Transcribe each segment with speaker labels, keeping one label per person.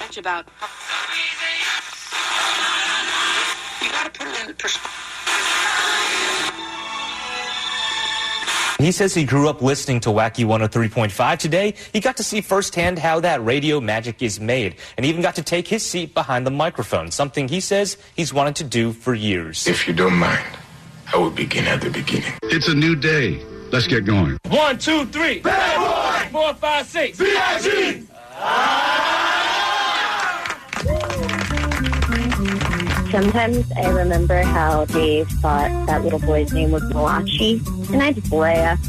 Speaker 1: much about. You gotta put it in perspective.
Speaker 2: He says he grew up listening to Wacky 103.5. Today, he got to see firsthand how that radio magic is made and even got to take his seat behind the microphone, something he says he's wanted to do for years.
Speaker 3: If you don't mind, I will begin at the beginning.
Speaker 4: It's a new day. Let's get going.
Speaker 5: One, two, three. Bad boy. Four, five, six. VIG.
Speaker 6: Sometimes I remember how Dave thought that little boy's name was Malachi, and I just laugh.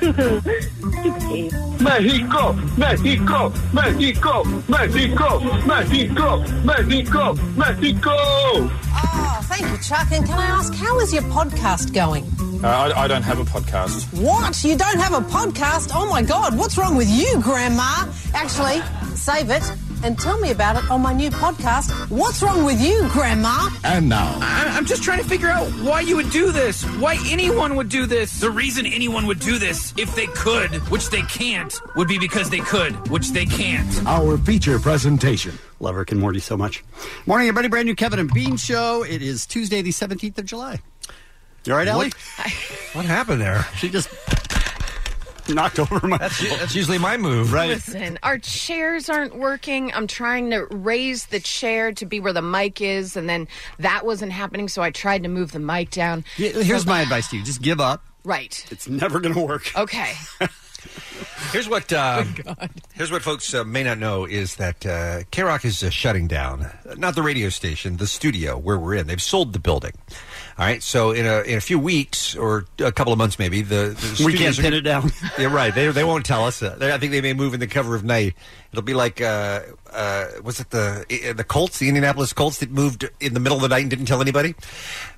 Speaker 7: Mexico, Mexico, Mexico, Mexico, Mexico, Mexico, Mexico.
Speaker 8: Oh, thank you, Chuck. And can I ask, how is your podcast going?
Speaker 9: Uh, I, I don't have a podcast.
Speaker 8: What? You don't have a podcast? Oh my God, what's wrong with you, Grandma? Actually, save it and tell me about it on my new podcast. What's wrong with you, Grandma?
Speaker 4: And now,
Speaker 5: I- I'm just trying to figure out why you would do this. Why anyone would do this. The reason anyone would do this, if they could, which they can't, would be because they could, which they can't.
Speaker 4: our feature presentation.
Speaker 10: Love Rick and Morty so much. Morning, everybody. Brand new Kevin and Bean show. It is Tuesday, the 17th of July. You all right, Ellie?
Speaker 11: What happened there?
Speaker 10: She just knocked over my.
Speaker 11: That's usually my move.
Speaker 10: right.
Speaker 12: Listen, our chairs aren't working. I'm trying to raise the chair to be where the mic is, and then that wasn't happening, so I tried to move the mic down.
Speaker 10: Yeah, Here's my advice to you just give up.
Speaker 12: Right.
Speaker 10: It's never going to work.
Speaker 12: Okay.
Speaker 11: Here's what
Speaker 10: Oh,
Speaker 11: uh, here's what folks uh, may not know is that uh, K Rock is uh, shutting down. Not the radio station, the studio where we're in. They've sold the building. All right. So in a in a few weeks or a couple of months, maybe the, the
Speaker 10: We
Speaker 11: studios
Speaker 10: can't
Speaker 11: are
Speaker 10: pin it down.
Speaker 11: Yeah, right. They, they won't tell us. Uh, they, I think they may move in the cover of night. It'll be like uh, uh, was it the uh, the Colts, the Indianapolis Colts, that moved in the middle of the night and didn't tell anybody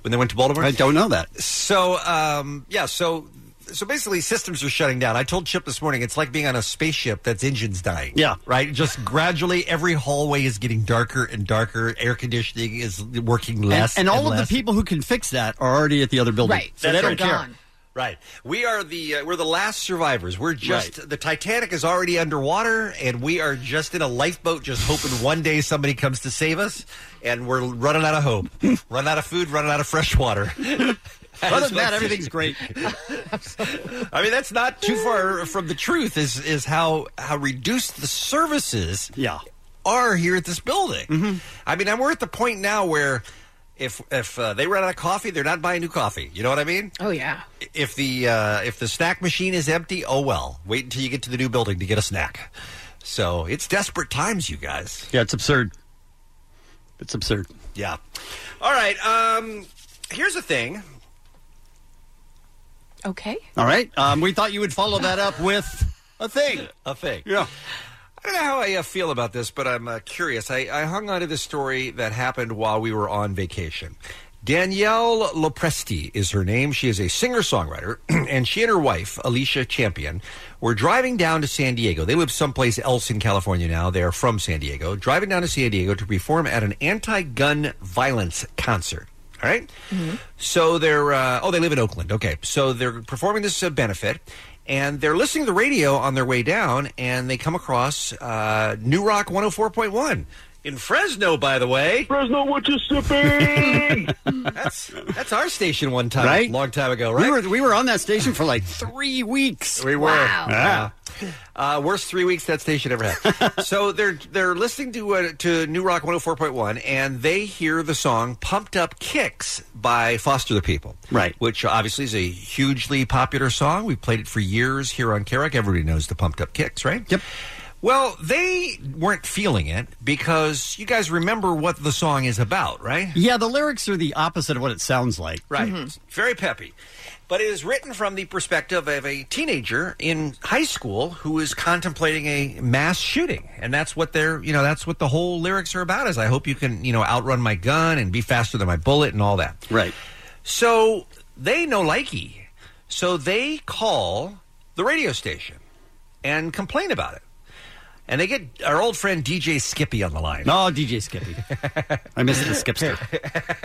Speaker 11: when they went to Baltimore.
Speaker 10: I don't know that.
Speaker 11: So um, yeah, so so basically, systems are shutting down. I told Chip this morning it's like being on a spaceship that's engines dying.
Speaker 10: Yeah.
Speaker 11: right. Just gradually, every hallway is getting darker and darker. Air conditioning is working
Speaker 10: And,
Speaker 11: less,
Speaker 10: and all of
Speaker 11: less.
Speaker 10: the people who can fix that are already at the other building.
Speaker 12: Right.
Speaker 10: So they
Speaker 11: That's
Speaker 10: don't
Speaker 11: right.
Speaker 10: care.
Speaker 12: Gone.
Speaker 11: Right. We are the uh, we're the last survivors. We're just the Titanic is already underwater and we are just in a lifeboat just hoping one day somebody comes to save us and we're running out of hope. run out of food, running out of fresh water.
Speaker 10: Other than that, everything's great.
Speaker 11: I mean, that's not too far from the truth is is how how reduced the services
Speaker 10: Yeah. Mm-hmm.
Speaker 11: are here at this building. I mean, and we're at the point now where if if uh, they run out of coffee, they're not buying new coffee. You know what I mean?
Speaker 12: Oh, yeah.
Speaker 11: if the uh, if the snack machine is empty, oh well. Wait until you get to the new building to get a snack. So it's desperate times, you guys.
Speaker 10: Yeah, it's absurd. It's absurd.
Speaker 11: Yeah. All right. Um, here's the thing.
Speaker 12: Okay.
Speaker 10: All right. Um, we thought you would follow that up with a thing.
Speaker 11: A thing.
Speaker 10: Yeah.
Speaker 11: I don't know how I uh, feel about this, but I'm uh, curious. I, I hung on to this story that happened while we were on vacation. Danielle Lopresti is her name. She is a singer songwriter, and she and her wife, Alicia Champion, were driving down to San Diego. They live someplace else in California now. They are from San Diego, driving down to San Diego to perform at an anti gun violence concert. All right? So they're, uh, oh, they live in Oakland. Okay. So they're performing this uh, benefit, and they're listening oh to the radio on their way down, and they come across uh, New Rock 104.1. In Fresno, by the way. Fresno, what you sipping? that's that's our station one time,
Speaker 10: Right?
Speaker 11: long time ago, right?
Speaker 10: We were we were on that station for like three weeks.
Speaker 11: We were.
Speaker 10: Yeah.
Speaker 11: Yeah. Uh, worst three weeks that station ever had. so they're they're listening to uh, to New Rock 104.1, and they hear the song "Pumped Up Kicks" by Foster the People, right? Which obviously is a hugely popular song. We played it for years here on Carrick. Everybody knows the "Pumped Up Kicks," right? Yep. Well, they weren't feeling it because you guys remember what the song is about, right?
Speaker 10: Yeah, the lyrics are the opposite of what it sounds like.
Speaker 11: Right. Very peppy. But it is written from the perspective of a teenager in high school who is contemplating a mass shooting. And that's what they're, you know, that's what the whole lyrics are about is I hope you can, you know, outrun my gun and be faster than my bullet and all that. Right. So they know likey. So they call the radio station and complain about it. And they get our old friend DJ Skippy on the line.
Speaker 10: No, DJ Skippy. I miss the skipster.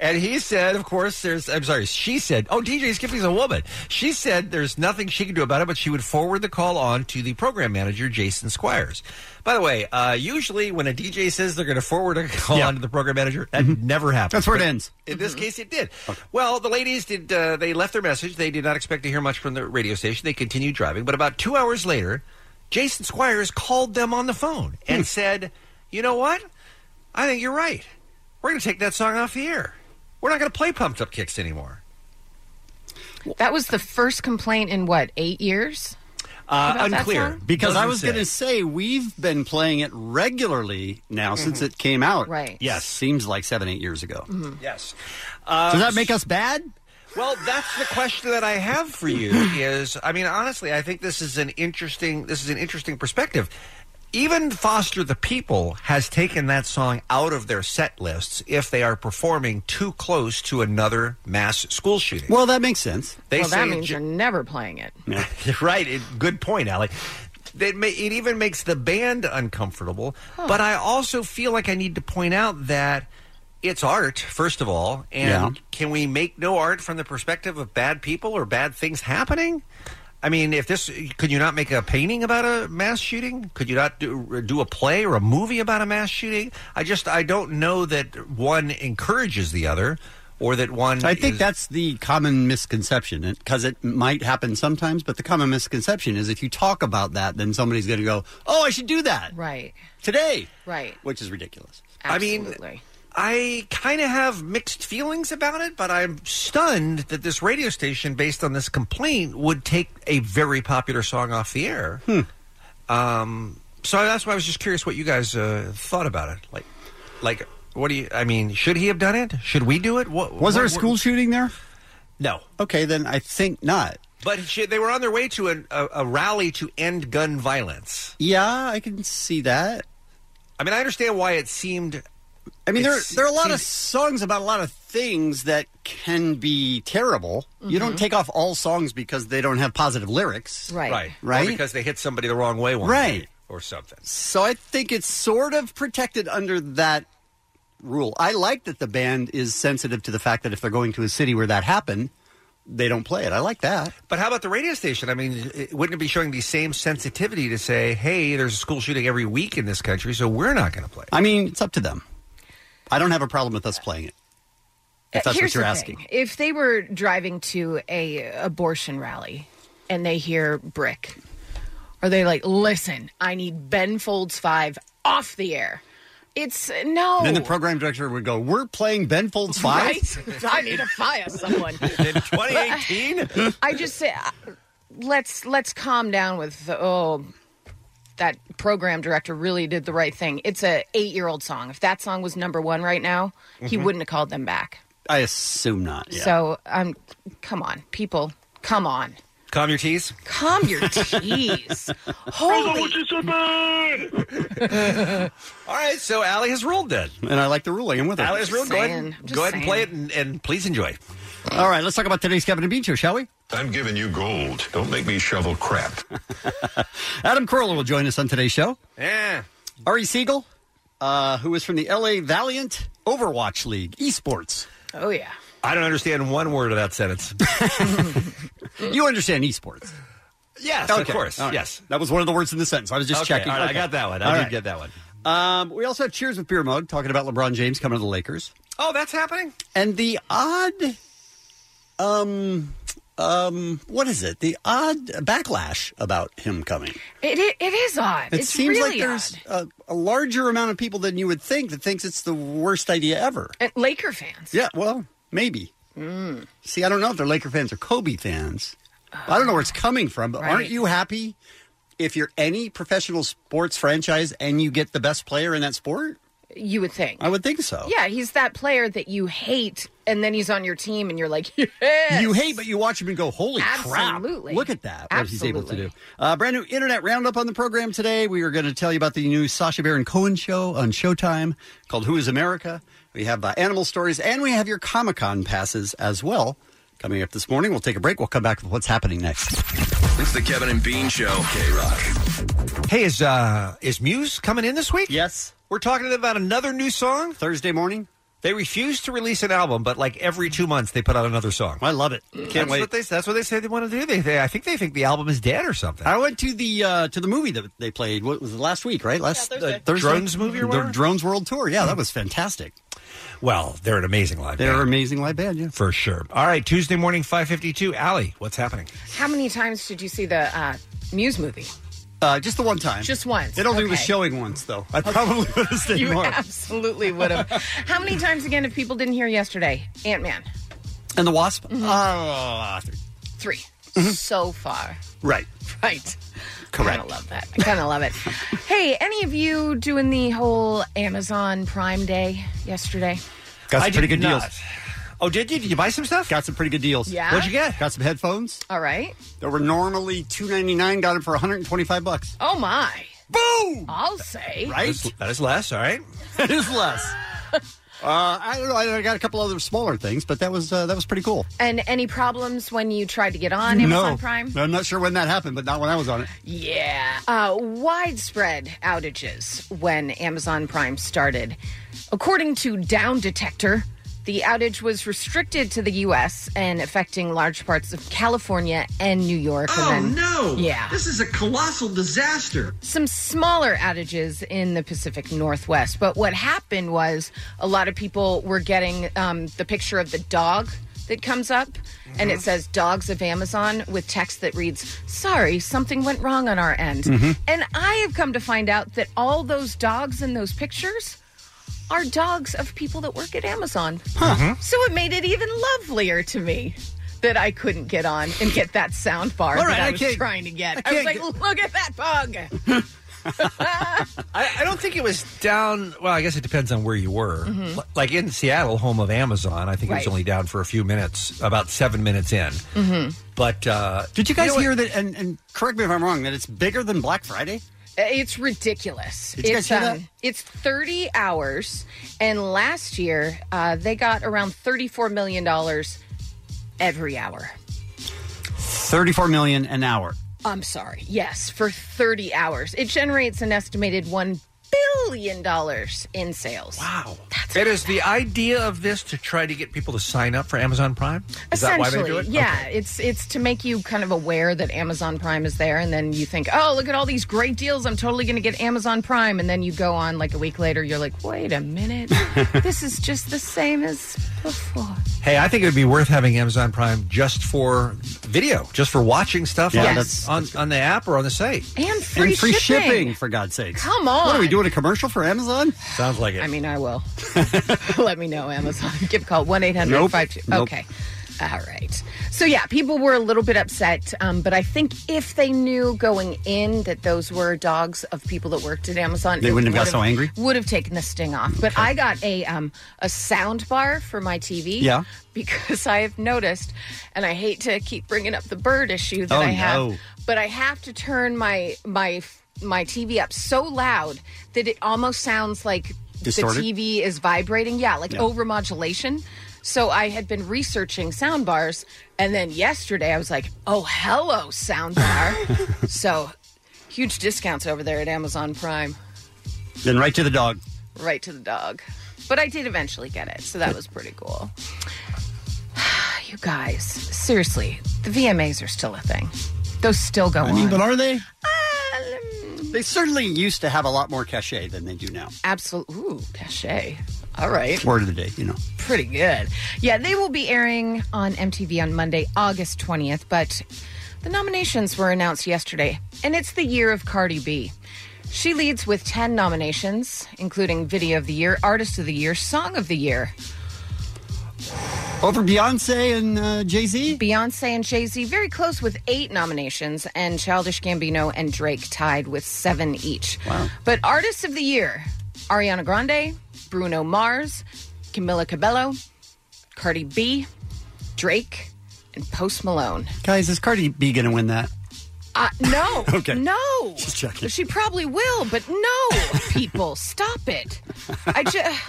Speaker 11: And he said, of course, there's, I'm sorry, she said, oh, DJ Skippy's a woman. She said there's nothing she can do about it, but she would forward the call on to the program manager, Jason Squires. By the way, uh, usually when a DJ says they're going to forward a call
Speaker 10: Yeah. Mm-hmm.
Speaker 11: on to the program manager, that never happens.
Speaker 10: That's where it
Speaker 11: But
Speaker 10: ends.
Speaker 11: In this case, it did. Well, the ladies did, uh, they left their message. They did not expect to hear much from the radio station. They continued driving. But about two hours later, Jason Squires called them on the phone
Speaker 10: Hmm.
Speaker 11: and said, you know what? I think you're right. We're going to take that song off the air. We're not going to play Pumped Up Kicks anymore.
Speaker 12: That was the first complaint in what, eight years? About that song?
Speaker 10: Uh, Because I
Speaker 12: Doesn't
Speaker 10: was
Speaker 12: say.
Speaker 10: going to say we've been playing it regularly now since
Speaker 12: Mhm.
Speaker 10: it came out.
Speaker 12: Right.
Speaker 10: Yes. Seems like seven, eight years ago.
Speaker 11: Yes. Um,
Speaker 10: Does that make us bad?
Speaker 11: Well, that's the question that I have for you. Is I mean, honestly, I think this is an interesting. This is an interesting perspective. Even Foster the People has taken that song out of their set lists if they are performing too close to another mass school shooting.
Speaker 10: Well, that makes sense.
Speaker 11: They
Speaker 12: well,
Speaker 11: say
Speaker 12: that means
Speaker 11: ju-
Speaker 12: you're never playing it.
Speaker 11: right. It, good point, Allie. It, ma- it even makes the band uncomfortable. But I also feel like I need to point out that it's art, first of all. And can we make no art from the perspective of bad people or bad things happening? I mean, if this, could you not make a painting about a mass shooting? Could you not do, do a play or a movie about a mass shooting? I just, I don't know that one encourages the other or that one.
Speaker 10: I think
Speaker 11: is-
Speaker 10: that's the common misconception because it might happen sometimes, but the common misconception is if you talk about that, then somebody's going to go, oh, I should do that
Speaker 12: Right.
Speaker 10: today,
Speaker 12: Right.
Speaker 10: which is ridiculous.
Speaker 11: I mean, I kind of have mixed feelings about it, but I'm stunned that this radio station, based on this complaint, would take a very popular song off the air.
Speaker 10: Hmm.
Speaker 11: Um, so that's why I was just curious what you guys uh, thought about it. Like, like, what do you? I mean, should he have done it? Should we do it? What
Speaker 10: Was there a
Speaker 11: what-
Speaker 10: school shooting there?
Speaker 11: No.
Speaker 10: Okay, then I think not.
Speaker 11: But she, they were on their way to an, a, a rally to end gun violence.
Speaker 10: Yeah, I can see that.
Speaker 11: I mean, I understand why it seemed.
Speaker 10: I mean,
Speaker 11: it
Speaker 10: there
Speaker 11: se-
Speaker 10: there are a lot of
Speaker 11: seemed-
Speaker 10: songs about a lot of things that can be terrible. You
Speaker 12: Mm-hmm.
Speaker 10: don't
Speaker 11: Mhm.
Speaker 10: take off all songs because they don't have positive lyrics,
Speaker 11: right,
Speaker 10: Right.
Speaker 11: or because they hit somebody the wrong way, one
Speaker 10: Right.
Speaker 11: day or something.
Speaker 10: So I think it's sort of protected under that rule. I like that the band is sensitive to the fact that if they're going to a city where that happened, they don't play it. I like that.
Speaker 11: But how about the radio station? I mean, it- wouldn't it be showing the same sensitivity to say, "Hey, there's a school shooting every week in this country, so we're not going to play"?
Speaker 10: I mean, it's up to them. I don't have a problem with us playing it. If that's
Speaker 12: Here's
Speaker 10: what you're
Speaker 12: the
Speaker 10: asking.
Speaker 12: thing. If they were driving to a abortion rally and they hear brick, are they like, listen, I need Ben Folds five off the air? It's no.
Speaker 10: And then the program director would go, We're playing Ben Folds 5.
Speaker 12: Oh. Right? I need to fire someone.
Speaker 11: In 2018?
Speaker 12: I just say, uh, let's let's calm down with the, oh, that program director really did the right thing. It's a eight year old song. If that song was number one right now, he
Speaker 10: Mhm.
Speaker 12: wouldn't have called them back.
Speaker 10: I assume not. yeah.
Speaker 12: So, um, come on, people, come on,
Speaker 11: Calm your tees.
Speaker 12: calm your tees. Holy. Oh,
Speaker 11: All right, so Allie has ruled then.
Speaker 10: And I like the ruling. I'm with her.
Speaker 11: Allie has ruled. Go ahead, and-
Speaker 10: Just
Speaker 11: go ahead and play it,
Speaker 10: saying.
Speaker 11: and, and please enjoy.
Speaker 10: All right, let's talk about today's Kevin and Bean show, shall we?
Speaker 13: I'm giving you gold. Don't make me shovel crap.
Speaker 10: Adam Carolla will join us on today's show.
Speaker 11: Yeah.
Speaker 10: Ari Siegel, uh, who is from the LA Valiant Overwatch League esports.
Speaker 12: Oh yeah.
Speaker 11: I don't understand one word of that sentence.
Speaker 10: You understand esports?
Speaker 11: Yes, of course.
Speaker 10: all right.
Speaker 11: Yes.
Speaker 10: That was one of the words in the sentence. I was just
Speaker 11: Okay,
Speaker 10: checking.
Speaker 11: all right, I
Speaker 10: Okay.
Speaker 11: got that one. I
Speaker 10: All
Speaker 11: did
Speaker 10: right.
Speaker 11: get that one.
Speaker 10: Um, we also have Cheers with Beer Mug talking about LeBron James coming to the Lakers.
Speaker 11: Oh, that's happening?
Speaker 10: And the odd, um, um, what is it? The odd backlash about him coming.
Speaker 12: It, it, it is odd.
Speaker 10: It
Speaker 12: Uh, it's
Speaker 10: seems
Speaker 12: really
Speaker 10: like there's a, a larger amount of people than you would think that thinks it's the worst idea ever.
Speaker 12: odd. And Laker fans.
Speaker 10: Yeah, well, maybe.
Speaker 12: Hmm.
Speaker 10: See, I don't know if they're Laker fans or Kobe fans. I don't know where it's coming from, but aren't
Speaker 12: Right.
Speaker 10: you happy if you're any professional sports franchise and you get the best player in that sport?
Speaker 12: You would think.
Speaker 10: I would think so.
Speaker 12: Yeah, he's that player that you hate, and then he's on your team, and you're like, yes.
Speaker 10: You hate, but you watch him and go, holy
Speaker 12: Absolutely.
Speaker 10: crap. Look at that, what he's able to
Speaker 12: Absolutely.
Speaker 10: do. Uh, brand new internet roundup on the program today. We are going to tell you about the new Sasha Baron Cohen show on Showtime called Who is America? We have uh, animal stories, and we have your Comic Con passes as well. Coming up this morning, we'll take a break. We'll come back with what's happening next.
Speaker 14: It's the Kevin and Bean Show. K Rock.
Speaker 11: Hey, is uh is Muse coming in this week?
Speaker 10: Yes.
Speaker 11: We're talking about another new song
Speaker 10: Thursday morning.
Speaker 11: They refuse to release an album, but like every two months they put out another song.
Speaker 10: I love it.
Speaker 11: Can't
Speaker 10: Can't
Speaker 11: that's
Speaker 10: wait.
Speaker 11: What they, that's what they say they want to do. They, they I think they think the album is dead or something.
Speaker 10: I went to the uh, to the movie that they played. What was it last week? Right, last
Speaker 11: Thursday.
Speaker 10: Uh, Thursday.
Speaker 11: Drones movie or
Speaker 10: the
Speaker 11: whatever?
Speaker 10: Drones World Tour. Yeah, that was fantastic.
Speaker 11: Well, they're an amazing live.
Speaker 10: They're amazing live band, yeah,
Speaker 11: for sure. All right, Tuesday morning, five fifty-two. Allie, what's happening?
Speaker 12: How many times did you see the uh, Muse movie?
Speaker 10: Uh, just the one time.
Speaker 12: Just once.
Speaker 10: It only was
Speaker 12: Okay.
Speaker 10: showing once, though. I probably would have stayed
Speaker 12: You
Speaker 10: more.
Speaker 12: absolutely would have. How many times again, if people didn't hear yesterday, Ant Man
Speaker 10: And the Wasp?
Speaker 12: Mm-hmm.
Speaker 10: Ah,
Speaker 12: three so far,
Speaker 10: right.
Speaker 12: right?
Speaker 10: Correct.
Speaker 12: love that. I kind of love it. hey, any of you doing the whole Amazon Prime Day yesterday?
Speaker 10: Got some
Speaker 11: I
Speaker 10: pretty
Speaker 11: did
Speaker 10: good
Speaker 11: not.
Speaker 10: deals.
Speaker 11: Oh, did you? Did you buy some stuff?
Speaker 10: Got some pretty good deals.
Speaker 12: Yeah? What'd you
Speaker 11: get?
Speaker 10: Got some headphones.
Speaker 12: All right.
Speaker 10: They were normally two ninety nine. Got them for one hundred and twenty five bucks.
Speaker 12: Oh my.
Speaker 11: Boom.
Speaker 12: I'll say.
Speaker 10: Right?
Speaker 11: That is less. All right.
Speaker 10: That is less. uh, I don't know. I I got a couple other smaller things, but that was uh, that was pretty cool.
Speaker 12: And any problems when you tried to get on Amazon
Speaker 10: no,
Speaker 12: Prime?
Speaker 10: I'm not sure when that happened, but not when I was on it.
Speaker 12: Yeah. Uh, widespread outages when Amazon Prime started. According to Down Detector, the outage was restricted to the U.S. and affecting large parts of California and New York.
Speaker 10: Oh,
Speaker 12: and then Yeah.
Speaker 15: Oh, This is a colossal disaster.
Speaker 12: Some smaller outages in the Pacific Northwest. But what happened was a lot of people were getting um, the picture of the dog that comes up and
Speaker 11: Mm-hmm.
Speaker 12: it says dogs of Amazon with text that reads, Sorry, something went wrong on our end.
Speaker 11: Mm-hmm.
Speaker 16: Mhm.
Speaker 12: And I have come to find out that all those dogs in those pictures are dogs of people that work at Amazon.
Speaker 11: Mm-hmm.
Speaker 12: So it made it even lovelier to me. That I couldn't get on and get that sound bar
Speaker 11: All right,
Speaker 12: that I,
Speaker 11: I
Speaker 12: was
Speaker 11: can't-
Speaker 12: trying to get.
Speaker 11: I
Speaker 12: I, was
Speaker 11: can't
Speaker 12: like,
Speaker 11: get-
Speaker 12: look at that bug.
Speaker 11: I, I don't think it was down. Well, I guess it depends on where you were.
Speaker 12: Mhm.
Speaker 11: L- Like in Seattle, home of Amazon, I think it
Speaker 12: Right.
Speaker 11: was only down for a few minutes, about seven minutes in.
Speaker 12: Mm-hmm.
Speaker 11: But uh,
Speaker 10: Did you guys
Speaker 11: know what?
Speaker 10: hear that? And, and correct me if I'm wrong. That it's bigger than Black Friday.
Speaker 12: It's ridiculous.
Speaker 10: Did you guys
Speaker 12: it's, uh,
Speaker 10: hear that?
Speaker 12: it's 30 hours, and last year uh, they got around $34 million every hour.
Speaker 10: Thirty four million an hour.
Speaker 12: I'm sorry. Yes, for 30 hours. It generates an estimated $1 billion in sales. Wow.
Speaker 11: It is the idea of this to try to get people to sign up for Amazon Prime. Is that why
Speaker 12: Essentially,
Speaker 11: they do it?
Speaker 12: yeah, it's it's to make you kind of aware that Amazon Prime is there, and then you think, oh, look at all these great deals! I'm totally going to get Amazon Prime, and then you go on like a week later, you're like, wait a minute, this is just the same as before.
Speaker 11: Hey, I think it would be worth having Amazon Prime just for video, just for watching stuff
Speaker 10: Yeah,
Speaker 11: on,
Speaker 10: that's-
Speaker 11: on, on the app or on the site.
Speaker 12: And free,
Speaker 10: and free shipping.
Speaker 12: shipping.
Speaker 10: for God's sakes.
Speaker 12: Come
Speaker 10: What are we
Speaker 12: on.
Speaker 10: doing a commercial for Amazon?
Speaker 11: Sounds like it.
Speaker 12: I mean, I will. Let me know, Amazon. Give a call one eight hundred five two.
Speaker 10: Nope.
Speaker 12: Okay. All right. So, yeah, people were a little bit upset, um, but I think if they knew going in that those were dogs of people that worked at Amazon,
Speaker 10: They
Speaker 12: it
Speaker 10: wouldn't have
Speaker 12: would've-
Speaker 10: got so angry?
Speaker 12: Would have taken the sting off. But I got a um, a sound bar for my TV.
Speaker 10: Yeah.
Speaker 12: Because I have noticed, and I hate to keep bringing up the bird issue that
Speaker 10: Oh,
Speaker 12: I have,
Speaker 10: no.
Speaker 12: but I have to turn my my my TV up so loud that it almost sounds like
Speaker 10: Distorted?
Speaker 12: the TV is vibrating. Yeah, like
Speaker 10: Yeah.
Speaker 12: overmodulation. So I had been researching sound bars, and then yesterday I was like, "Oh, hello, sound bar." so huge discounts over there at Amazon Prime,
Speaker 10: Then right to the dog.
Speaker 12: right to the dog. But I did eventually get it, so that was pretty cool. you guys, seriously, the VMAs are still a thing. Those still go
Speaker 10: I
Speaker 12: on.
Speaker 10: mean, but are they?
Speaker 12: Um,
Speaker 10: They certainly used to have a lot more cachet than they do now.
Speaker 12: Absolute ooh, cachet. All right.
Speaker 10: Word of the day, you know.
Speaker 12: Pretty good. Yeah, they will be airing on MTV on Monday, August 20th, but the nominations were announced yesterday, and it's the year of Cardi B. She leads with 10 nominations, including Video of the Year, Artist of the Year, Song of the Year.
Speaker 10: Over Beyonce and uh, Jay Z?
Speaker 12: Beyonce and Jay Z, very close with eight nominations, and Childish Gambino and Drake tied with seven each. Wow. But Artist of the Year Ariana Grande, Bruno Mars, Camila Cabello, Cardi B, Drake, and Post Malone.
Speaker 10: Guys, is Cardi B going to win that?
Speaker 12: Uh, no.
Speaker 10: Okay.
Speaker 12: No.
Speaker 10: Just checking.
Speaker 12: She probably will, but no, people, stop it. I just.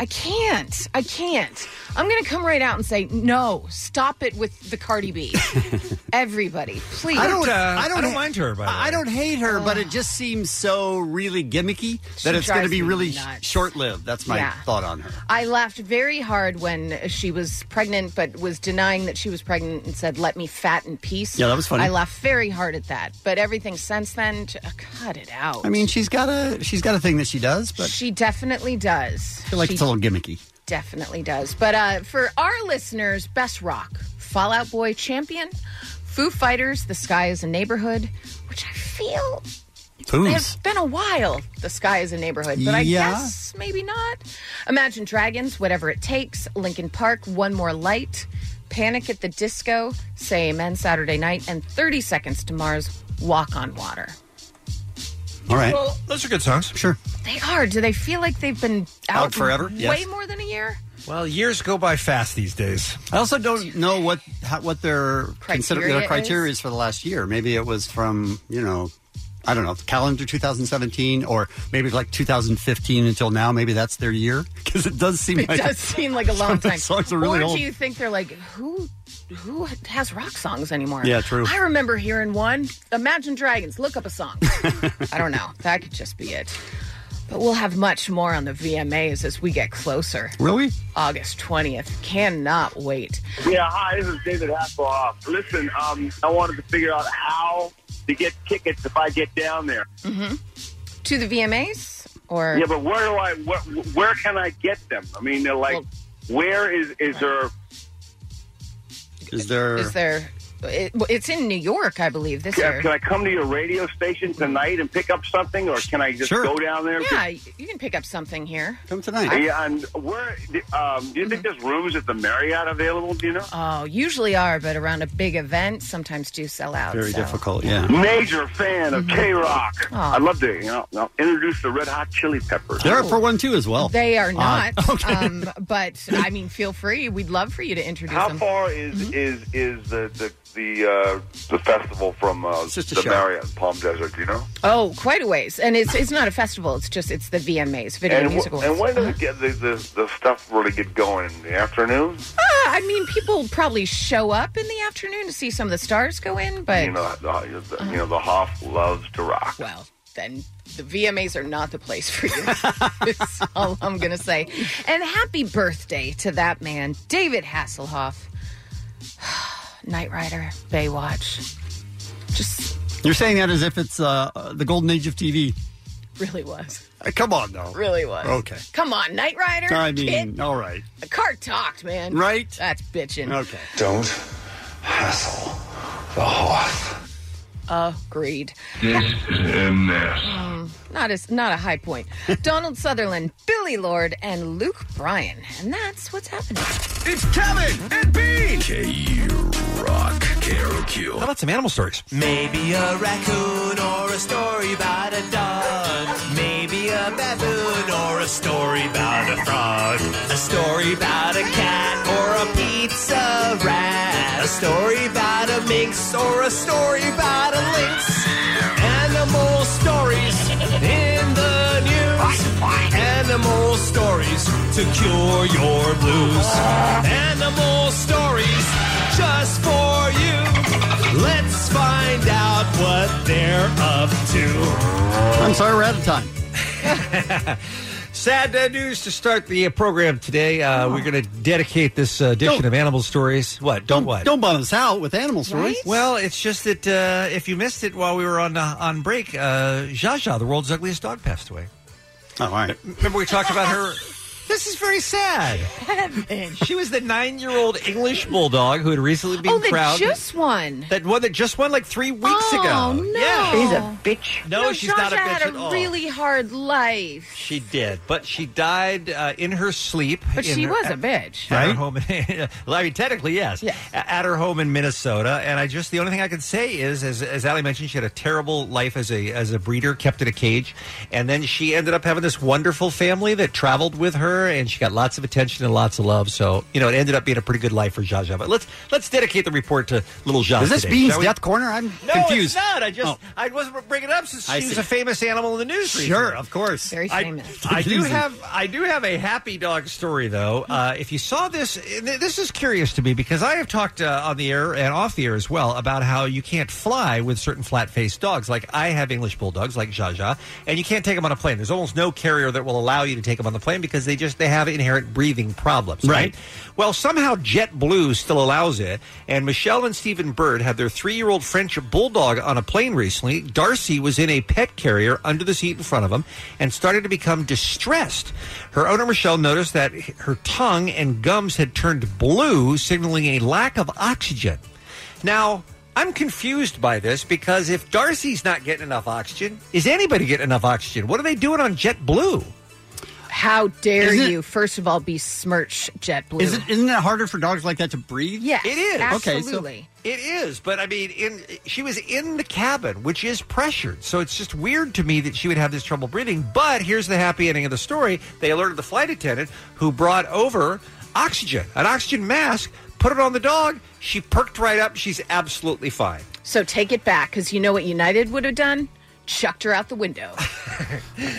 Speaker 12: I can't. I can't. I'm going to come right out and say, no, stop it with the Cardi B. Everybody, please. Uh,
Speaker 10: I don't, uh, I don't,
Speaker 11: I don't mind her, by the
Speaker 10: I don't hate her, but it just seems so really gimmicky
Speaker 12: She
Speaker 10: that it's going to
Speaker 12: drives
Speaker 10: be
Speaker 12: me
Speaker 10: really
Speaker 12: nuts.
Speaker 10: short lived. That's my
Speaker 12: Yeah.
Speaker 10: thought on her.
Speaker 12: I laughed very hard when she was pregnant, but was denying that she was pregnant and said, "Let me fat in peace."
Speaker 10: Yeah, that was funny.
Speaker 12: I laughed very hard at that, but everything since then, t- uh, cut it out.
Speaker 10: I mean, she's got a she's got a thing that she does, but
Speaker 12: she definitely does.
Speaker 10: I feel like
Speaker 12: she
Speaker 10: it's a little gimmicky.
Speaker 12: definitely does. But uh, for our listeners, best rock, Fallout Boy, Champion, Foo Fighters, The Sky Is a Neighborhood, which I feel It's been a while. The sky is a neighborhood, but I
Speaker 16: Yeah.
Speaker 12: guess maybe not. Imagine Dragons, whatever it takes. Lincoln Park, One More Light, Panic at the Disco, Say Amen Saturday Night, and 30 Seconds to Mars, Walk on Water.
Speaker 10: All right.
Speaker 11: Well, those are good songs.
Speaker 10: Sure.
Speaker 12: They are. Do they feel like they've been out,
Speaker 11: Out forever?
Speaker 12: Way
Speaker 11: Yes.
Speaker 12: more than a year.
Speaker 11: Well, years go by fast these days.
Speaker 10: I also don't know what how, what their consider
Speaker 12: Criteria
Speaker 10: their criteria
Speaker 12: is?
Speaker 10: is. for the last year. Maybe it was from you know, I don't know, calendar 2017, or maybe like 2015 until now. Maybe that's their year because it does seem
Speaker 12: It
Speaker 10: like
Speaker 12: does seem like a
Speaker 10: some
Speaker 12: long
Speaker 10: of the
Speaker 12: time.
Speaker 10: songs are really
Speaker 12: or
Speaker 10: old.
Speaker 12: do you think they're like who? Who has rock songs anymore?
Speaker 10: Yeah, true.
Speaker 12: I remember hearing one. Imagine Dragons. Look up a song. I don't know. That could just be it. But we'll have much more on the VMAs as we get closer.
Speaker 10: Will we?
Speaker 12: August 20th. Cannot wait.
Speaker 17: Yeah, hi, this is David Hasselhoff. Listen, um, I wanted to figure out how to get tickets if I get down there.
Speaker 12: hmm To the VMAs? Or
Speaker 17: Yeah, but where do I? Where, where can I get them? I mean, they're like, where is is there?
Speaker 10: Is there?
Speaker 12: is there. It, it's in New York, I believe, this
Speaker 17: Can,
Speaker 12: year.
Speaker 17: can I come to your radio station tonight and pick up something, or can I just go down there?
Speaker 12: Yeah, you can pick up something here.
Speaker 10: Come
Speaker 17: Yeah, and where? Um, do you
Speaker 12: Mm-hmm.
Speaker 17: think there's rooms at the Marriott available? Do you know?
Speaker 12: Oh, usually are, but around a big event, sometimes do sell out.
Speaker 10: Very
Speaker 12: so.
Speaker 10: difficult. Yeah.
Speaker 17: Major fan of K Rock.
Speaker 12: Mm-hmm. Aw.
Speaker 17: I'd love to, you know, you know, introduce the Red Hot Chili Peppers.
Speaker 10: They're up for one too as well.
Speaker 12: They are
Speaker 10: Odd.
Speaker 12: not. um, but I mean, feel free. We'd love for you to introduce
Speaker 17: How
Speaker 12: them.
Speaker 17: far is
Speaker 12: Mm-hmm.
Speaker 17: is is the the the, uh, the festival from uh, the Marriott in Palm Desert? Do you know?
Speaker 12: Oh, quite a ways, and it's it's not a festival. It's just it's the VMAs, Video Uh-huh.
Speaker 17: and,
Speaker 12: and
Speaker 17: wh-
Speaker 12: Music Awards.
Speaker 17: and when does it get the, the the stuff really get going in the afternoon?
Speaker 12: Ah, I mean, people probably show up in the afternoon to see some of the stars go in, but
Speaker 17: you know, the, the, you know, the Hoff loves to rock.
Speaker 12: Uh-huh. Well, then the VMAs are not the place for you. That's all I'm going to say. And happy birthday to that man, David Hasselhoff, Knight Rider, Baywatch. Just
Speaker 10: You're saying that as if it's uh, uh, the golden age of TV.
Speaker 12: really was.
Speaker 10: Uh, come on, though.
Speaker 12: Really was.
Speaker 10: Okay.
Speaker 12: Come on, Knight Rider.
Speaker 10: I
Speaker 12: Kid.
Speaker 10: mean, all right.
Speaker 12: The car talked, man.
Speaker 10: Right?
Speaker 12: That's bitching.
Speaker 10: Okay.
Speaker 14: Don't hassle the Hoth.
Speaker 12: Agreed. Mm, not as not a high point. Donald Sutherland, Billy Lord, and Luke Bryan, and that's what's happening.
Speaker 14: It's Kevin and Bean. K Rock KROQ.
Speaker 11: How about some animal stories?
Speaker 5: Maybe a raccoon or a story about a dog. Maybe a baboon or a story about a frog. A story about a cat or a pizza rat. A story about a minx or a story about a lynx. Animal stories in the news. Animal stories to cure your blues. Animal stories just for you. Let's find out what they're up to.
Speaker 10: I'm sorry, we're out of time.
Speaker 11: Sad uh, news to start the uh, program today. Uh, We're going to dedicate this uh, edition of Animal Stories. What? Don't, what?
Speaker 10: Don't bum us out with animal stories.
Speaker 11: Well, it's just that uh, if you missed it while we were on uh, on break, uh, Zsa Zsa, the world's ugliest dog, passed away.
Speaker 10: Oh, all right.
Speaker 11: Remember we talked about her. This is very sad. She was the nine-year-old English bulldog who had recently been
Speaker 12: oh, they
Speaker 11: crowned
Speaker 12: just won.
Speaker 11: that one that just won like three weeks
Speaker 12: Oh,
Speaker 11: ago.
Speaker 12: no.
Speaker 11: Yeah,
Speaker 12: She's
Speaker 11: a bitch. No, she's not
Speaker 12: Sasha
Speaker 11: a bitch
Speaker 12: had
Speaker 11: at
Speaker 12: a
Speaker 11: all.
Speaker 12: really hard life.
Speaker 11: She did, but she died uh, in her sleep.
Speaker 12: But
Speaker 11: in
Speaker 12: she
Speaker 11: her-
Speaker 12: was a bitch.
Speaker 11: at her
Speaker 12: Right?
Speaker 11: home, well, I mean, technically, yes. A- At her home in Minnesota, and I just the only thing I can say is, as as Ali mentioned, she had a terrible life as a as a breeder, kept in a cage, and then she ended up having this wonderful family that traveled with her, and she got lots of attention and lots of love. So you know, it ended up being a pretty good life for Zsa Zsa. But let's let's dedicate the report to little Zsa.
Speaker 10: Is this
Speaker 11: today,
Speaker 10: Bean's
Speaker 11: shall we?
Speaker 10: Death Corner? I'm
Speaker 11: No, it's
Speaker 10: confused.
Speaker 11: not. I just
Speaker 10: Oh.
Speaker 11: I wasn't bringing it up since
Speaker 10: I
Speaker 11: she was
Speaker 10: see.
Speaker 11: a famous animal in the news.
Speaker 10: Sure,
Speaker 11: recently.
Speaker 10: of course. Very
Speaker 11: I-
Speaker 10: famous.
Speaker 11: I, do have I do have a happy dog story though.
Speaker 10: Hmm.
Speaker 11: Uh, if you saw this, th- this is curious to me because I have talked uh, on the air and off the air as well about how you can't fly with certain flat faced dogs. Like I have English bulldogs, like Zsa Zsa, and you can't take them on a plane. There's almost no carrier that will allow you to take them on the plane because they just they have inherent breathing problems.
Speaker 10: Right.
Speaker 11: Well, somehow JetBlue still allows it, and Michelle and Stephen Bird had their three-year-old French bulldog on a plane recently. Darcy was in a pet carrier under the seat in front of him and started to become distressed. Her owner Michelle noticed that her tongue and gums had turned blue, signaling a lack of oxygen. Now. I'm confused by this because if Darcy's not getting enough oxygen, is anybody getting enough oxygen? What are they doing on JetBlue?
Speaker 12: How dare
Speaker 10: Isn't it-
Speaker 12: you, first of all, besmirch JetBlue?
Speaker 10: Is it, isn't it harder for dogs like that to breathe?
Speaker 12: Yes,
Speaker 11: It is.
Speaker 12: absolutely. Okay,
Speaker 11: It is, but I mean, in she was in the cabin, which is pressured, so it's just weird to me that she would have this trouble breathing. But here's the happy ending of the story: they alerted the flight attendant, who brought over oxygen, an oxygen mask, put it on the dog. She perked right up. She's absolutely fine.
Speaker 12: So take it back, because you know what United would have done? Chucked her out the window.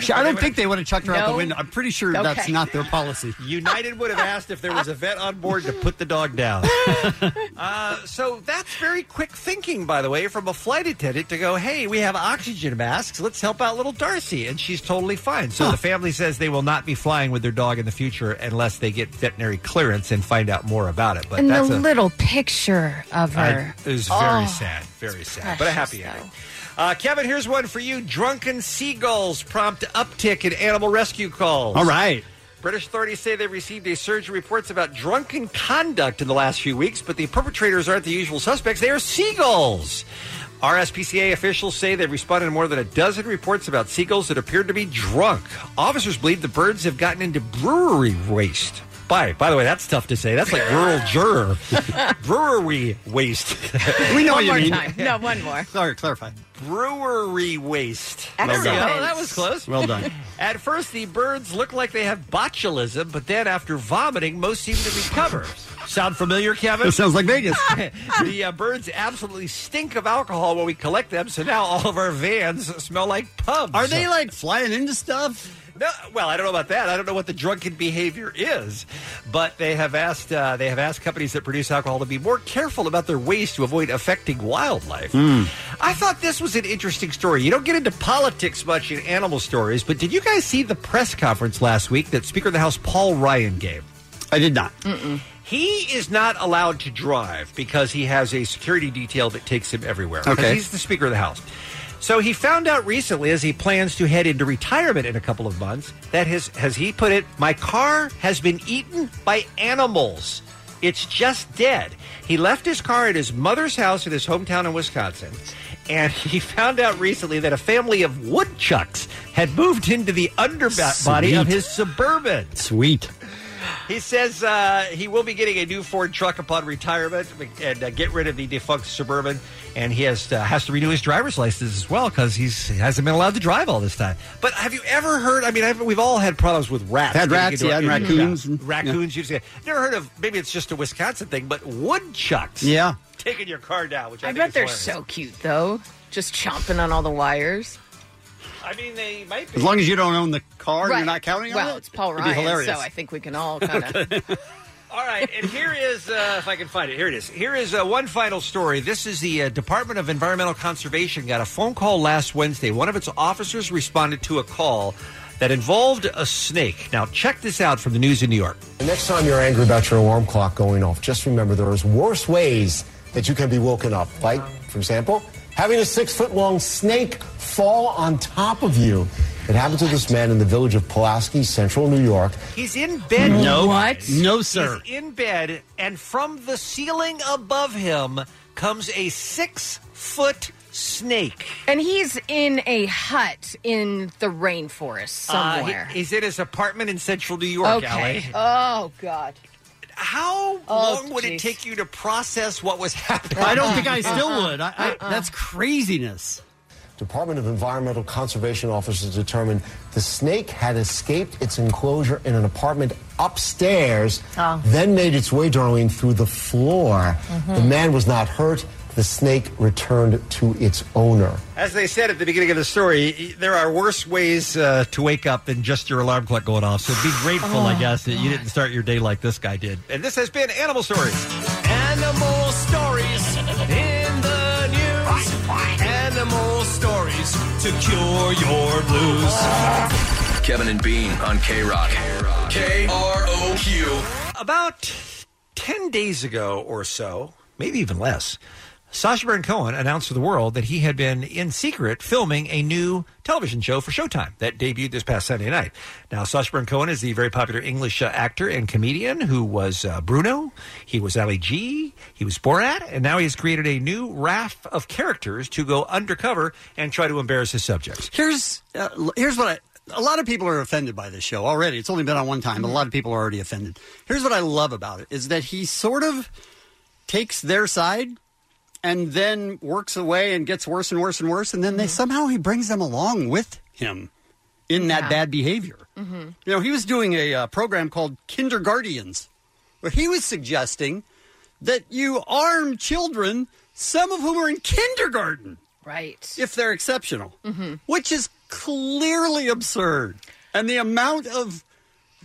Speaker 10: So, I don't think they would have chucked her out the
Speaker 12: No.
Speaker 10: window. I'm pretty sure
Speaker 12: Okay.
Speaker 10: that's not their policy.
Speaker 11: United would have asked if there was a vet on board to put the dog down. uh, so that's very quick thinking, by the way, from a flight attendant to go, hey, we have oxygen masks. Let's help out little Darcy. And she's totally fine. So the family says they will not be flying with their dog in the future unless they get veterinary clearance and find out more about it. But
Speaker 12: and the
Speaker 11: that's a,
Speaker 12: little picture of her. Oh,
Speaker 11: I- it was very sad, very sad, but a happy ending. Uh, Kevin, here's one for you. Drunken seagulls prompt uptick in animal rescue calls.
Speaker 10: All right.
Speaker 11: British authorities say they received a surge of reports about drunken conduct in the last few weeks, but the perpetrators aren't the usual suspects. They are seagulls. RSPCA officials say they've responded to more than a dozen reports about seagulls that appeared to be drunk. Officers believe the birds have gotten into brewery waste. By, by the way, that's tough to say. That's like rural juror. brewery waste.
Speaker 10: We know what you mean.
Speaker 12: No, one more.
Speaker 10: Sorry, clarify.
Speaker 11: Brewery waste.
Speaker 10: Excellent.
Speaker 11: There we go. Oh, That was close.
Speaker 10: Well done.
Speaker 11: At first, the birds look like they have botulism, but then after vomiting, most seem to recover. Sound familiar, Kevin?
Speaker 10: That sounds like Vegas.
Speaker 11: the uh, birds absolutely stink of alcohol when we collect them, so now all of our vans smell like pubs.
Speaker 10: Are they like flying into stuff?
Speaker 11: No, well, I don't know about that. I don't know what the drunken behavior is, but they have asked uh, they have asked companies that produce alcohol to be more careful about their waste to avoid affecting wildlife.
Speaker 10: Hmm.
Speaker 11: I thought this was an interesting story. You don't get into politics much in animal stories, but did you guys see the press conference last week that Speaker of the House Paul Ryan gave?
Speaker 10: I did not.
Speaker 11: He is not allowed to drive because he has a security detail that takes him everywhere. Because
Speaker 10: Okay.
Speaker 11: He's the Speaker of the House. So he found out recently, as he plans to head into retirement in a couple of months, that his, as he put it, my car has been eaten by animals. It's just dead. He left his car at his mother's house in his hometown in Wisconsin, and he found out recently that a family of woodchucks had moved into the underbody of
Speaker 10: Sweet.
Speaker 11: his suburban.
Speaker 10: Sweet.
Speaker 11: He says uh, he will be getting a new Ford truck upon retirement and uh, get rid of uh, the defunct Suburban. And he has to, has to renew his driver's license as well because he hasn't been allowed to drive all this time. But have you ever heard? I mean, I've, we've all had problems with rats.
Speaker 10: Had
Speaker 11: getting
Speaker 10: rats,
Speaker 11: into
Speaker 10: yeah,
Speaker 11: our-
Speaker 10: and raccoons.
Speaker 11: Yeah. Raccoons, you say. Never heard of, maybe it's just a Wisconsin thing, but woodchucks.
Speaker 10: Yeah.
Speaker 11: Taking your car down, which I,
Speaker 12: I
Speaker 11: think
Speaker 12: bet
Speaker 11: is
Speaker 12: they're
Speaker 11: hilarious.
Speaker 12: so cute, though. Just chomping on all the wires.
Speaker 11: I mean, they might
Speaker 10: As long as you don't own the car and
Speaker 12: Right.
Speaker 10: you're not counting on it.
Speaker 12: Well, it's Paul
Speaker 10: it'd be
Speaker 12: Ryan,
Speaker 10: hilarious.
Speaker 12: so I think we can all kind of.
Speaker 11: All right, and here is, uh, if I can find it, here it is. Here is uh, one final story. This is the uh, Department of Environmental Conservation got a phone call last Wednesday. One of its officers responded to a call that involved a snake. Now, check this out from the news in New York.
Speaker 16: The next time you're angry about your alarm clock going off, just remember there is worse ways that you can be woken up. Like, for example, having a six foot long snake fall on top of you. It happened to this man in the village of Pulaski, central New York.
Speaker 11: He's in bed.
Speaker 16: No.
Speaker 11: What?
Speaker 16: No, sir.
Speaker 11: He's in bed, and from the ceiling above him comes a six foot snake.
Speaker 12: And he's in a hut in the rainforest
Speaker 11: Uh, he-
Speaker 12: somewhere.
Speaker 11: he's in his apartment in central New York,
Speaker 12: okay.
Speaker 11: Allie.
Speaker 12: Oh God.
Speaker 11: How
Speaker 12: Oh,
Speaker 11: long would it take you to process what was happening?
Speaker 10: I don't think I still
Speaker 11: Uh-huh.
Speaker 10: would. I, I, That's craziness.
Speaker 16: Department of Environmental Conservation officers determined the snake had escaped its enclosure in an apartment upstairs,
Speaker 12: Oh.
Speaker 16: then made its way, Darlene, through the floor.
Speaker 11: Mhm.
Speaker 16: The man was not hurt. The snake returned to its owner.
Speaker 11: As they said at the beginning of the story, there are worse ways uh, to wake up than just your alarm clock going off. So be grateful, I
Speaker 5: Oh,
Speaker 11: guess, that you didn't start your day like this guy did. And this has been Animal Stories.
Speaker 5: Animal stories in the news. Animal stories to cure your blues.
Speaker 14: Kevin and Bean on K Rock. K R O Q.
Speaker 11: About 10 days ago or so, maybe even less, Sasha Baron Cohen announced to the world that he had been in secret filming a new television show for Showtime that debuted this past Sunday night. Now, Sasha Baron Cohen is the very popular English uh, actor and comedian who was uh, Bruno, he was Ali G, he was Borat, and now he has created a new raft of characters to go undercover and try to embarrass his subjects.
Speaker 10: Here's uh, l- here's what I. A lot of people are offended by this show already. It's only been on one time, but a lot of people are already offended. Here's what I love about it is that he sort of takes their side and then works away and gets worse and worse and worse, and then they somehow he brings them along with him in that
Speaker 5: Yeah.
Speaker 10: bad behavior.
Speaker 4: Mm-hmm.
Speaker 10: You know, he was doing a uh, program called Kindergardians, where he was suggesting that you arm children, some of whom are in kindergarten,
Speaker 12: right?
Speaker 10: If they're exceptional, which is clearly absurd. And the amount of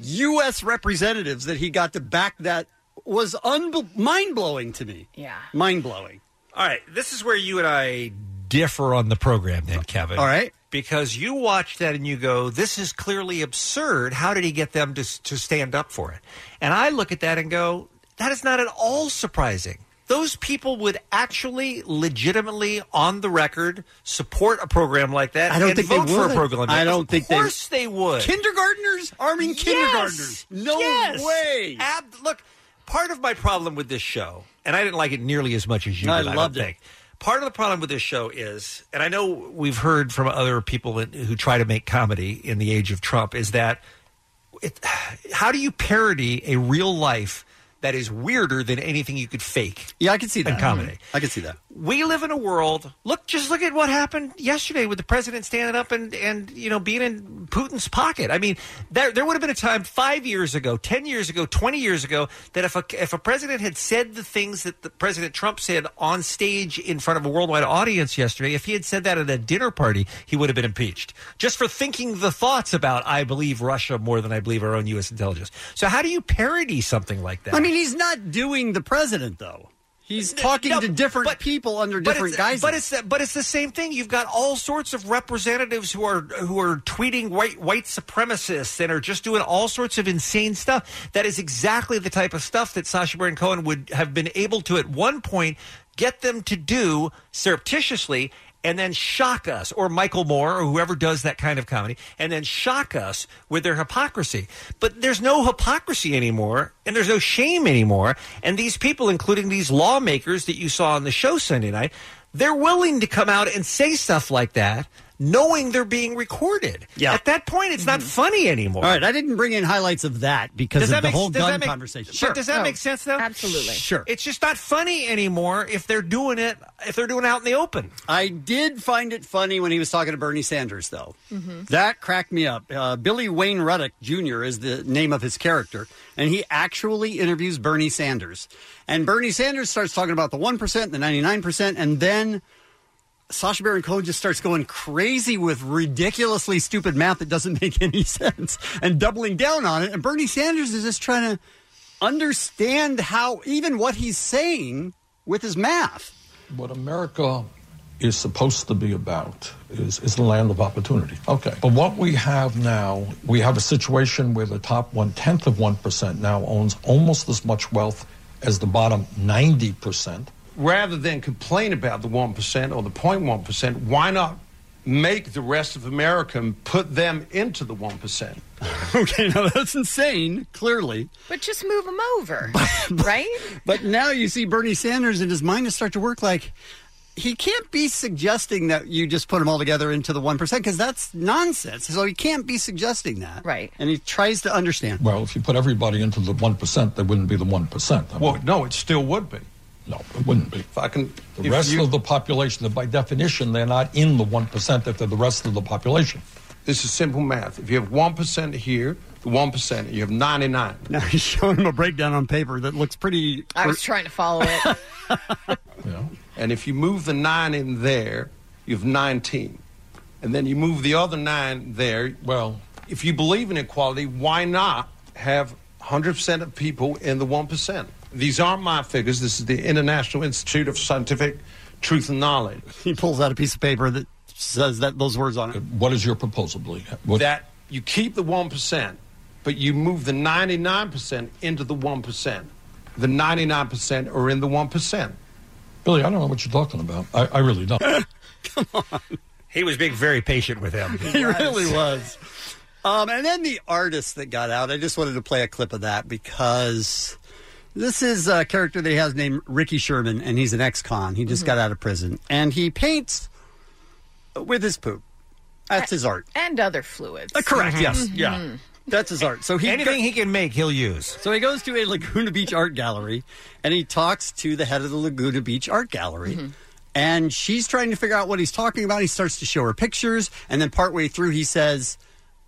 Speaker 10: U.S. representatives that he got to back that was unbe- mind blowing to me.
Speaker 12: Yeah,
Speaker 10: mind blowing.
Speaker 11: All right, this is where you and I differ on the program then, Kevin. All right. Because you watch that and you go, this is clearly absurd. How did he get them to, to stand up for it? And I look at that and go, that is not at all surprising. Those people would actually legitimately, on the record, support a program like that
Speaker 10: I don't
Speaker 11: and
Speaker 10: think they
Speaker 11: vote for a
Speaker 10: would.
Speaker 11: program like
Speaker 10: I
Speaker 11: that.
Speaker 10: don't
Speaker 11: Of
Speaker 10: think they-
Speaker 11: course they would.
Speaker 10: Kindergartners arming kindergartners. No
Speaker 11: Yes.
Speaker 10: way.
Speaker 11: Ab- look, part of my problem with this show, and I didn't like it nearly as much as you
Speaker 10: I
Speaker 11: did. I
Speaker 10: loved
Speaker 11: don't
Speaker 10: it.
Speaker 11: think. Part of the problem with this show is, and I know we've heard from other people in, who try to make comedy in the age of Trump, is that it, how do you parody a real life that is weirder than anything you could fake?
Speaker 10: Yeah, I can see
Speaker 11: In
Speaker 10: that.
Speaker 11: comedy,
Speaker 10: I can see that.
Speaker 11: we live in a world. Look, just look at what happened yesterday with the president standing up and and you know being in Putin's pocket. I mean, there there would have been a time five years ago, ten years ago, twenty years ago that if a if a president had said the things that the President Trump said on stage in front of a worldwide audience yesterday, if he had said that at a dinner party, he would have been impeached just for thinking the thoughts about I believe Russia more than I believe our own U.S. intelligence. So how do you parody something like that?
Speaker 10: I mean, he's not doing the president though. He's talking to different people under different
Speaker 11: but it's,
Speaker 10: guises.
Speaker 11: But it's but it's the same thing. You've got all sorts of representatives who are who are tweeting white white supremacists and are just doing all sorts of insane stuff. That is exactly the type of stuff that Sasha Baron Cohen would have been able to at one point get them to do surreptitiously. And then shock us, or Michael Moore, or whoever does that kind of comedy, and then shock us with their hypocrisy. But there's no hypocrisy anymore, and there's no shame anymore. And these people, including these lawmakers that you saw on the show Sunday night, they're willing to come out and say stuff like that knowing they're being recorded. Yeah. At that point, it's not funny anymore.
Speaker 10: Mm-hmm. All right, I didn't bring in highlights of that because
Speaker 11: Does
Speaker 10: of
Speaker 11: that
Speaker 10: the
Speaker 11: make-
Speaker 10: whole
Speaker 11: does
Speaker 10: gun
Speaker 11: that make-
Speaker 10: conversation.
Speaker 11: but does that make sense, though? Absolutely.
Speaker 10: Sure.
Speaker 11: It's just not funny anymore if they're doing it if they're doing it out in the open.
Speaker 10: I did find it funny when he was talking to Bernie Sanders, though.
Speaker 12: Mm-hmm.
Speaker 10: That cracked me up. Uh, Billy Wayne Ruddock Jr. is the name of his character, and he actually interviews Bernie Sanders. And Bernie Sanders starts talking about the 1%, the 99%, and then Sasha Baron Cohen just starts going crazy with ridiculously stupid math that doesn't make any sense and doubling down on it. And Bernie Sanders is just trying to understand how, even what he's saying with his math.
Speaker 18: What America
Speaker 19: is supposed to be about is, is the land of opportunity. Okay. But what we have now, we have a situation where the top one tenth of 1% now owns almost as much wealth as the bottom 90%.
Speaker 9: Rather than complain about the 1% or the 0.1%, why not make the rest of America and put them into the 1%?
Speaker 10: okay, now that's insane, clearly.
Speaker 12: But just move them over, right?
Speaker 10: But now you see Bernie Sanders and his mind start to work like he can't be suggesting that you just put them all together into the 1% because that's nonsense. So he can't be suggesting that. Right. And he tries to understand.
Speaker 19: Well, if you put everybody into the 1%, they wouldn't be the 1%. I
Speaker 9: Well, no, it still would be.
Speaker 19: No, it wouldn't be.
Speaker 9: If I can,
Speaker 19: The
Speaker 9: if
Speaker 19: rest
Speaker 9: you-
Speaker 19: of the population, by definition, they're not in the 1% if they're the rest of the population.
Speaker 9: This is simple math. If you have 1% here, the 1%, you have 99.
Speaker 10: Now he's showing him a breakdown on paper that looks pretty.
Speaker 12: I was trying to follow it.
Speaker 9: And if you move the 9 in there, you have 19. And then you move the other 9 there.
Speaker 19: Well,
Speaker 9: if you believe in equality, why not have 100% of people in the 1%? These aren't my figures. This is the International Institute of Scientific Truth and Knowledge.
Speaker 10: He pulls out a piece of paper that says that those words on it.
Speaker 19: What is your proposal, Lee? What-
Speaker 9: that you keep the 1%, but you move the 99% into the 1%. The 99% are in the 1%.
Speaker 19: Billy, I don't know what you're talking about. I, I really don't.
Speaker 11: He was being very patient with him.
Speaker 10: He really was. Um, and then the artist that got out, I just wanted to play a clip of that because this is a character that he has named Ricky Sherman, and he's an ex con. He just got out of prison. And he paints with his poop. That's his art.
Speaker 12: and other fluids.
Speaker 10: Uh, correct, yes.
Speaker 12: Mhm.
Speaker 10: Yeah. That's his art. So he
Speaker 12: Anything
Speaker 10: he can make, he'll use. Mm-hmm. So he goes to a Laguna Beach art gallery and he talks to the head of the Laguna Beach art gallery. And she's trying to figure out what he's talking about. He starts to show her pictures and then partway through he says,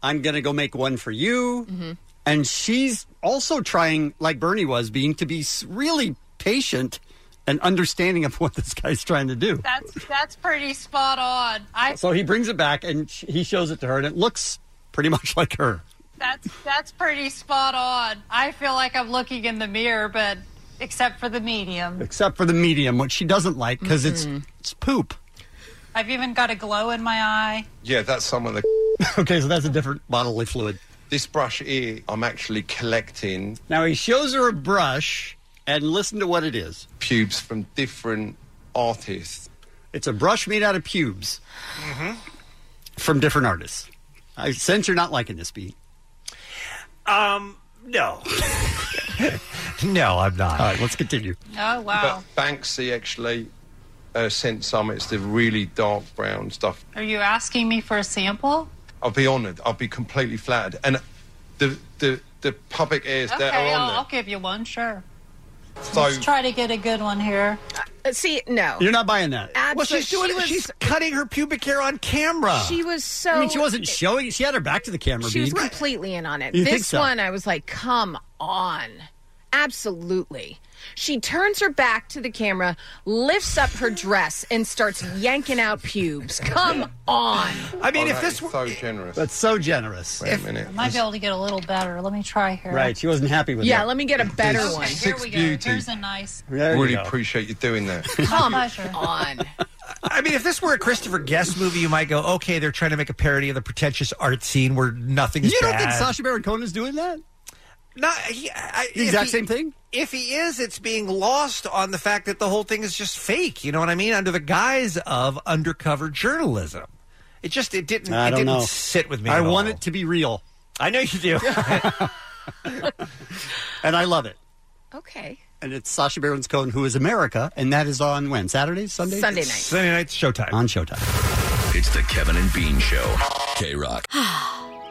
Speaker 10: "I'm going to go make one for you." And she's also trying like Bernie was being to be s- really patient and understanding of what this guy's trying to do.
Speaker 20: That's that's pretty spot on. I
Speaker 10: So he brings it back and sh- he shows it to her and it looks pretty much like her.
Speaker 20: that's that's pretty spot on. I feel like I'm looking in the mirror, but except for the medium.
Speaker 10: except for the medium, which she doesn't like because
Speaker 20: Mhm.
Speaker 10: it's it's poop.
Speaker 20: I've even got a glow in my eye.
Speaker 5: Yeah, that's some of the.
Speaker 10: okay, so that's a different bodily fluid.
Speaker 5: This brush here, I'm actually collecting
Speaker 10: Now he shows her a brush and listen to what it is.
Speaker 5: pubes from different artists.
Speaker 10: It's a brush made out of pubes
Speaker 12: Mm-hmm.
Speaker 10: from different artists. I sense you're not liking this beat.
Speaker 11: Um, no. no, I'm not.
Speaker 10: All right, let's continue.
Speaker 20: Oh wow.
Speaker 5: But Banksy actually uh, sent some. It's the really dark brown stuff.
Speaker 20: Are you asking me for a sample?
Speaker 5: I'll be honoured. I'll be completely flattered. And the the the public airs
Speaker 20: Okay, oh.
Speaker 5: that are
Speaker 20: I'll,
Speaker 5: on
Speaker 20: I'll give you one, sure.
Speaker 5: there. So
Speaker 20: Let's try to get a good one here.
Speaker 12: Uh, see, no.
Speaker 10: You're not buying that.
Speaker 12: Abso-
Speaker 11: Well, she's doing
Speaker 12: she was-
Speaker 11: She's cutting her pubic hair on camera.
Speaker 12: She was so.
Speaker 10: I mean, she wasn't showing. She had her back to the camera.
Speaker 12: She was
Speaker 10: Bea.
Speaker 12: completely in on it.
Speaker 10: You
Speaker 12: this
Speaker 10: think so?
Speaker 12: one, I was like, come on. Absolutely. She turns her back to the camera, lifts up her dress, and starts yanking out pubes. Come on.
Speaker 11: I mean,
Speaker 5: Oh,
Speaker 11: if
Speaker 5: that
Speaker 11: this
Speaker 5: is so generous.
Speaker 10: That's so generous.
Speaker 5: Wait a minute.
Speaker 20: I might be able to get a little better. Let me try here.
Speaker 10: Right, she wasn't happy with
Speaker 12: Yeah,
Speaker 10: that.
Speaker 12: let me get a better
Speaker 5: There's
Speaker 12: one.
Speaker 5: Six
Speaker 20: we go.
Speaker 5: beauty.
Speaker 20: Here's a nice.
Speaker 10: There you
Speaker 5: really
Speaker 10: go.
Speaker 5: appreciate you doing that.
Speaker 12: Come on.
Speaker 11: I mean, if this were a Christopher Guest movie, you might go, okay, they're trying to make a parody of the pretentious art scene where nothing is
Speaker 10: You don't think
Speaker 11: bad.
Speaker 10: Sasha Baron Cohen is doing that?
Speaker 11: No, he, I,
Speaker 10: The
Speaker 11: if
Speaker 10: exact
Speaker 11: he-
Speaker 10: same thing?
Speaker 11: If he is, it's being lost on the fact that the whole thing is just fake. You know what I mean? Under the guise of undercover journalism, it just it didn't
Speaker 10: I
Speaker 11: it
Speaker 10: don't
Speaker 11: didn't
Speaker 10: know.
Speaker 11: sit with me.
Speaker 10: I
Speaker 11: at
Speaker 10: want
Speaker 11: all.
Speaker 10: it to be real,
Speaker 11: I know you do.
Speaker 10: and I love it.
Speaker 12: Okay.
Speaker 10: And it's Sasha Baron Cohen, who is America, and that is on when Saturday, Sunday,
Speaker 12: Sunday night.
Speaker 11: Sunday night Showtime
Speaker 10: on Showtime.
Speaker 14: It's the Kevin and Bean Show. K Rock.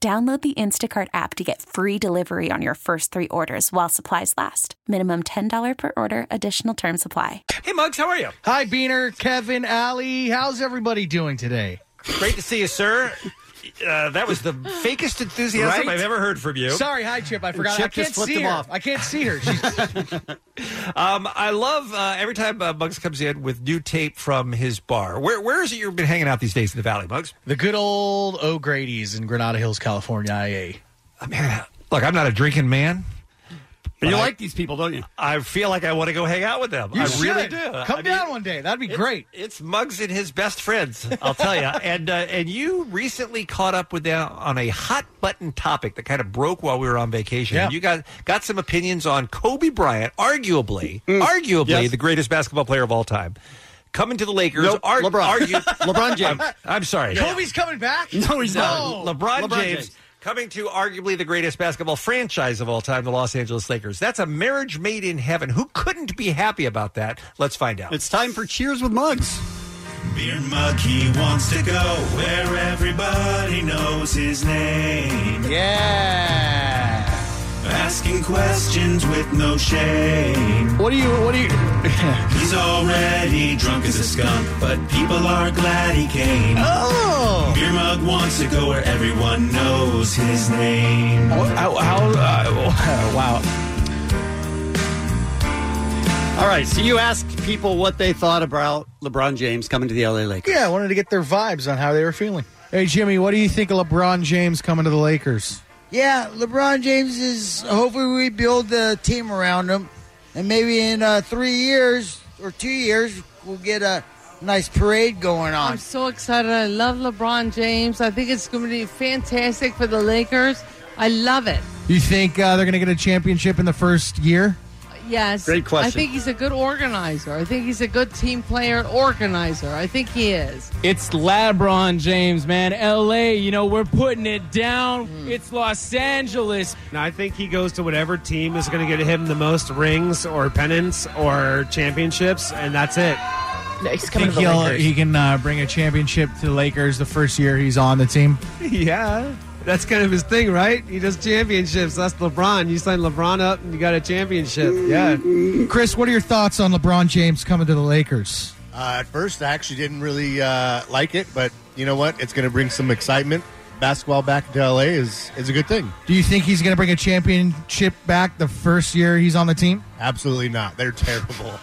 Speaker 1: Download the Instacart app to get free delivery on your first three orders while supplies last. Minimum $10 per order, additional term supply.
Speaker 11: Hey, Muggs, how are you?
Speaker 21: Hi, Beaner, Kevin, Ali. How's everybody doing today?
Speaker 11: Great to see you, sir. Uh, that was the fakest enthusiasm
Speaker 21: Right?
Speaker 11: I've ever heard from you.
Speaker 21: Sorry, hi, Chip. I forgot.
Speaker 11: Chip
Speaker 21: I can't
Speaker 11: just flipped
Speaker 21: see
Speaker 11: him
Speaker 21: her.
Speaker 11: off.
Speaker 21: I can't see her. She's
Speaker 11: Um, I love uh, every time uh, Muggs comes in with new tape from his bar. Where Where is it you've been hanging out these days in the Valley, Muggs?
Speaker 21: the good old O'Grady's in Granada Hills, California, IA.
Speaker 11: Look, I'm not a drinking man.
Speaker 21: But
Speaker 11: you
Speaker 21: I-
Speaker 11: like these people, don't you? I feel like I want to go hang out with them.
Speaker 21: You
Speaker 11: I really
Speaker 21: should.
Speaker 11: do.
Speaker 21: Come
Speaker 11: I mean,
Speaker 21: down one day. That'd be
Speaker 11: it-
Speaker 21: great.
Speaker 11: It's Muggs and his best friends, I'll tell you. and uh, and you recently caught up with them on a hot button topic that kind of broke while we were on vacation.
Speaker 21: Yeah.
Speaker 11: You got got some opinions on Kobe Bryant, arguably, arguably
Speaker 21: Mm. Yes.
Speaker 11: the greatest basketball player of all time. Coming to the Lakers,
Speaker 21: Nope.
Speaker 11: ar-
Speaker 21: LeBron.
Speaker 11: argue-
Speaker 21: LeBron James.
Speaker 11: I'm, I'm sorry,
Speaker 21: Kobe's coming back?
Speaker 11: Le- LeBron, James, coming to arguably the greatest basketball franchise of all time, the Los Angeles Lakers. That's a marriage made in heaven. Who couldn't be happy about that? Let's find out.
Speaker 10: It's time for Cheers with Mugs.
Speaker 22: Beer mug, he wants to go where everybody knows his name. Yeah. Asking questions with no shame.
Speaker 21: What do you? What do you?
Speaker 22: He's already drunk as a skunk, but people are glad he came.
Speaker 21: Oh.
Speaker 22: Beer mug wants to go where everyone knows his name.
Speaker 21: How?
Speaker 10: wow. All right, so you asked people what they thought about LeBron James coming to the LA Lakers.
Speaker 21: Yeah, I wanted to get their vibes on how they were feeling. Hey, Jimmy, what do you think of LeBron James coming to the Lakers?
Speaker 4: Yeah, LeBron James is. Hopefully, we build the team around him, and maybe in uh, three years or two years, we'll get a nice parade going on.
Speaker 23: I'm so excited. I love LeBron James. I think it's going to be fantastic for the Lakers. I love it.
Speaker 21: You think uh, they're going to get a championship in the first year?
Speaker 23: Yes.
Speaker 21: Great question.
Speaker 23: I think he's a good organizer. I think he's a good team player and organizer. I think he is.
Speaker 24: It's LeBron James, man. LA, you know, we're putting it down. It's Los Angeles.
Speaker 25: And Hmm. I think he goes to whatever team is going to get him the most rings or pennants or championships, and that's it.
Speaker 23: he's
Speaker 21: Think he'll, he can uh, bring a championship to the Lakers the first year he's on the team?
Speaker 25: yeah, that's kind of his thing, right? He does championships. That's LeBron. You sign LeBron up, and you got a championship. Yeah.
Speaker 21: Chris, what are your thoughts on LeBron James coming to the Lakers?
Speaker 26: Uh, at first, I actually didn't really uh, like it, but you know what? It's going to bring some excitement. Basketball back to LA is is a good thing.
Speaker 21: Do you think he's going to bring a championship back the first year he's on the team?
Speaker 26: Absolutely not. They're terrible.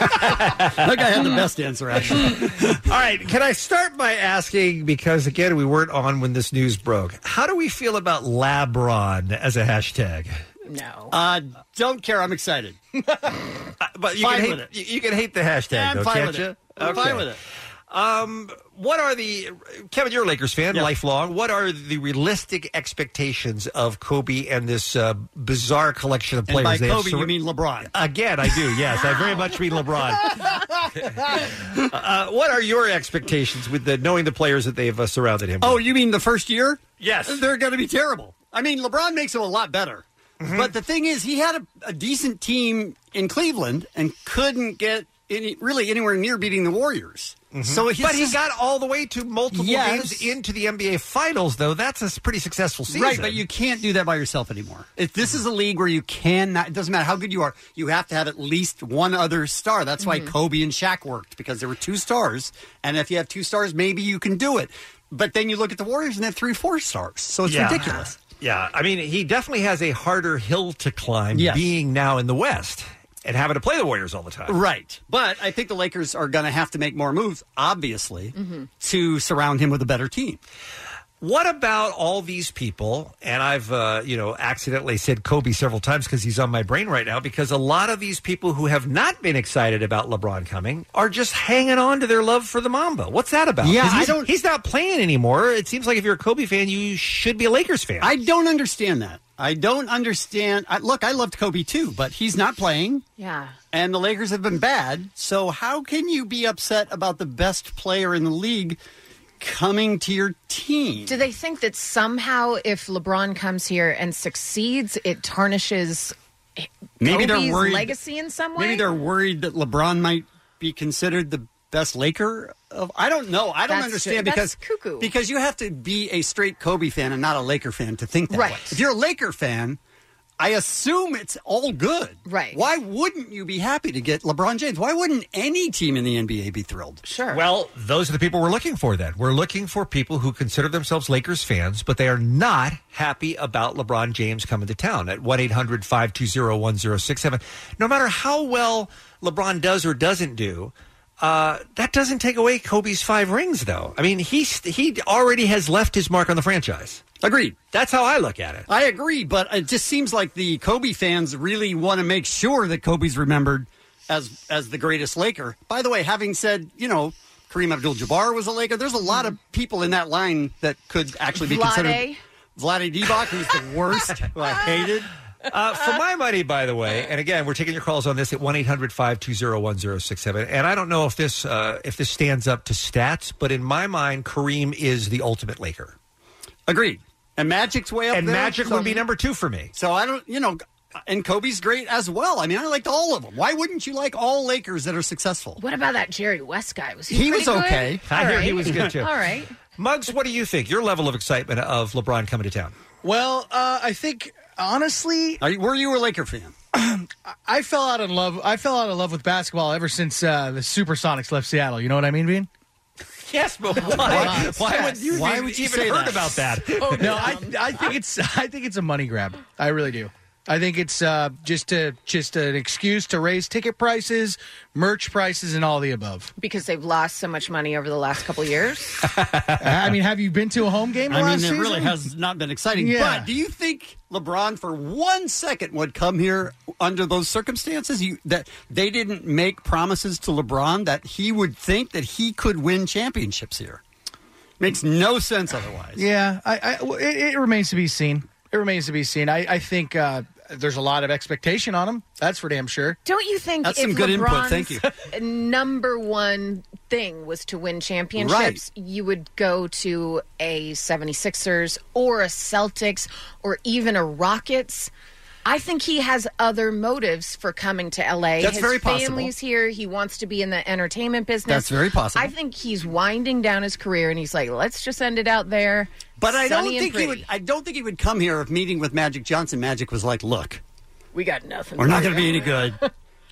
Speaker 10: That guy had the best answer, actually.
Speaker 11: All right, can I start by asking because again we weren't on when this news broke. How do we feel about LeBron as a hashtag? Oh.
Speaker 10: No. Uh, don't care. I'm excited.
Speaker 11: Uh, But you
Speaker 10: Fine
Speaker 11: can hate,
Speaker 10: with it.
Speaker 11: you- you can hate the hashtag,
Speaker 10: Yeah, I'm
Speaker 11: though,
Speaker 10: fine
Speaker 11: can't
Speaker 10: with
Speaker 11: you?
Speaker 10: it. I'm fine with it.
Speaker 11: Um, what are the Kevin? You're a Lakers fan, lifelong. What are the realistic expectations of Kobe and this uh, bizarre collection of
Speaker 10: And
Speaker 11: players?
Speaker 10: by
Speaker 11: they have
Speaker 10: Kobe,
Speaker 11: sur-
Speaker 10: you mean LeBron.
Speaker 11: Again, I do. Yes, I very much mean LeBron. uh, what are your expectations with the knowing the players that they've uh, surrounded him?
Speaker 10: Oh, you mean the first year?
Speaker 11: Yes.
Speaker 10: They're going to be terrible. I mean, LeBron makes him a lot better.
Speaker 11: Mm-hmm.
Speaker 10: But the thing is, he had a, a decent team in Cleveland and couldn't get any really anywhere near beating the Warriors. So, his,
Speaker 11: Mm-hmm. but he got all the way to multiple
Speaker 10: Yes.
Speaker 11: games into the NBA Finals, though. That's a s- pretty successful season,
Speaker 10: Right, but you can't do that by yourself anymore. If this is a league where you cannot, it doesn't matter how good you are, you have to have at least one other star. That's why
Speaker 22: Mhm.
Speaker 10: Kobe and Shaq worked because there were two stars. And if you have two stars, maybe you can do it. But then you look at the Warriors and they have three, four stars. So it's
Speaker 11: Yeah.
Speaker 10: ridiculous.
Speaker 11: Yeah, I mean, he definitely has a harder hill to climb
Speaker 10: Yes.
Speaker 11: being now in the West and having to play the Warriors all the time.
Speaker 10: Right. But I think the Lakers are going to have to make more moves, obviously, to surround him with a better team.
Speaker 11: What about all these people? And I've, uh, you know, accidentally said Kobe several times because he's on my brain right now. Because a lot of these people who have not been excited about LeBron coming are just hanging on to their love for the Mamba. What's that about?
Speaker 10: Yeah,
Speaker 11: 'Cause
Speaker 10: I
Speaker 11: he's,
Speaker 10: don't-
Speaker 11: He's not playing anymore. It seems like if you're a Kobe fan, you should be a Lakers fan.
Speaker 10: I don't understand that. I don't understand. I, look, I loved Kobe too, but he's not playing,
Speaker 12: Yeah.
Speaker 10: and the Lakers have been bad. So how can you be upset about the best player in the league coming to your team?
Speaker 12: Do they think that somehow if LeBron comes here and succeeds, it tarnishes
Speaker 10: Maybe they're
Speaker 12: Kobe's
Speaker 10: worried-
Speaker 12: legacy in some way?
Speaker 10: Maybe they're worried that LeBron might be considered the best Laker of. I don't know. I don't
Speaker 12: That's-
Speaker 10: understand
Speaker 12: that's
Speaker 10: because
Speaker 12: cuckoo.
Speaker 10: because you have to be a straight Kobe fan and not a Laker fan to think that way.
Speaker 12: Right.
Speaker 10: If you're a Laker fan, I assume it's all good.
Speaker 12: Right.
Speaker 10: Why wouldn't you be happy to get LeBron James? Why wouldn't any team in the NBA be thrilled?
Speaker 12: Sure.
Speaker 11: Well, those are the people we're looking for then. We're looking for people who consider themselves Lakers fans, but they are not happy about LeBron James coming to town at 1 800 520 1067. No matter how well LeBron does or doesn't do, uh, that doesn't take away Kobe's five rings, though. I mean, he, he already has left his mark on the franchise.
Speaker 10: Agreed.
Speaker 11: That's how I look at it.
Speaker 10: I agree, but it just seems like the Kobe fans really want to make sure that Kobe's remembered as as the greatest Laker. By the way, having said, you know, Kareem Abdul-Jabbar was a Laker. There's a lot of people in that line that could actually be
Speaker 12: Mm-hmm. Vlade.
Speaker 10: considered. Vlade Divac, who's the worst, who I hated.
Speaker 11: Uh, for my money, by the way, and again, we're taking your calls on this at 1 800 520 1067. And I don't know if this, uh, if this stands up to stats, but in my mind, Kareem is the ultimate Laker.
Speaker 10: Agreed. And Magic's way up
Speaker 11: And
Speaker 10: there,
Speaker 11: Magic
Speaker 10: so-
Speaker 11: would be number two for me.
Speaker 10: So I don't, you know, and Kobe's great as well. I mean, I liked all of them. Why wouldn't you like all Lakers that are successful?
Speaker 12: What about that Jerry West guy? Was he?
Speaker 10: He
Speaker 12: pretty
Speaker 10: was
Speaker 12: good?
Speaker 10: okay.
Speaker 11: I
Speaker 12: All
Speaker 11: hear he
Speaker 12: right.
Speaker 11: was good too.
Speaker 12: All right.
Speaker 11: Muggs, what do you think? Your level of excitement of LeBron coming to town?
Speaker 27: Well, uh, I think honestly,
Speaker 10: Are you, were you a Laker fan?
Speaker 21: I fell out in love. I fell out of love with basketball ever since uh, the Supersonics left Seattle. You know what I mean, Bean?
Speaker 11: Yes, but
Speaker 21: why-
Speaker 11: why would you
Speaker 21: Why
Speaker 11: even-
Speaker 21: would you
Speaker 11: even
Speaker 21: say
Speaker 11: heard
Speaker 21: that?
Speaker 11: about that? Oh,
Speaker 21: no, I, I think it's I think it's a money grab. I really do. I think it's uh, just to just an excuse to raise ticket prices, merch prices, and all the above.
Speaker 12: Because they've lost so much money over the last couple years.
Speaker 21: I mean, have you been to a home game?
Speaker 10: I mean,
Speaker 21: last
Speaker 10: it really
Speaker 21: season?
Speaker 10: has not been exciting.
Speaker 21: Yeah.
Speaker 10: But do you think LeBron, for one second, would come here under those circumstances? You that they didn't make promises to LeBron that he would think that he could win championships here. Makes no sense otherwise.
Speaker 21: Yeah, I, I well, it, it remains to be seen. It remains to be seen. I, I think uh, there's a lot of expectation on him. That's for damn sure.
Speaker 12: Don't you think
Speaker 21: That's
Speaker 12: if
Speaker 21: some good input.
Speaker 12: LeBron's
Speaker 21: Thank you.
Speaker 12: number one thing was to win championships, you would go to a 76ers or a Celtics or even a Rockets. I think he has other motives for coming to LA.
Speaker 10: That's
Speaker 12: His
Speaker 10: very possible.
Speaker 12: family's here. He wants to be in the entertainment business.
Speaker 10: That's very possible.
Speaker 12: I think he's winding down his career and he's like, let's just end it out there.
Speaker 10: But I don't
Speaker 12: sunny and
Speaker 10: think he would.
Speaker 12: pretty.
Speaker 10: I don't think he would come here if meeting with Magic Johnson. Magic was like, "Look,
Speaker 12: We got nothing.
Speaker 10: we're not going to
Speaker 12: to
Speaker 10: be any good.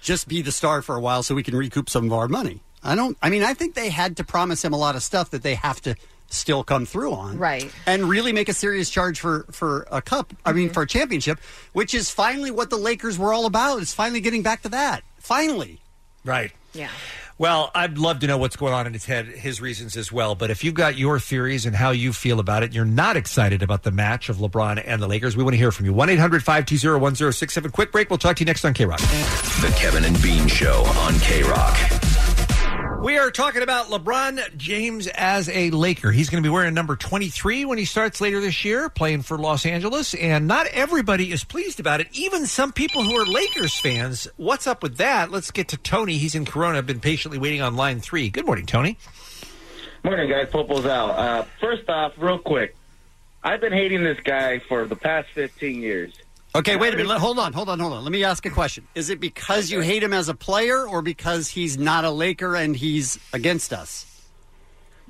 Speaker 10: Just be the star for a while so we can recoup some of our money." I don't. I mean, I think they had to promise him a lot of stuff that they have to still come through on.
Speaker 12: Right.
Speaker 10: and really make a serious charge for for a cup. I
Speaker 12: Mm-hmm.
Speaker 10: mean, for a championship, which is finally what the Lakers were all about. It's finally getting back to that. Finally,
Speaker 11: Right.
Speaker 12: Yeah.
Speaker 11: Well, I'd love to know what's going on in his head, his reasons as well. But if you've got your theories and how you feel about it, you're not excited about the match of LeBron and the Lakers, we want to hear from you. 1 800 520 1067. Quick break. We'll talk to you next on K Rock.
Speaker 14: The Kevin and Bean Show on K Rock.
Speaker 11: We are talking about LeBron James as a Laker. He's going to be wearing number 23 when he starts later this year, playing for Los Angeles. And not everybody is pleased about it, even some people who are Lakers fans. What's up with that? Let's get to Tony. He's in Corona, been patiently waiting on line three. Good morning, Tony.
Speaker 13: Morning, guys. Popo's out. Uh, first off, real quick, I've been hating this guy for the past 15 years.
Speaker 10: Okay, wait a minute. Let- Hold on, hold on, hold on. Let me ask a question. Is it because you hate him as a player or because he's not a Laker and he's against us?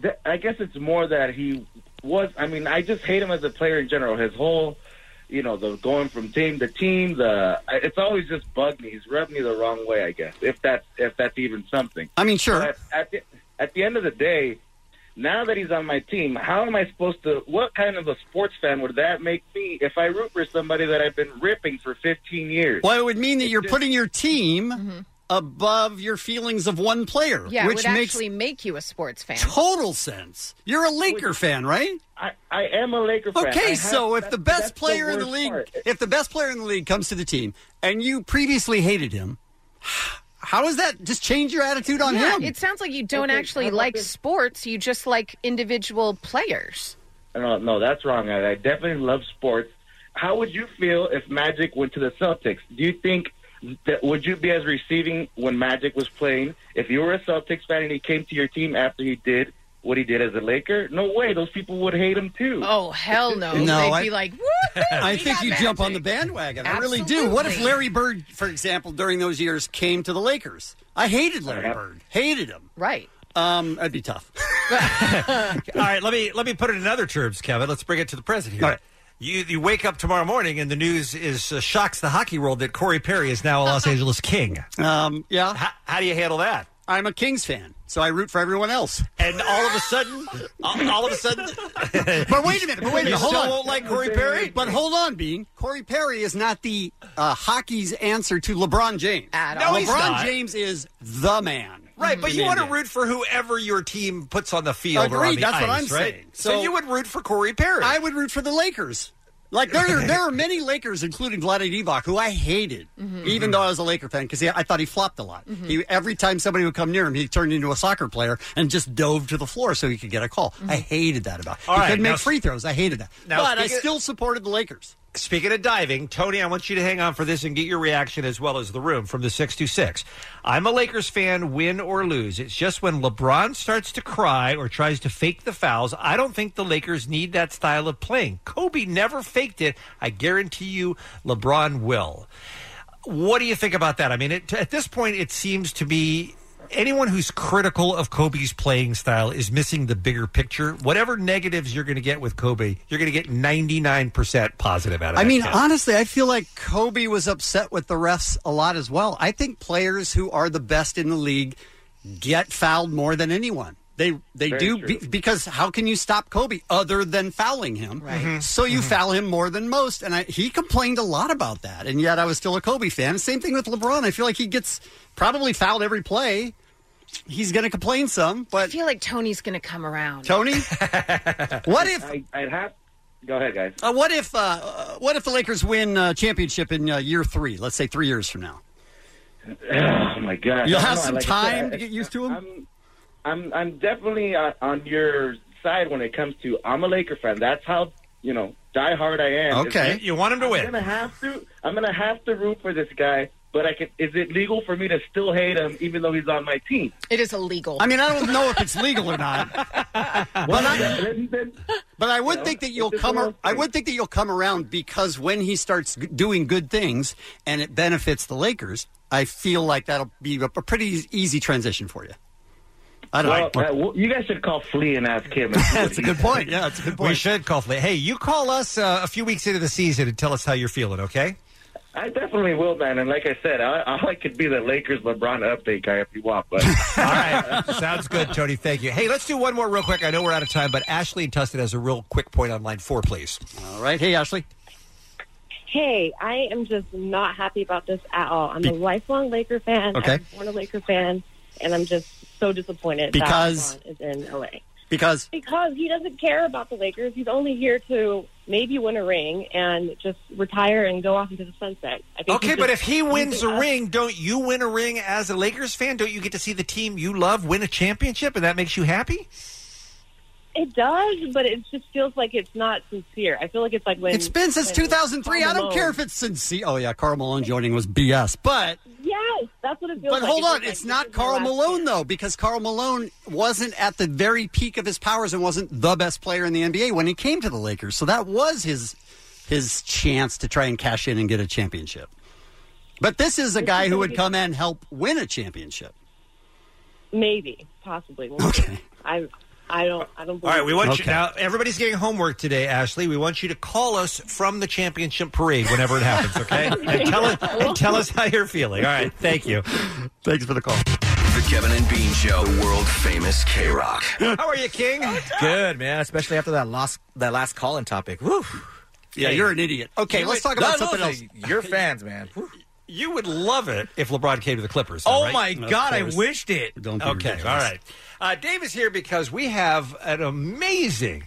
Speaker 13: Th- I guess it's more that he was. I mean, I just hate him as a player in general. His whole, you know, the going from team to team. The I- it's always just bugged me. He's rubbed me the wrong way. I guess if that's if that's even something.
Speaker 10: I mean, sure.
Speaker 13: But at, the, at the end of the day, Now that he's on my team, how am I supposed to? What kind of a sports fan would that make me if I root for somebody that I've been ripping for 15 years?
Speaker 10: Well, it would mean that you're putting your team above your feelings of one player,
Speaker 12: Mm-hmm. Yeah,
Speaker 10: which
Speaker 12: it would
Speaker 10: makes
Speaker 12: actually make you a sports fan.
Speaker 10: total sense. You're a Laker fan, right?
Speaker 13: I, I am a Laker fan. I
Speaker 10: Okay,
Speaker 13: have-
Speaker 10: so if
Speaker 13: that's-
Speaker 10: the best
Speaker 13: that's
Speaker 10: player in the
Speaker 13: worst
Speaker 10: league,
Speaker 13: part.
Speaker 10: if the best player in the league comes to the team and you previously hated him, how does that just change your attitude on
Speaker 12: yeah,
Speaker 10: him?
Speaker 12: it sounds like you don't
Speaker 13: Okay, how
Speaker 12: actually
Speaker 13: about
Speaker 12: like
Speaker 13: this?
Speaker 12: sports. You just like individual players.
Speaker 13: No, no, that's wrong. I, I definitely love sports. How would you feel if Magic went to the Celtics? Do you think that would you be as receiving when Magic was playing? If you were a Celtics fan and he came to your team after he did what he did as a Laker, no way. Those people would hate him too.
Speaker 12: Oh hell no!
Speaker 10: No,
Speaker 12: They'd
Speaker 10: I-
Speaker 12: be like, "Woo!"
Speaker 10: I think you jump on the bandwagon. I really do. What if
Speaker 12: Absolutely.
Speaker 10: Larry Bird, for example, during those years came to the Lakers? I hated
Speaker 13: Uh-huh.
Speaker 10: Larry Bird. Hated him.
Speaker 12: Right.
Speaker 10: Um, that'd be tough.
Speaker 11: All right, let me let me put it in other terms, Kevin. Let's bring it to the present here. You, you wake up tomorrow morning and the news is uh, shocks the hockey world that Corey Perry is now a Los Angeles King.
Speaker 10: Um, yeah.
Speaker 11: How, how do you handle that?
Speaker 10: I'm a Kings fan, so I root for everyone else.
Speaker 11: And all of a sudden, all, all of a sudden,
Speaker 10: but wait a minute. But wait a minute.
Speaker 11: You
Speaker 10: hold
Speaker 11: still
Speaker 10: on.
Speaker 11: won't like Corey Perry?
Speaker 10: But hold on, Bean. Corey Perry is not the uh, hockey's answer to LeBron James.
Speaker 11: At all. No,
Speaker 10: LeBron
Speaker 11: he's not.
Speaker 10: James is the man.
Speaker 11: Right, but
Speaker 10: in
Speaker 11: you want to
Speaker 10: India.
Speaker 11: root for whoever your team puts on the field. or on
Speaker 10: Agreed.
Speaker 11: the
Speaker 10: That's what I'm
Speaker 11: ice, right?
Speaker 10: saying.
Speaker 11: So, you would root for Corey Perry.
Speaker 10: I would root for the Lakers. Like there, are, there are many Lakers, including Vlade Divac, who I hated,
Speaker 11: Mm-hmm.
Speaker 10: even though I was a Laker fan, because I thought he flopped a lot. He every time somebody would come near him, he turned into a soccer player and just dove to the floor so he could get a call. I hated that about.
Speaker 11: All
Speaker 10: he
Speaker 11: right,
Speaker 10: couldn't make
Speaker 11: now-
Speaker 10: free throws. I hated that.
Speaker 11: Mm-hmm. Now,
Speaker 10: but I
Speaker 11: speaking-
Speaker 10: still supported the Lakers.
Speaker 11: Speaking of diving, Tony, I want you to hang on for this and get your reaction as well as the room from the 626. I'm a Lakers fan, win or lose. It's just when LeBron starts to cry or tries to fake the fouls, I don't think the Lakers need that style of playing. Kobe never faked it. I guarantee you LeBron will. What do you think about that? I mean, it, at this point, it seems to be anyone who's critical of Kobe's playing style is missing the bigger picture. Whatever negatives you're going to get with Kobe, you're going to get 99% positive out of
Speaker 10: I
Speaker 11: that
Speaker 10: mean,
Speaker 11: kid.
Speaker 10: honestly, I feel like Kobe was upset with the refs a lot as well. I think players who are the best in the league get fouled more than anyone. They they
Speaker 5: Very
Speaker 10: do
Speaker 5: true.
Speaker 10: be, because how can you stop Kobe other than fouling him?
Speaker 5: Right. Mhm.
Speaker 10: So you foul him more than most, and I, he complained a lot about that. And yet I was still a Kobe fan. Same thing with LeBron. I feel like he gets probably fouled every play. He's going to complain some,
Speaker 12: I
Speaker 10: but
Speaker 12: feel like Tony's going to come around.
Speaker 10: Tony, what if
Speaker 13: I, I'd have? Go ahead, guys.
Speaker 10: uh, what if uh, uh, what if the Lakers win uh, championship in uh, year three? Let's say three years from now.
Speaker 13: Oh my god!
Speaker 10: You'll
Speaker 13: I don't
Speaker 10: have
Speaker 13: know.
Speaker 10: some
Speaker 13: Like I said,
Speaker 10: time
Speaker 13: I-
Speaker 10: to get used to him.
Speaker 6: Um,
Speaker 13: I'm I'm definitely on, on your side when it comes to I'm a Laker fan. That's how you know die hard I am.
Speaker 11: Okay.
Speaker 13: Is-
Speaker 11: You want him to win.
Speaker 13: I'm gonna have to. I'm gonna have to root for this guy. But I can. Is it legal for me to still hate him even though he's on my team?
Speaker 12: It is illegal.
Speaker 10: I mean, I don't know if it's legal or not, but I, but I would think that you'll come. ar- I would think that you'll come around because when he starts g- doing good things and it benefits the Lakers, I feel like that'll be a a pretty easy transition for you. I don't
Speaker 13: Well,
Speaker 10: know.
Speaker 13: uh, well, you guys should call Flea and ask him.
Speaker 10: That's a good point. Yeah, that's a good
Speaker 11: We should call Flea. Hey, you call us uh, a few weeks into the season and tell us how you're feeling, okay?
Speaker 13: I definitely will, man. And like I said, I, I could be the Lakers LeBron update guy if you want. But
Speaker 11: Sounds good, Tony. Thank you. Hey, let's do one more real quick. I know we're out of time, but Ashley and Tustin has a real quick point on line four, please.
Speaker 10: All right. Hey, Ashley.
Speaker 6: Hey, I am just not happy about this at all. I'm a lifelong Laker fan.
Speaker 10: Okay.
Speaker 6: I was born a Laker fan, and I'm just so disappointed
Speaker 10: Because-
Speaker 6: that LeBron is in LA.
Speaker 10: Because
Speaker 6: Because he doesn't care about the Lakers. He's only here to maybe win a ring and just retire and go off into the sunset. I think
Speaker 11: Okay,
Speaker 6: he's
Speaker 11: but if
Speaker 6: just
Speaker 11: he wins
Speaker 6: using
Speaker 11: a
Speaker 6: us.
Speaker 11: ring, don't you win a ring as a Lakers fan? Don't you get to see the team you love win a championship and that makes you happy?
Speaker 6: it does, but it just feels like it's not sincere. I feel like it's like when
Speaker 10: it's been since
Speaker 6: when
Speaker 10: 2003. I don't
Speaker 6: Malone-
Speaker 10: care if it's sincere. Oh yeah, Carl Malone joining was BS, but
Speaker 6: Yes, that's what it feels
Speaker 10: But
Speaker 6: like.
Speaker 10: hold
Speaker 6: It's
Speaker 10: on,
Speaker 6: like
Speaker 10: it's
Speaker 6: this
Speaker 10: not
Speaker 6: is my
Speaker 10: Carl
Speaker 6: last
Speaker 10: Malone though, because Carl Malone wasn't at the very peak of his powers and wasn't the best player in the NBA when he came to the Lakers. So that was his his chance to try and cash in and get a championship. But this is a guy who would come and help win a championship.
Speaker 6: Maybe, possibly. Okay. I, I don't, I don't.
Speaker 11: All
Speaker 6: Believe
Speaker 11: right, we want
Speaker 6: it.
Speaker 11: you now. Everybody's getting homework today, Ashley. We want you to call us from the championship parade whenever it happens, okay? and tell us and tell us how you're feeling. All right, thank you.
Speaker 10: Thanks for the call.
Speaker 14: The Kevin and Bean Show, the world famous K Rock.
Speaker 11: How are you, King?
Speaker 2: uh, Good, man. Especially after that last that last call-in topic. Woo.
Speaker 11: Yeah, you're an idiot. Okay, let's talk about something else.
Speaker 2: You're fans, man. Woo.
Speaker 11: You would love it if LeBron came to the Clippers.
Speaker 2: Oh
Speaker 11: right?
Speaker 2: my
Speaker 11: Of
Speaker 2: God, I
Speaker 11: course.
Speaker 2: wished it. Don't be
Speaker 11: okay,
Speaker 2: ridiculous.
Speaker 11: all right. Uh, Dave is here because we have an amazing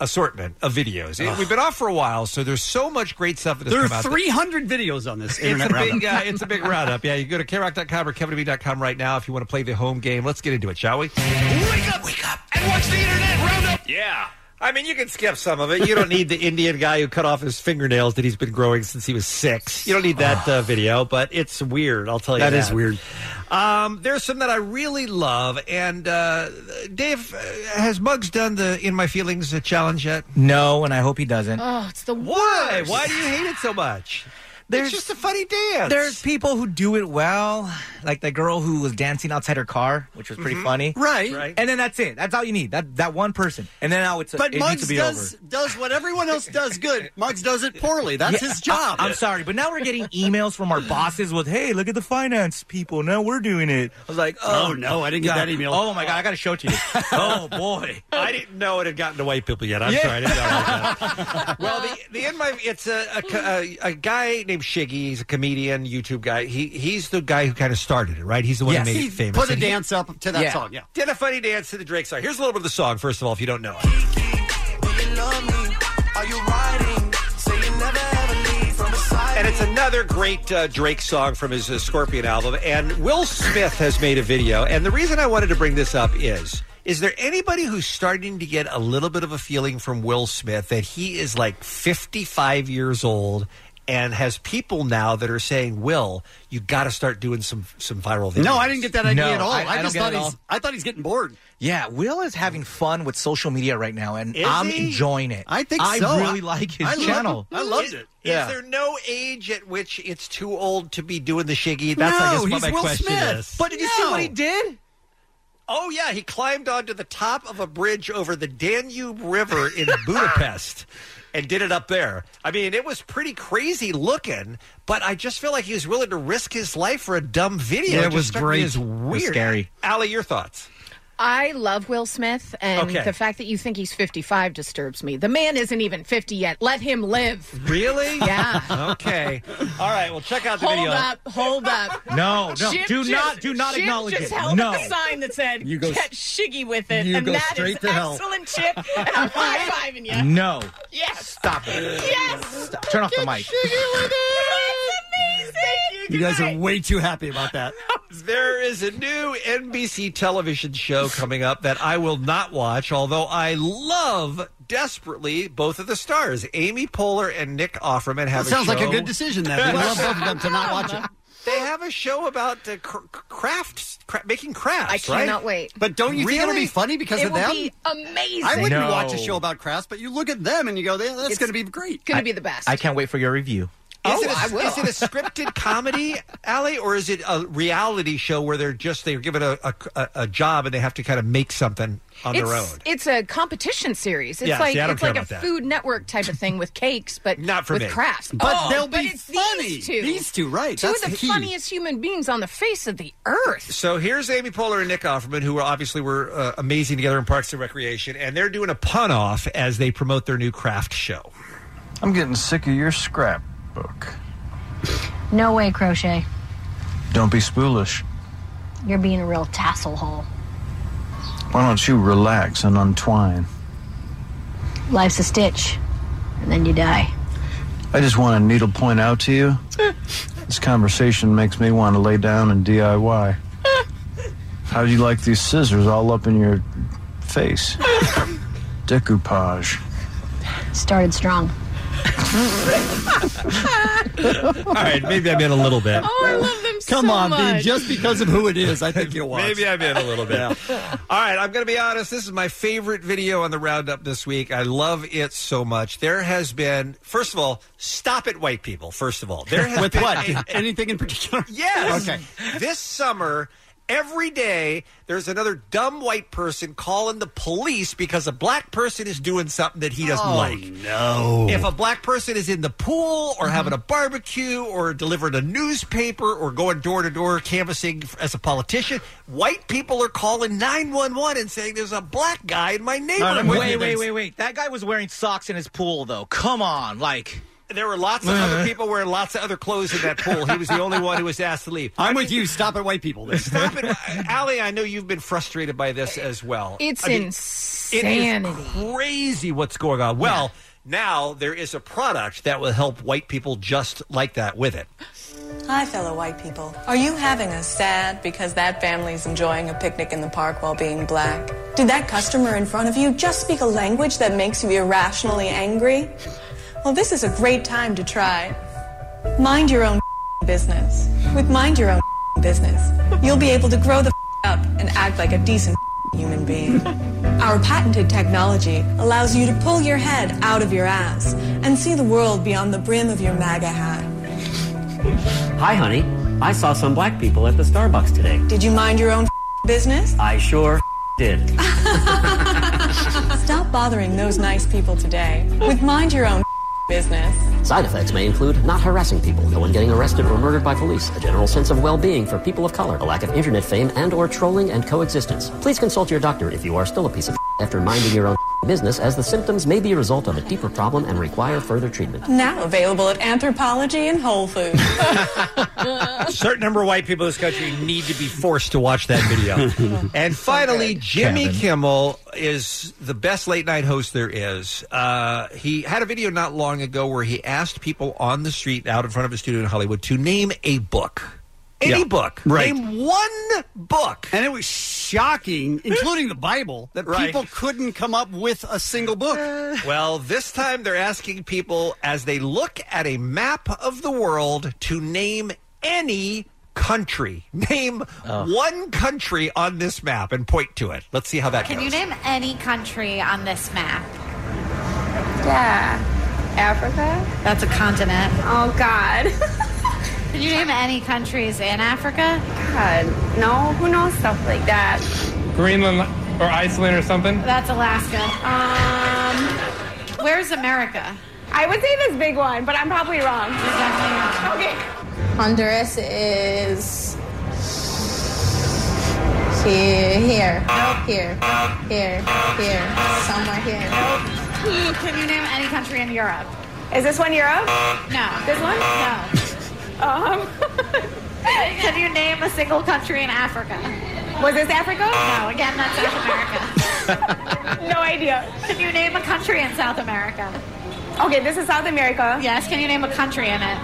Speaker 11: assortment of videos.
Speaker 10: Ugh.
Speaker 11: We've been off for a while, so there's so much great stuff that has
Speaker 10: There
Speaker 11: come
Speaker 10: are
Speaker 11: out. that-
Speaker 10: 300 videos on this
Speaker 11: it's
Speaker 10: internet
Speaker 11: a big, uh,
Speaker 10: roundup.
Speaker 11: it's a big roundup. Yeah, you go to krock.com or kevinb.com right now if you want to play the home game. Let's get into it, shall we? Wake up, wake up, and watch the internet roundup. Yeah. I mean, you can skip some of it. You don't need the Indian guy who cut off his fingernails that he's been growing since he was six. You don't need that uh, video, but it's weird. I'll tell you that.
Speaker 10: That is weird.
Speaker 11: Um, there's some that I really love, and uh, Dave uh, has Muggs done the "In My Feelings" uh, challenge yet?
Speaker 2: No, and I hope he doesn't.
Speaker 12: Oh, it's the worst.
Speaker 11: Why? Why do you hate it so much?
Speaker 2: There's-
Speaker 11: it's just a funny dance.
Speaker 2: There's people who do it well, like the girl who was dancing outside her car, which was pretty
Speaker 10: Mhm.
Speaker 2: funny.
Speaker 10: Right. Right.
Speaker 2: And then that's it. That's all you need. That that one person. And then now it's
Speaker 10: But
Speaker 2: it needs
Speaker 10: Muggs
Speaker 2: to be
Speaker 10: does
Speaker 2: over.
Speaker 10: does what everyone else does good. Muggs does it poorly. That's
Speaker 2: Yeah,
Speaker 10: his job.
Speaker 2: I, am sorry, but now we're getting emails from our bosses with, "Hey, look at the finance people. Now we're doing it." I was like, "Oh,
Speaker 10: Oh, no, I didn't get
Speaker 2: God.
Speaker 10: that email.
Speaker 2: Oh my god, I got to show it to you. oh boy,
Speaker 11: I didn't know it had gotten to white people yet. I'm
Speaker 2: Yeah.
Speaker 11: sorry. I didn't know about that. well, the the in my it's a a, co- a a guy named Shiggy. He's a comedian, YouTube guy. He he's the guy who kind of started it, right? He's the one
Speaker 10: Yes.
Speaker 11: who made
Speaker 10: He
Speaker 11: it famous.
Speaker 10: put a
Speaker 11: And he-
Speaker 10: dance up to that song, yeah.
Speaker 11: did a funny dance to the Drake song. Here's a little bit of the song, first of all, if you don't know it. And it's another great uh, Drake song from his uh, Scorpion album. And Will Smith has made a video. And the reason I wanted to bring this up is is there anybody who's starting to get a little bit of a feeling from Will Smith that he is like 55 years old and has people now that are saying, Will, you got to start doing some, some viral videos?
Speaker 10: No, I didn't get that idea
Speaker 2: No,
Speaker 10: at all.
Speaker 2: I-
Speaker 10: I,
Speaker 2: I don't
Speaker 10: just
Speaker 2: get
Speaker 10: thought
Speaker 2: it at
Speaker 10: he's I thought he's getting bored.
Speaker 2: Yeah, Will is having fun with social media right now, and
Speaker 10: Is
Speaker 2: I'm
Speaker 10: he?
Speaker 2: enjoying it.
Speaker 10: I think
Speaker 2: I
Speaker 10: so.
Speaker 2: really
Speaker 10: I-
Speaker 2: like his
Speaker 10: I love-
Speaker 2: channel.
Speaker 10: I loved it.
Speaker 11: Is
Speaker 2: Yeah.
Speaker 11: there no age at which it's too old to be doing the shiggy? That's
Speaker 2: No,
Speaker 11: I guess what
Speaker 2: he's
Speaker 11: my
Speaker 2: Will
Speaker 11: question
Speaker 2: Smith.
Speaker 11: is.
Speaker 2: But did you see what he
Speaker 11: did? Oh yeah, he climbed onto the top of a bridge over the Danube River in Budapest and did it up there. I mean, it was pretty crazy looking, but I just feel like he was willing to risk his life for a dumb video.
Speaker 2: Yeah, it
Speaker 11: just
Speaker 2: was
Speaker 11: struck me
Speaker 2: great.
Speaker 11: as
Speaker 2: It was
Speaker 11: weird.
Speaker 2: scary.
Speaker 11: Allie, your thoughts?
Speaker 12: I love Will Smith, and
Speaker 11: Okay.
Speaker 12: the fact that you think he's 55 disturbs me. The man isn't even 50 yet. Let him live.
Speaker 11: Really?
Speaker 12: Yeah.
Speaker 11: okay. All right. Well, check out the
Speaker 12: Hold
Speaker 11: video.
Speaker 12: up, hold up.
Speaker 2: No, no,
Speaker 12: Jim
Speaker 2: do
Speaker 12: just-
Speaker 2: not- do not
Speaker 12: Jim
Speaker 2: acknowledge
Speaker 12: just
Speaker 2: it.
Speaker 12: held
Speaker 2: No.
Speaker 12: up a sign that said,
Speaker 2: You go
Speaker 12: get
Speaker 2: s-
Speaker 12: shiggy with it,
Speaker 2: you
Speaker 12: and
Speaker 2: go
Speaker 12: that is
Speaker 2: straight to hell.
Speaker 12: excellent, Chip, and I'm high-fiving you.
Speaker 2: No,
Speaker 12: Yes.
Speaker 2: stop it.
Speaker 12: Yes.
Speaker 2: Stop. Turn off the mic.
Speaker 10: You guys are way too happy about that.
Speaker 11: There is a new NBC television show coming up that I will not watch, although I love desperately both of the stars. Amy Poehler and Nick Offerman have
Speaker 10: That sounds
Speaker 11: a
Speaker 10: like a
Speaker 11: show-
Speaker 10: good decision. That we love both of them to not watch it.
Speaker 11: They have a show about uh, cr- crafts, cra- making crafts.
Speaker 12: I cannot
Speaker 11: right?
Speaker 12: wait.
Speaker 10: But don't you think it'll be funny because
Speaker 12: it
Speaker 10: of
Speaker 12: will
Speaker 10: them?
Speaker 12: be amazing.
Speaker 10: I wouldn't
Speaker 2: No.
Speaker 10: watch a show about crafts, but you look at them and you go, "Yeah, that's
Speaker 12: It's
Speaker 10: going to be great.
Speaker 12: Going to be the best.
Speaker 2: I can't wait for your review.
Speaker 11: Is,
Speaker 12: Oh,
Speaker 11: it a,
Speaker 12: I will.
Speaker 11: is it a scripted comedy, Allie, or is it a reality show where they're just they're given a, a, a- a job and they have to kind of make something on
Speaker 12: it's,
Speaker 11: their own?
Speaker 12: It's a competition series. It's
Speaker 11: Yeah,
Speaker 12: like
Speaker 11: see, I don't
Speaker 12: it's
Speaker 11: care
Speaker 12: like a
Speaker 11: about that.
Speaker 12: Food Network type of thing with cakes, but
Speaker 11: Not for
Speaker 12: with
Speaker 11: me.
Speaker 12: crafts.
Speaker 10: But
Speaker 12: oh,
Speaker 10: they'll
Speaker 12: but
Speaker 10: be
Speaker 12: it's
Speaker 10: funny.
Speaker 12: These two,
Speaker 10: These two, right,
Speaker 12: Two
Speaker 10: that's
Speaker 12: of the
Speaker 10: the key.
Speaker 12: funniest human beings on the face of the earth.
Speaker 11: So here's Amy Poehler and Nick Offerman, who were obviously were uh, amazing together in Parks and Recreation, and they're doing a pun off as they promote their new craft show.
Speaker 28: I'm getting sick of your scrapbook.
Speaker 2: No way, Crochet.
Speaker 28: Don't be spoolish.
Speaker 2: You're being a real tassel hole.
Speaker 28: Why don't you relax and untwine?
Speaker 2: Life's a stitch, and then you die.
Speaker 28: I just want to needle point out to you. this conversation makes me want to lay down and DIY. How do you like these scissors all up in your face? Decoupage.
Speaker 2: Started strong.
Speaker 11: All right, maybe I'm in a little bit.
Speaker 12: Oh, I love them
Speaker 10: Come
Speaker 12: so
Speaker 10: on,
Speaker 12: much.
Speaker 10: Dean, just because of who it is, I think you'll watch.
Speaker 11: Maybe I'm in a little bit. All right, I'm going to be honest. This is my favorite video on the roundup this week. I love it so much. There has been, first of all, stop it, white people. First of all, there has
Speaker 10: With
Speaker 11: been
Speaker 10: what?
Speaker 11: a- a-
Speaker 10: Anything in particular?
Speaker 11: Yes.
Speaker 10: Okay.
Speaker 11: This summer, Every day, there's another dumb white person calling the police because a black person is doing something that he doesn't
Speaker 5: Oh,
Speaker 11: like.
Speaker 5: no.
Speaker 11: If a black person is in the pool
Speaker 29: Mm-hmm.
Speaker 11: or having a barbecue or delivering a newspaper or going door to door canvassing f- as a politician, white people are calling 911 and saying there's a black guy in my neighborhood.
Speaker 29: wait, wait, wait, wait. That guy was wearing socks in his pool, though. Come on, like
Speaker 11: there were lots of other people wearing lots of other clothes in that pool. He was the only one who was asked to leave.
Speaker 29: I'm with you. Stop at white people.
Speaker 11: Stop it, Uh, Allie. I know you've been frustrated by this as well.
Speaker 12: It's
Speaker 11: I mean,
Speaker 12: insanity.
Speaker 11: It is crazy what's going on. Well, now there is a product that will help white people just like that with it.
Speaker 30: Hi, fellow white people. Are you having a sad because that family's enjoying a picnic in the park while being black? Did that customer in front of you just speak a language that makes you irrationally angry? Well, this is a great time to try. Mind your own business. With mind your own business, you'll be able to grow the up and act like a decent human being. Our patented technology allows you to pull your head out of your ass and see the world beyond the brim of your MAGA hat.
Speaker 31: Hi, honey. I saw some black people at the Starbucks today.
Speaker 30: Did you mind your own business?
Speaker 31: I sure did.
Speaker 30: Stop bothering those nice people today with mind your own business.
Speaker 31: Side effects may include not harassing people, no one getting arrested or murdered by police, a general sense of well-being for people of color, a lack of internet fame and or trolling and coexistence. Please consult your doctor if you are still a piece of after minding your own business as the symptoms may be a result of a deeper problem and require further treatment.
Speaker 30: Now available at Anthropology and Whole Foods.
Speaker 11: A certain number of white people in this country need to be forced to watch that video. and finally, Jimmy
Speaker 5: Kevin.
Speaker 11: Kimmel is the best late night host there is. Uh, he had a video not long ago where he asked people on the street out in front of his studio in Hollywood to name a book. Any
Speaker 31: Yeah,
Speaker 11: book.
Speaker 31: right.
Speaker 11: Name one book.
Speaker 31: And it was shocking, including the Bible, that
Speaker 11: Right.
Speaker 31: people couldn't come up with a single book.
Speaker 11: Well, this time they're asking people as they look at a map of the world to name any country. Name one country on this map and point to it. Let's see how that
Speaker 29: Can
Speaker 11: goes.
Speaker 29: you name any country on this map?
Speaker 30: Yeah. Africa?
Speaker 29: That's a continent.
Speaker 30: Oh, God.
Speaker 29: Can you name any countries in Africa?
Speaker 30: God. No, who knows stuff like that?
Speaker 31: Greenland or Iceland or something.
Speaker 29: That's Alaska. Um, where's America?
Speaker 30: I would say this big one, but I'm probably wrong. Okay. Honduras is. Here, here, here, here, here, somewhere here.
Speaker 29: Can you name any country in Europe?
Speaker 30: Is this one Europe?
Speaker 29: No.
Speaker 30: This one?
Speaker 29: No.
Speaker 30: Um,
Speaker 29: Can you name a single country in Africa?
Speaker 30: was this Africa?
Speaker 29: No, again, that's South America.
Speaker 30: No idea.
Speaker 29: Can you name a country in South America?
Speaker 30: Okay, this is South America.
Speaker 29: Yes, can you name a country in it?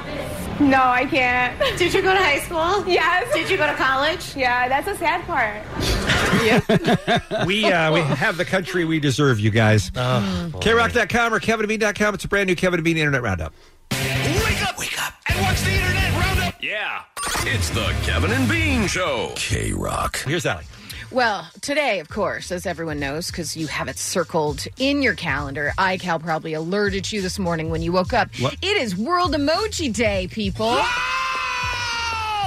Speaker 30: No, I can't.
Speaker 29: Did you go to high school?
Speaker 30: Yes.
Speaker 29: Did you go to college?
Speaker 30: Yeah, that's a sad part.
Speaker 11: we uh, we have the country we deserve, you guys. KRock.com or KevinAbean.com. It's a brand new Kevin and Bean Internet Roundup.
Speaker 14: Wake up! Wake up! And watch the internet roundup! Yeah. It's the Kevin and Bean Show. K Rock.
Speaker 11: Here's Allie.
Speaker 12: Well, today, of course, as everyone knows, because you have it circled in your calendar, iCal probably alerted you this morning when you woke up.
Speaker 31: What?
Speaker 12: It is World Emoji Day, people.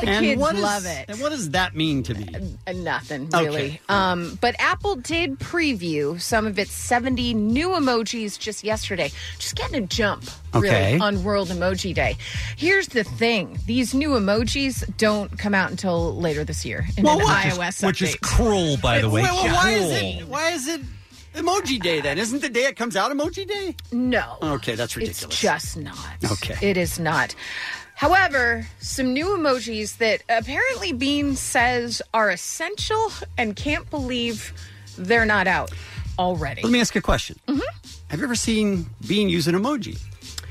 Speaker 12: The kids
Speaker 31: what is-
Speaker 12: love it.
Speaker 31: And what does that mean to me?
Speaker 12: Uh, Nothing
Speaker 31: Okay.
Speaker 12: really. Um, but Apple did preview some of its 70 new emojis just yesterday. Just getting a jump really
Speaker 31: Okay.
Speaker 12: on World Emoji Day. Here's the thing: these new emojis don't come out until later this year in an iOS update.
Speaker 31: which is
Speaker 11: cruel, by
Speaker 31: the way.
Speaker 12: well,
Speaker 31: why
Speaker 12: why
Speaker 31: is
Speaker 12: is
Speaker 31: it? Why is it Emoji Day then? Isn't the day it comes out Emoji Day?
Speaker 12: No.
Speaker 31: Okay, that's ridiculous.
Speaker 12: It's just not.
Speaker 31: Okay.
Speaker 12: It is not. However, some new emojis that apparently Bean says are essential and can't believe they're not out already.
Speaker 31: Let me ask you a question.
Speaker 12: Mm-hmm.
Speaker 31: Have you ever seen Bean use an emoji?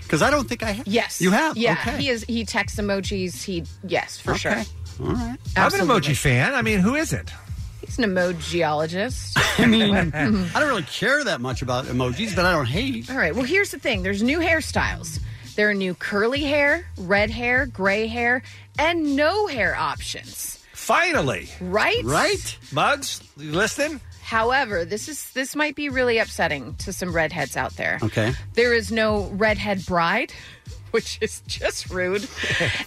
Speaker 31: Because I don't think I have.
Speaker 12: Yes.
Speaker 31: You have?
Speaker 12: Yeah.
Speaker 31: Okay.
Speaker 12: He is he texts emojis. He yes, for sure.
Speaker 31: All right.
Speaker 11: I'm an emoji fan. I mean, who isn't?
Speaker 12: He's an emojiologist.
Speaker 31: I mean,
Speaker 11: Mm-hmm.
Speaker 31: I don't really care that much about emojis, but I don't hate.
Speaker 12: All right. Well, here's the thing. There's new hairstyles. There are new curly hair, red hair, gray hair, and no hair options.
Speaker 11: Finally.
Speaker 12: Right? Right?
Speaker 11: Mugs, you listening?
Speaker 12: However, this is this might be really upsetting to some redheads out there.
Speaker 31: Okay.
Speaker 12: There is no redhead bride. which is just rude,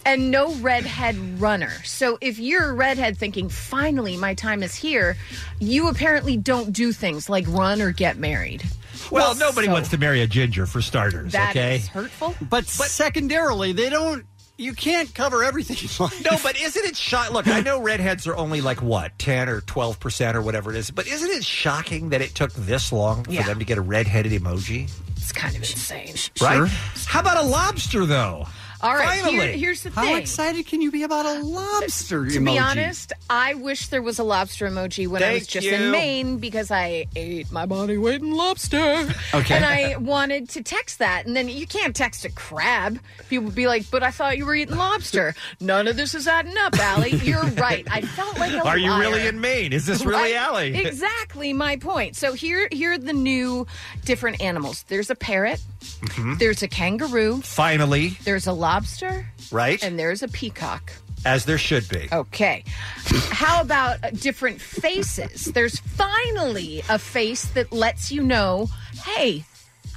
Speaker 12: and no redhead runner. So if you're a redhead thinking, finally, my time is here, you apparently don't do things like run or get married.
Speaker 11: Well, nobody wants to marry a ginger for starters,
Speaker 12: That
Speaker 11: okay?
Speaker 12: is hurtful.
Speaker 10: But, secondarily, they don't. You can't cover everything.
Speaker 11: No, but isn't it shot? Look, I know redheads are only like what ten or twelve percent or whatever it is, but isn't it shocking that it took this long
Speaker 12: Yeah.
Speaker 11: for them to get a redheaded emoji?
Speaker 12: It's kind of insane.
Speaker 11: Right? How about a lobster though?
Speaker 12: All right, here-
Speaker 11: Finally.
Speaker 12: here's the
Speaker 10: How
Speaker 12: thing.
Speaker 10: excited can you be about a lobster
Speaker 12: To be honest, I wish there was a lobster emoji when I was
Speaker 10: Thank
Speaker 12: just
Speaker 10: you.
Speaker 12: in Maine because I ate my body weight in lobster.
Speaker 10: Okay.
Speaker 12: And I wanted to text that. And then you can't text a crab. People would be like, but I thought you were eating lobster. None of this is adding up, Allie. You're right. I felt like a
Speaker 11: Are you
Speaker 12: liar.
Speaker 11: really in Maine? Is this really
Speaker 12: Right?
Speaker 11: Allie?
Speaker 12: Exactly my point. So here, here are the new different animals. There's a parrot.
Speaker 11: Mhm.
Speaker 12: There's a kangaroo.
Speaker 11: Finally,
Speaker 12: There's a lobster.
Speaker 11: Right.
Speaker 12: And there's a peacock.
Speaker 11: as there should be.
Speaker 12: Okay. How about uh, different faces? There's finally a face that lets you know, hey,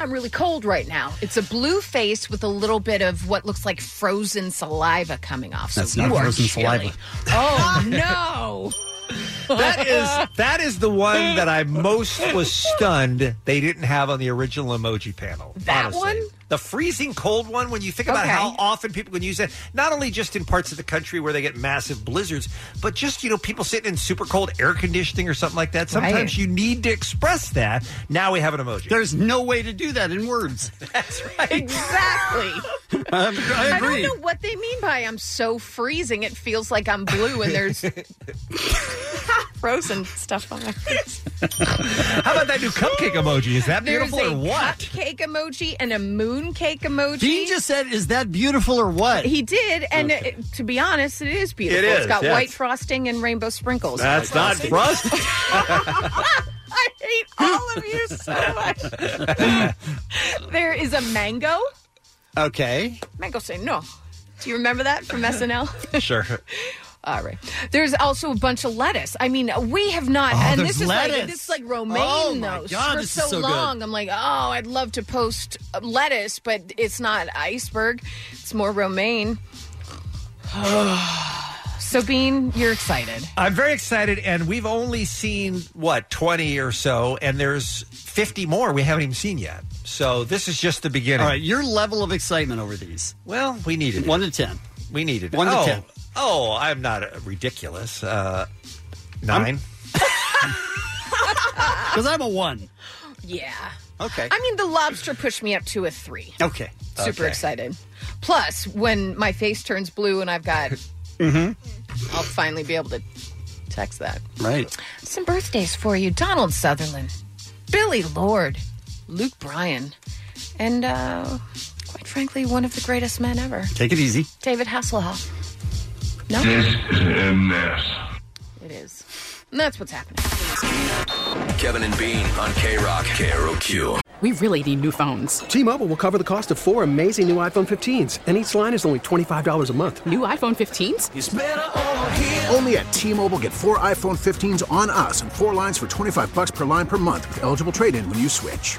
Speaker 12: I'm really cold right now. It's a blue face with a little bit of what looks like frozen saliva coming off. So
Speaker 10: That's not
Speaker 12: you are
Speaker 10: frozen
Speaker 12: chilly.
Speaker 10: saliva.
Speaker 12: Oh no.
Speaker 11: That is that is the one that I most was stunned they didn't have on the original emoji panel.
Speaker 12: That
Speaker 11: honestly.
Speaker 12: one?
Speaker 11: The freezing cold one, when you think about
Speaker 12: Okay.
Speaker 11: how often people can use that, not only just in parts of the country where they get massive blizzards, but just, you know, people sitting in super cold air conditioning or something like that. Sometimes
Speaker 10: Right.
Speaker 11: you need to express that. Now we have an emoji.
Speaker 10: There's no way to do that in words.
Speaker 12: Exactly.
Speaker 10: Um, I
Speaker 12: I don't
Speaker 10: agree.
Speaker 12: know what they mean by I'm so freezing. It feels like I'm blue and there's frozen stuff on my face.
Speaker 11: How about that new cupcake emoji? Is that
Speaker 12: There's
Speaker 11: beautiful
Speaker 12: a
Speaker 11: or what?
Speaker 12: cupcake emoji and a moon cake emoji.
Speaker 10: Dean just said, "Is that beautiful or what?"
Speaker 12: He did, and it, to be honest, it is beautiful.
Speaker 10: It
Speaker 12: has
Speaker 10: is,
Speaker 12: got
Speaker 10: yes.
Speaker 12: white frosting and rainbow sprinkles.
Speaker 11: That's not frosting.
Speaker 12: I hate all of you so much. there is a mango.
Speaker 10: Okay.
Speaker 12: Mango say no. Do you remember that from SNL?
Speaker 11: Sure.
Speaker 12: All right. There's also a bunch of lettuce. I mean, we have not,
Speaker 10: Oh,
Speaker 12: and
Speaker 10: there's
Speaker 12: this is like
Speaker 10: lettuce.
Speaker 12: this is like romaine
Speaker 10: Oh, my
Speaker 12: though
Speaker 10: God,
Speaker 12: for
Speaker 10: this
Speaker 12: so,
Speaker 10: is so good.
Speaker 12: long. I'm like, oh, I'd love to post uh, lettuce, but it's not iceberg. It's more romaine. so, Bean, you're excited.
Speaker 11: I'm very excited, and we've only seen what 20 or so, and there's 50 more we haven't even seen yet. So this is just the beginning.
Speaker 10: All right, your level of excitement over these.
Speaker 11: Well, we needed
Speaker 10: one to ten.
Speaker 11: We needed
Speaker 10: One to
Speaker 11: oh,
Speaker 10: ten.
Speaker 11: Oh, I'm not uh, ridiculous. Uh, 9
Speaker 10: Because I'm a one.
Speaker 12: Yeah.
Speaker 10: Okay.
Speaker 12: I mean, the lobster pushed me up to a three.
Speaker 10: Okay.
Speaker 12: Super excited. Plus, when my face turns blue and I've got,
Speaker 10: Mm-hmm.
Speaker 12: I'll finally be able to text that.
Speaker 10: Right.
Speaker 12: Some birthdays for you Donald Sutherland, Billy Lord, Luke Bryan, and uh, quite frankly, one of the greatest men ever,
Speaker 10: Take it easy.
Speaker 12: David Hasselhoff. No?
Speaker 32: Mm-hmm.
Speaker 14: is a mess.
Speaker 12: It is. And that's what's happening.
Speaker 14: Kevin and Bean on K Rock KROQ.
Speaker 33: We really need new phones. T-Mobile will cover the cost of four amazing new iPhone 15s, and each line is only twenty-five dollars a month. New iPhone 15s?
Speaker 1: Only at T-Mobile, get four iPhone 15s on us and four lines for 25 bucks per line per month with eligible trade-in when you switch.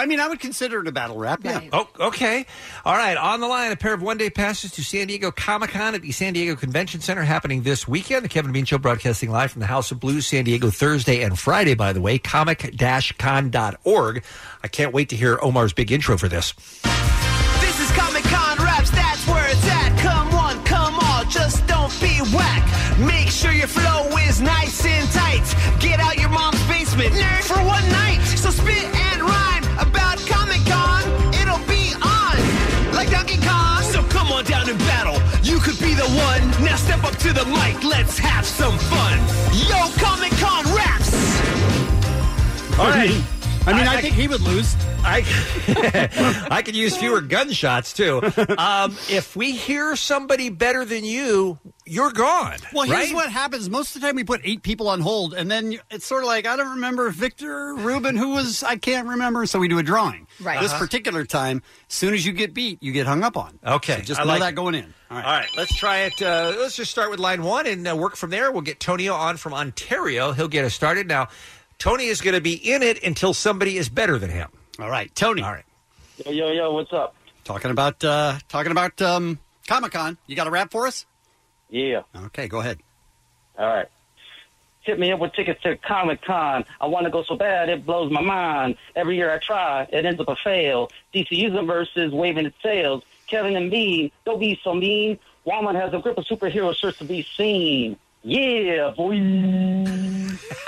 Speaker 10: I mean, I would consider it a battle rap. Yeah.
Speaker 11: Oh, okay. All right. On the line, a pair of one-day passes to San Diego Comic Con at the San Diego Convention Center, happening this weekend. The Kevin Bean Show broadcasting live from the House of Blues, San Diego, Thursday and Friday. By the way, comic-con.org. I can't wait to hear Omar's big intro for this.
Speaker 5: This is Comic Con Raps, that's where it's at. Come on, come on, just don't be whack. Make sure your flow is nice and tight. Get out your mom's basement, nerd, for one night. So spit and rhyme about Comic Con. It'll Now step up to the mic, let's have some fun. Yo, Comic Con raps.
Speaker 11: All right.
Speaker 10: I mean, I, think he would lose.
Speaker 11: I I could use fewer gunshots too. Um, if we hear somebody better than you, you're gone.
Speaker 10: Well, here's
Speaker 11: right?
Speaker 10: what happens. Most of the time, we put eight people on hold, and then you- it's sort of like I don't remember Victor Rubin, who was I can't remember. So we do a drawing.
Speaker 11: Right.
Speaker 10: This
Speaker 11: Uh-huh.
Speaker 10: particular time, as soon as you get beat, you get hung up on.
Speaker 11: Okay,
Speaker 10: So just
Speaker 11: I
Speaker 10: know
Speaker 11: like
Speaker 10: that
Speaker 11: it.
Speaker 10: going in. All right.
Speaker 11: All right, let's try it. Uh, let's just start with line one and uh, work from there. We'll get Tonio on from Ontario. He'll get us started. Now, Tony is going to be in it until somebody is better than him.
Speaker 10: All right, Tony. All
Speaker 11: right.
Speaker 10: Yo, yo, yo! What's up? Talking about uh talking about um Comic Con. You got a rap for us?
Speaker 17: Yeah.
Speaker 10: Okay, go ahead.
Speaker 17: All right. Hit me up with tickets to Comic Con. I want to go so bad it blows my mind. Every year I try, it ends up a fail. DC Universe is waving its tails. Kevin and me, don't be so mean. Walmart has a grip of superhero shirts to be seen. Yeah, boy.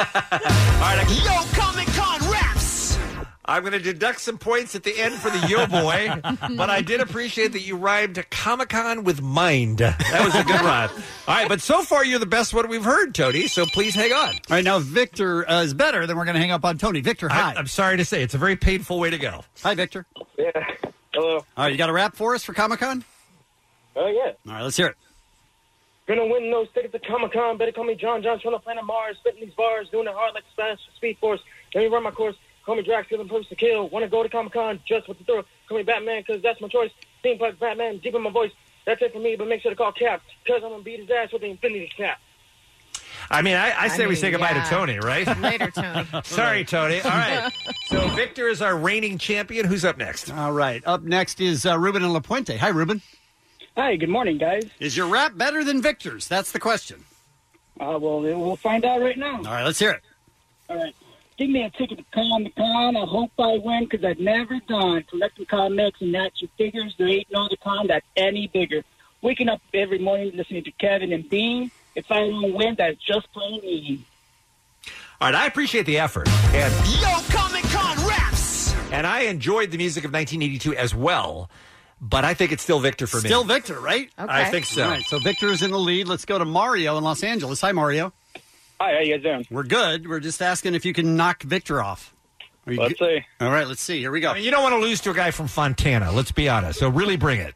Speaker 5: Yo, Comic Con raps.
Speaker 11: I'm going to deduct some points at the end for the yo boy, but I did appreciate that you rhymed Comic Con with mind. That was a good rhyme. All right, but so far you're the best one we've heard, Tony. So please hang on.
Speaker 10: All right, now Victor uh, is better. Then we're going to hang up on Tony. Victor, hi.
Speaker 11: I, am sorry to say, it's a very painful way to go.
Speaker 10: Hi, Victor.
Speaker 17: Yeah. Hello. All
Speaker 10: right, you got a rap for us for Comic Con?
Speaker 17: Oh, yeah.
Speaker 10: All right, let's hear it.
Speaker 17: Gonna win those tickets to Comic Con. Better call me John John, trying to planet Mars, spitting these bars, doing it hard like the Spanish Speed Force. Let me run my course. Call me Drax, giving purpose to kill. Wanna go to Comic Con just with the thrill. Call me Batman, cause that's my choice. Theme park Batman, deep in my voice. That's it for me, but make sure to call Cap, cause I'm gonna beat his ass with the Infinity Cap.
Speaker 11: I mean, I, I say we
Speaker 17: mean,
Speaker 11: say goodbye
Speaker 17: yeah.
Speaker 11: to Tony, right?
Speaker 17: Later,
Speaker 11: Tony. sorry, Tony. All right. So Victor is our reigning champion. Who's up next?
Speaker 10: All right, up next is uh, Ruben and La Puente. Hi, Ruben.
Speaker 18: Hi, good morning, guys.
Speaker 10: Is your rap better than Victor's? That's the question.
Speaker 18: Uh, well, we'll find out right now.
Speaker 10: All right, let's hear it.
Speaker 18: All right. Give me a ticket to Comic Con. I hope I win because I've never done collecting comics and action figures. There ain't no other con that's any bigger. Waking up every morning listening to Kevin and Bean. If I don't win, that's just plain mean.
Speaker 11: All right, I appreciate the effort. And
Speaker 5: Yo, Comic Con raps.
Speaker 11: and I enjoyed the music of 1982 as well, but I think it's still Victor for me.
Speaker 10: Still Victor, right?
Speaker 11: I think so.
Speaker 10: All right, so Victor is in the lead. Let's go to Mario in Los Angeles. Hi, Mario.
Speaker 18: Hi, how you guys doing?
Speaker 10: We're good. We're just asking if you can knock Victor off. Are you
Speaker 18: Let's
Speaker 10: good?
Speaker 18: see.
Speaker 10: All right, let's see. Here we go.
Speaker 11: I mean, you don't want to lose to a guy from Fontana. Let's be honest. So really bring it.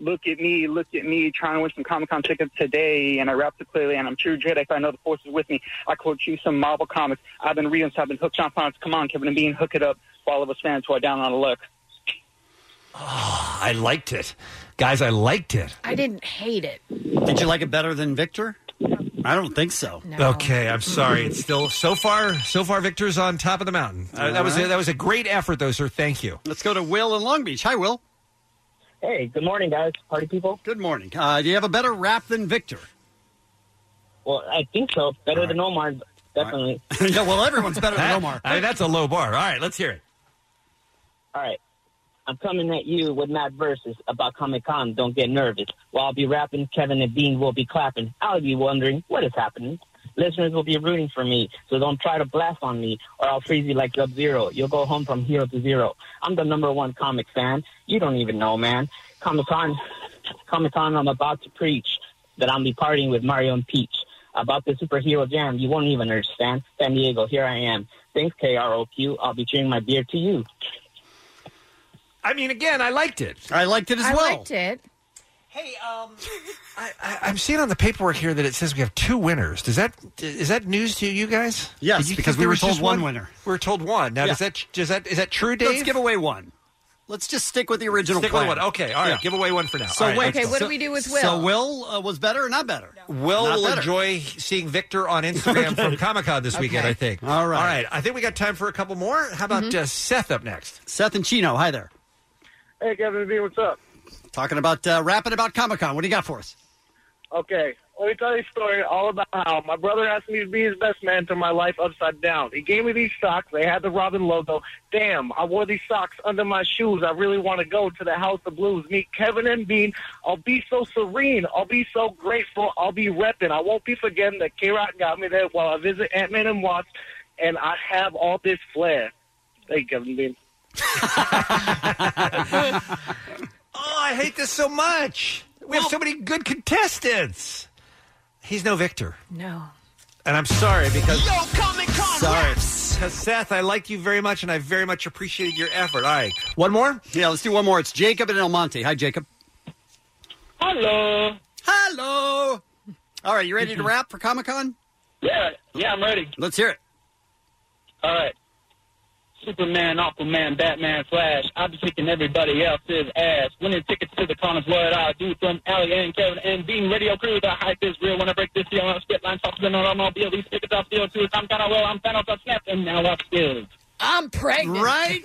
Speaker 18: Look at me, look at me, trying to win some Comic Con tickets today, and I wrapped it clearly, and I'm true Jedi, so I know the Force is with me. I quote you some Marvel comics. I've been reading, so I've been hooked on fonts. Come on, Kevin and Bean, hook it up for all of us fans who are down on the luck.
Speaker 11: I liked it, guys. I liked it.
Speaker 12: I didn't hate it.
Speaker 10: Did you like it better than Victor? I don't think so.
Speaker 11: Okay, I'm sorry. It's still so far. So far, Victor's on top of the mountain. Uh, that was a,
Speaker 10: All right.
Speaker 11: that was a great effort, though, sir. Thank you.
Speaker 10: Let's go to Will in Long Beach. Hi, Will.
Speaker 18: Hey, good morning, guys. Party people.
Speaker 10: Good morning. Uh, do you have a better rap than Victor?
Speaker 18: Well, I think so. Better than Omar,
Speaker 11: definitely.
Speaker 10: yeah, well, everyone's better than
Speaker 11: That-
Speaker 10: Omar.
Speaker 11: I mean, that's a low bar. All right, let's hear it.
Speaker 18: All right. I'm coming at you with mad verses about Comic Con. Don't get nervous. While I'll be rapping, Kevin and Bean will be clapping. I'll be wondering what is happening. Listeners will be rooting for me, so don't try to blast on me, or I'll freeze you like Sub Zero. You'll go home from hero to zero. I'm the number one comic fan. You don't even know, man. Comic Con, Comic Con, I'm about to preach that I'll be partying with Mario and Peach about the superhero jam. You won't even understand. San Diego, here I am. Thanks, KROQ. I'll be cheering my beer to you.
Speaker 11: I mean, again, I liked it.
Speaker 10: I liked it
Speaker 12: I liked it.
Speaker 11: Hey, um, I, I, I'm seeing on the paperwork here that it says we have two winners. Does that is that news to you guys?
Speaker 10: Yes,
Speaker 11: Did you
Speaker 10: because
Speaker 11: think
Speaker 10: we
Speaker 11: there
Speaker 10: were
Speaker 11: was
Speaker 10: told
Speaker 11: just
Speaker 10: one winner.
Speaker 11: We were told one. Now, does that does that is that true, Dave?
Speaker 10: Let's give away one. Let's just stick with the original
Speaker 11: Stick
Speaker 10: plan.
Speaker 11: with one. Okay, all right.
Speaker 10: Yeah.
Speaker 11: Give away one for now.
Speaker 10: So
Speaker 11: All right,
Speaker 10: wait.
Speaker 11: excellent.
Speaker 10: so- So Will uh, was better or not better?
Speaker 11: Will
Speaker 10: Not
Speaker 11: will
Speaker 10: better.
Speaker 11: enjoy seeing Victor on Instagram from Comic Con this weekend.
Speaker 10: Okay.
Speaker 11: I think.
Speaker 10: All right.
Speaker 11: All right. I think we got time for a couple more. How about uh, Seth up next?
Speaker 10: Seth and Chino, hi there.
Speaker 17: Hey, Kevin and Bean, what's up?
Speaker 10: Talking about uh, rapping about Comic Con. What do you got for us?
Speaker 17: Okay, let me tell you a story all about how my brother asked me to be his best man to my life upside down. He gave me these socks. They had the Robin logo. Damn, I wore these socks under my shoes. I really want to go to the House of Blues, meet Kevin and Bean. I'll be so serene. I'll be so grateful. I'll be repping. I won't be forgetting that K-Rock got me there while I visit Ant-Man and Watts, and I have all this flair. Thank you, Kevin and Bean.
Speaker 11: Oh, I hate this so much. We have so many good contestants. He's no victor.
Speaker 12: No.
Speaker 11: And I'm sorry because.
Speaker 5: Yo, Comic Con
Speaker 11: Sorry. Seth, I liked you very much and I very much appreciated your effort. All right. One more?
Speaker 10: Yeah, let's do one more. It's Jacob in El Monte. Hi, Jacob.
Speaker 17: Hello.
Speaker 10: Hello. All right, you ready to
Speaker 12: Mm-hmm.
Speaker 10: wrap for Comic Con?
Speaker 17: Yeah, yeah, I'm ready.
Speaker 10: Let's hear it.
Speaker 17: All right.
Speaker 18: Superman, Aquaman, Batman, Flash. I'll be kicking everybody else's ass. Winning tickets to the con is what I do from Allie and Kevin and Bean Radio Crew. The hype is real. When I break this deal, I'm spit line, talking on automobile. These tickets are still too. I'm gonna well, I'm Thanos, I snapped, and now I'm skilled.
Speaker 12: I'm pregnant.
Speaker 10: Right?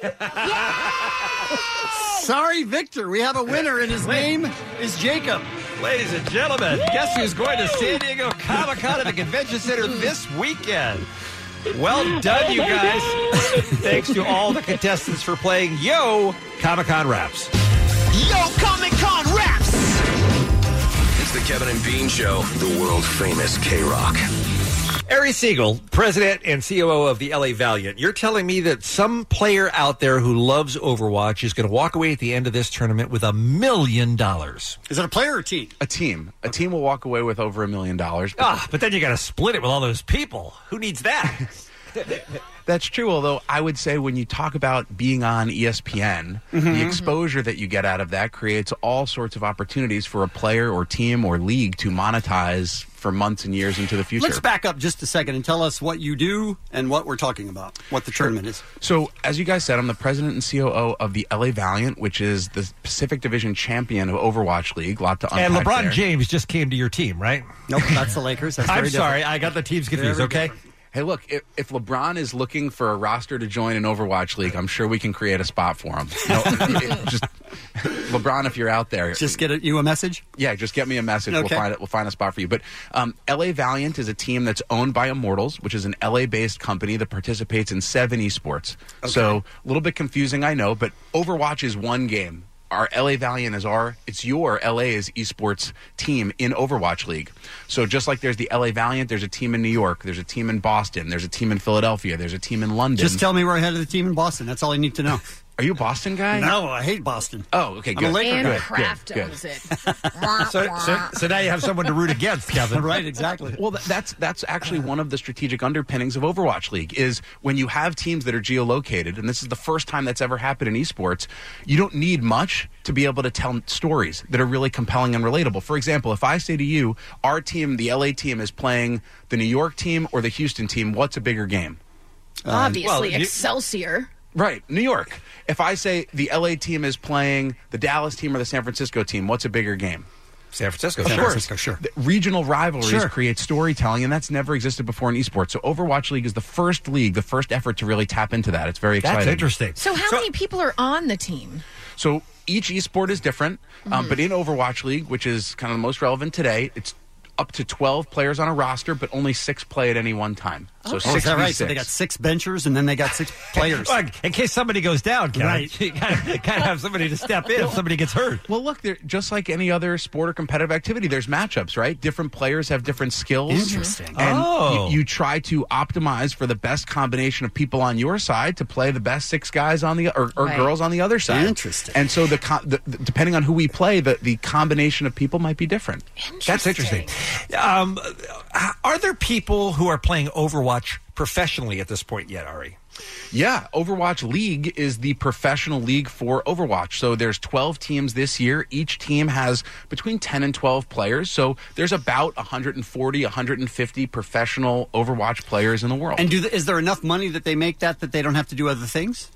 Speaker 10: Sorry, Victor. We have a winner, and his name is Jacob.
Speaker 11: Ladies and gentlemen, guess who's going to San Diego Comic Con at the Convention Center this weekend? Well done, you guys. Thanks to all the contestants for playing Yo Comic Con Raps.
Speaker 5: Yo, Comic Con raps.
Speaker 14: It's the Kevin and Bean Show, the world famous K Rock.
Speaker 11: Ari Siegel, president and COO of the LA Valiant, you're telling me that some player out there who loves Overwatch is going to walk away at the end of this tournament with a million dollars.
Speaker 10: Is it a player or a team?
Speaker 32: A team. A team will walk away with over a million dollars.
Speaker 11: Ah, but then you got to split it with all those people. Who needs that?
Speaker 32: That's true. Although I would say when you talk about being on E ESPN,
Speaker 10: Mm-hmm.
Speaker 32: the exposure that you get out of that creates all sorts of opportunities for a player or team or league to monetize for months and years into the future.
Speaker 10: Let's back up just a second and tell us what you do and what we're talking about, what the tournament is.
Speaker 32: So, as you guys said, I'm the president and COO of the LA Valiant, which is the Pacific Division champion of Overwatch League. Lot to unpack
Speaker 11: and LeBron
Speaker 32: there.
Speaker 11: James just came to your team, right?
Speaker 10: Nope, that's the Lakers.
Speaker 11: I'm sorry, I got the teams confused. okay.
Speaker 32: Hey, look, if, if LeBron is looking for a roster to join an Overwatch League, I'm sure we can create a spot for him. No, it- just LeBron, if you're out there,
Speaker 10: just get you a message.
Speaker 32: Yeah, just get me a message.
Speaker 10: Okay.
Speaker 32: We'll find it. We'll find a spot for you. But um, LA Valiant is a team that's owned by Immortals, which is an LA-based company that participates in seven esports. So a little bit confusing, I know, but Overwatch is one game. Our LA Valiant is our, it's your LA's esports team in Overwatch League. So just like there's the LA Valiant, there's a team in New York, there's a team in Boston, there's a team in Philadelphia, there's a team in London.
Speaker 10: Just tell me we're ahead of the team in Boston. That's all I need to know.
Speaker 32: Are you a Boston guy?
Speaker 10: No, I hate Boston.
Speaker 32: Oh, okay,
Speaker 10: I'm a
Speaker 32: good.
Speaker 10: Laker
Speaker 12: and
Speaker 10: guy.
Speaker 12: Kraft owns it.
Speaker 11: So, so, so now you have someone to root against, Kevin.
Speaker 10: right, exactly.
Speaker 32: Well, tha- that's that's actually one of the strategic underpinnings of Overwatch League is when you have teams that are geolocated, and this is the first time that's ever happened in esports. You don't need much to be able to tell stories that are really compelling and relatable. For example, if I say to you, our team, the LA team, is playing the New York team or the Houston team, what's a bigger game?
Speaker 12: Obviously,
Speaker 32: Um, Well, you-
Speaker 12: Excelsior.
Speaker 32: Right, New York. If I say the LA team is playing the Dallas team or the San Francisco team, what's a bigger game?
Speaker 11: San Francisco,
Speaker 32: of
Speaker 11: sure.
Speaker 32: course.
Speaker 11: Francisco, sure.
Speaker 32: The regional rivalries
Speaker 11: Sure.
Speaker 32: create storytelling, and that's never existed before in esports. So Overwatch League is the first league, the first effort to really tap into that. It's very
Speaker 11: That's
Speaker 32: exciting.
Speaker 11: interesting.
Speaker 12: So, how many people are on the team?
Speaker 32: So each esport is different, um,
Speaker 12: Mhm.
Speaker 32: but in Overwatch League, which is kind of the most relevant today, it's up to 12 players on a roster, but only six play at any one time. So
Speaker 10: Oh,
Speaker 32: six
Speaker 10: is that right?
Speaker 32: v
Speaker 10: So they
Speaker 32: six.
Speaker 10: got six benchers and then they got six players.
Speaker 11: Well, in case somebody goes down, Kevin,
Speaker 32: Right.
Speaker 11: you gotta, gotta have somebody to step in if somebody gets hurt.
Speaker 32: Well, look, there- just like any other sport or competitive activity, there's matchups, right? Different players have different skills.
Speaker 10: Interesting.
Speaker 32: And
Speaker 10: Oh.
Speaker 32: you, you try to optimize for the best combination of people on your side to play the best six guys on the or, or
Speaker 10: Right.
Speaker 32: girls on the other side.
Speaker 10: Interesting.
Speaker 32: And so the, co- the, the depending on who we play, the, the combination of people might be different.
Speaker 11: That's interesting. Um, uh, are there people who are playing Overwatch professionally at this point yet, Ari?
Speaker 32: Yeah, Overwatch League is the professional league for Overwatch. So there's 12 teams this year. Each team has between 10 and 12 players. So there's about 140, 150 professional Overwatch players in the world.
Speaker 10: And do the, is there enough money that they make that that they don't have to do other things?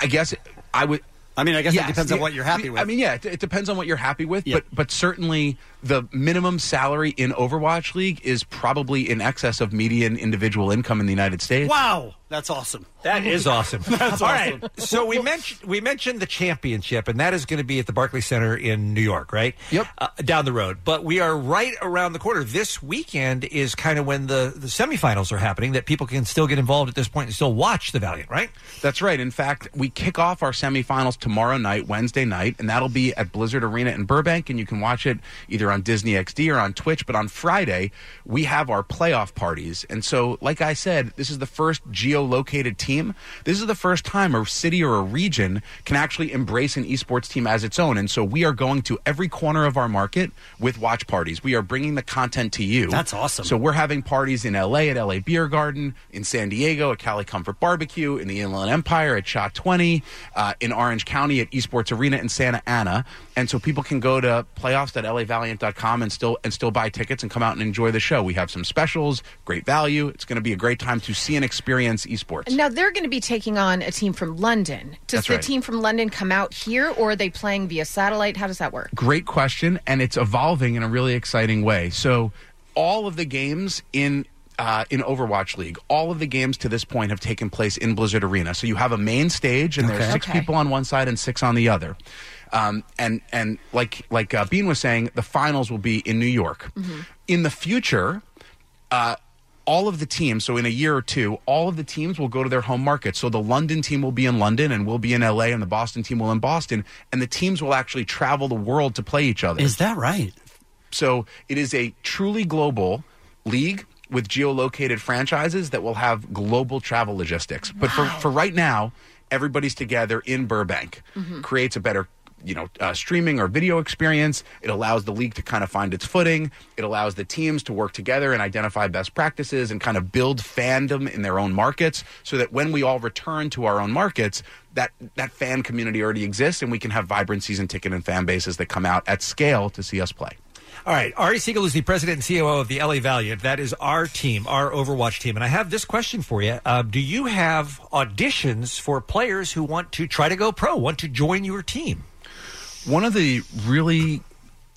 Speaker 32: I guess I would.
Speaker 10: I mean, I guess
Speaker 32: Yes,
Speaker 10: it depends on
Speaker 32: yeah,
Speaker 10: what you're happy with.
Speaker 32: I mean, yeah, it, it depends on what you're happy with, but but certainly the minimum salary in Overwatch League is probably in excess of median individual income in the United States.
Speaker 10: wow, that's awesome.
Speaker 11: That is awesome.
Speaker 10: That's
Speaker 11: All right.
Speaker 10: awesome.
Speaker 11: So we mentioned we mentioned the championship, and that is going to be at the Barclays Center in New York, right? Yep. Uh, down the road, but we are right around the corner. This weekend is kind of when the the semifinals are happening. That people can still get involved at this point and still watch the Valiant, right?
Speaker 32: That's right. In fact, we kick off our semifinals tomorrow night, Wednesday night, and that'll be at Blizzard Arena in Burbank. And you can watch it either on Disney XD or on Twitch. But on Friday, we have our playoff parties. And so, like I said, this is the first geo geolocated team. This is the first time a city or a region can actually embrace an esports team as its own. And so we are going to every corner of our market with watch parties. We are bringing the content to you.
Speaker 10: That's awesome.
Speaker 32: So we're having parties in LA at LA Beer Garden, in San Diego at Cali Comfort Barbecue, in the Inland Empire at Shot 20, uh, in Orange County at Esports Arena in Santa Ana. And so people can go to playoffs.lavaliant.com and still and still buy tickets and come out and enjoy the show. We have some specials, great value. It's going to be a great time to see and experience esports.
Speaker 12: Now they're going to be taking on a team from London. Does
Speaker 32: That's
Speaker 12: the
Speaker 32: right.
Speaker 12: team from London come out here, or are they playing via satellite? How does that work?
Speaker 32: Great question, and it's evolving in a really exciting way. So, all of the games in uh, in Overwatch League, all of the games to this point have taken place in Blizzard Arena. So you have a main stage, and there
Speaker 27: Okay.
Speaker 32: are six
Speaker 27: Okay.
Speaker 32: people on one side and six on the other. Um, and and like like uh, Bean was saying, the finals will be in New York.
Speaker 10: Mm-hmm.
Speaker 32: In the future, uh, all of the teams, so in a year or two, all of the teams will go to their home market. So the London team will be in London and we'll be in LA and the Boston team will in Boston and the teams will actually travel the world to play each other. Is
Speaker 10: that right?
Speaker 32: So it is a truly global league with geolocated franchises that will have global travel logistics. But for, for right now, everybody's together in Burbank
Speaker 27: Mhm.
Speaker 32: creates a better you know uh, streaming or video experience it allows the league to kind of find its footing it allows the teams to work together and identify best practices and kind of build fandom in their own markets so that when we all return to our own markets that that fan community already exists and we can have vibrant season ticket and fan bases that come out at scale to see us play
Speaker 11: All right, Ari Siegel is the president and COO of the LA Valiant. That is our team, our Overwatch team. And I have this question for you: uh, Do you have auditions for players who want to try to go pro, want to join your team?
Speaker 32: one of the really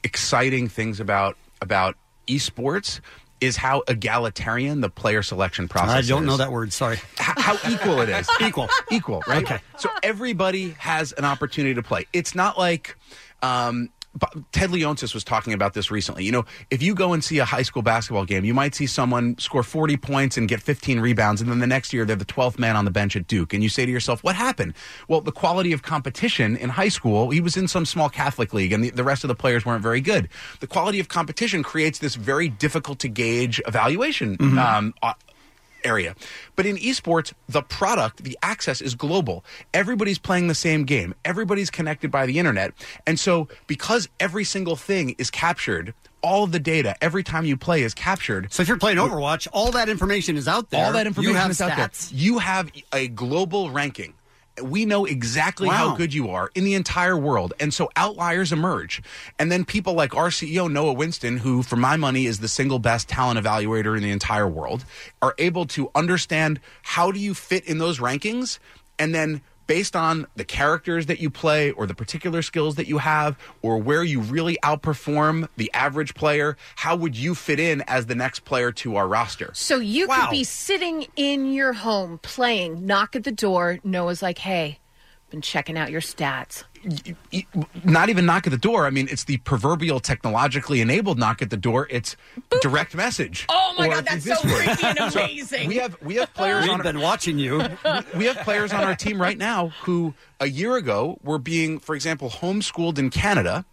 Speaker 32: exciting things about about esports is how egalitarian the player selection process
Speaker 10: I
Speaker 32: is.
Speaker 10: don't know that word. Sorry.
Speaker 32: how equal it is. equal. Equal, right? Okay. So everybody has an opportunity to play. It's not like um, Bo- Ted Leonsis was talking about this recently. You know, if you go and see a high school basketball game, you might see someone score 40 points and get 15 rebounds, and then the next year they're the 12th man on the bench at Duke. And you say to yourself, what happened? Well, the quality of competition in high school, he was in some small Catholic league, and the, the rest of the players weren't very good. The quality of competition creates this very difficult to gauge evaluation
Speaker 27: Mhm.
Speaker 32: um, uh, area. But in esports, the product, the access is global. Everybody's playing the same game. Everybody's connected by the internet. And so because every single thing is captured, all of the data every time you play is captured.
Speaker 10: So if you're playing Overwatch, all that information is out there.
Speaker 32: All that
Speaker 10: You
Speaker 32: information
Speaker 10: have
Speaker 32: is out there.
Speaker 10: stats.
Speaker 32: You have a global ranking. We know exactly
Speaker 10: Wow.
Speaker 32: how good you are in the entire world. And so outliers emerge. And then people like our CEO, Noah Winston, who, for my money, is the single best talent evaluator in the entire world, are able to understand how do you fit in those rankings and then based on the characters that you play or the particular skills that you have or where you really outperform the average player how would you fit in as the next player to our roster
Speaker 12: So you
Speaker 32: Wow.
Speaker 12: could be sitting in your home playing, knock at the door. Noah's like, "Hey, been checking out your stats."
Speaker 32: not even knock at the door. I mean, it's the proverbial technologically enabled knock at the door. It's direct message.
Speaker 12: Oh my
Speaker 32: Or
Speaker 12: God, that's
Speaker 32: this
Speaker 12: so
Speaker 32: way.
Speaker 12: creepy and
Speaker 32: So
Speaker 12: amazing.
Speaker 32: we have we have players.
Speaker 10: We've
Speaker 32: on
Speaker 10: been watching you.
Speaker 32: We have players on our team right now who a year ago were being, for example, homeschooled in Canada,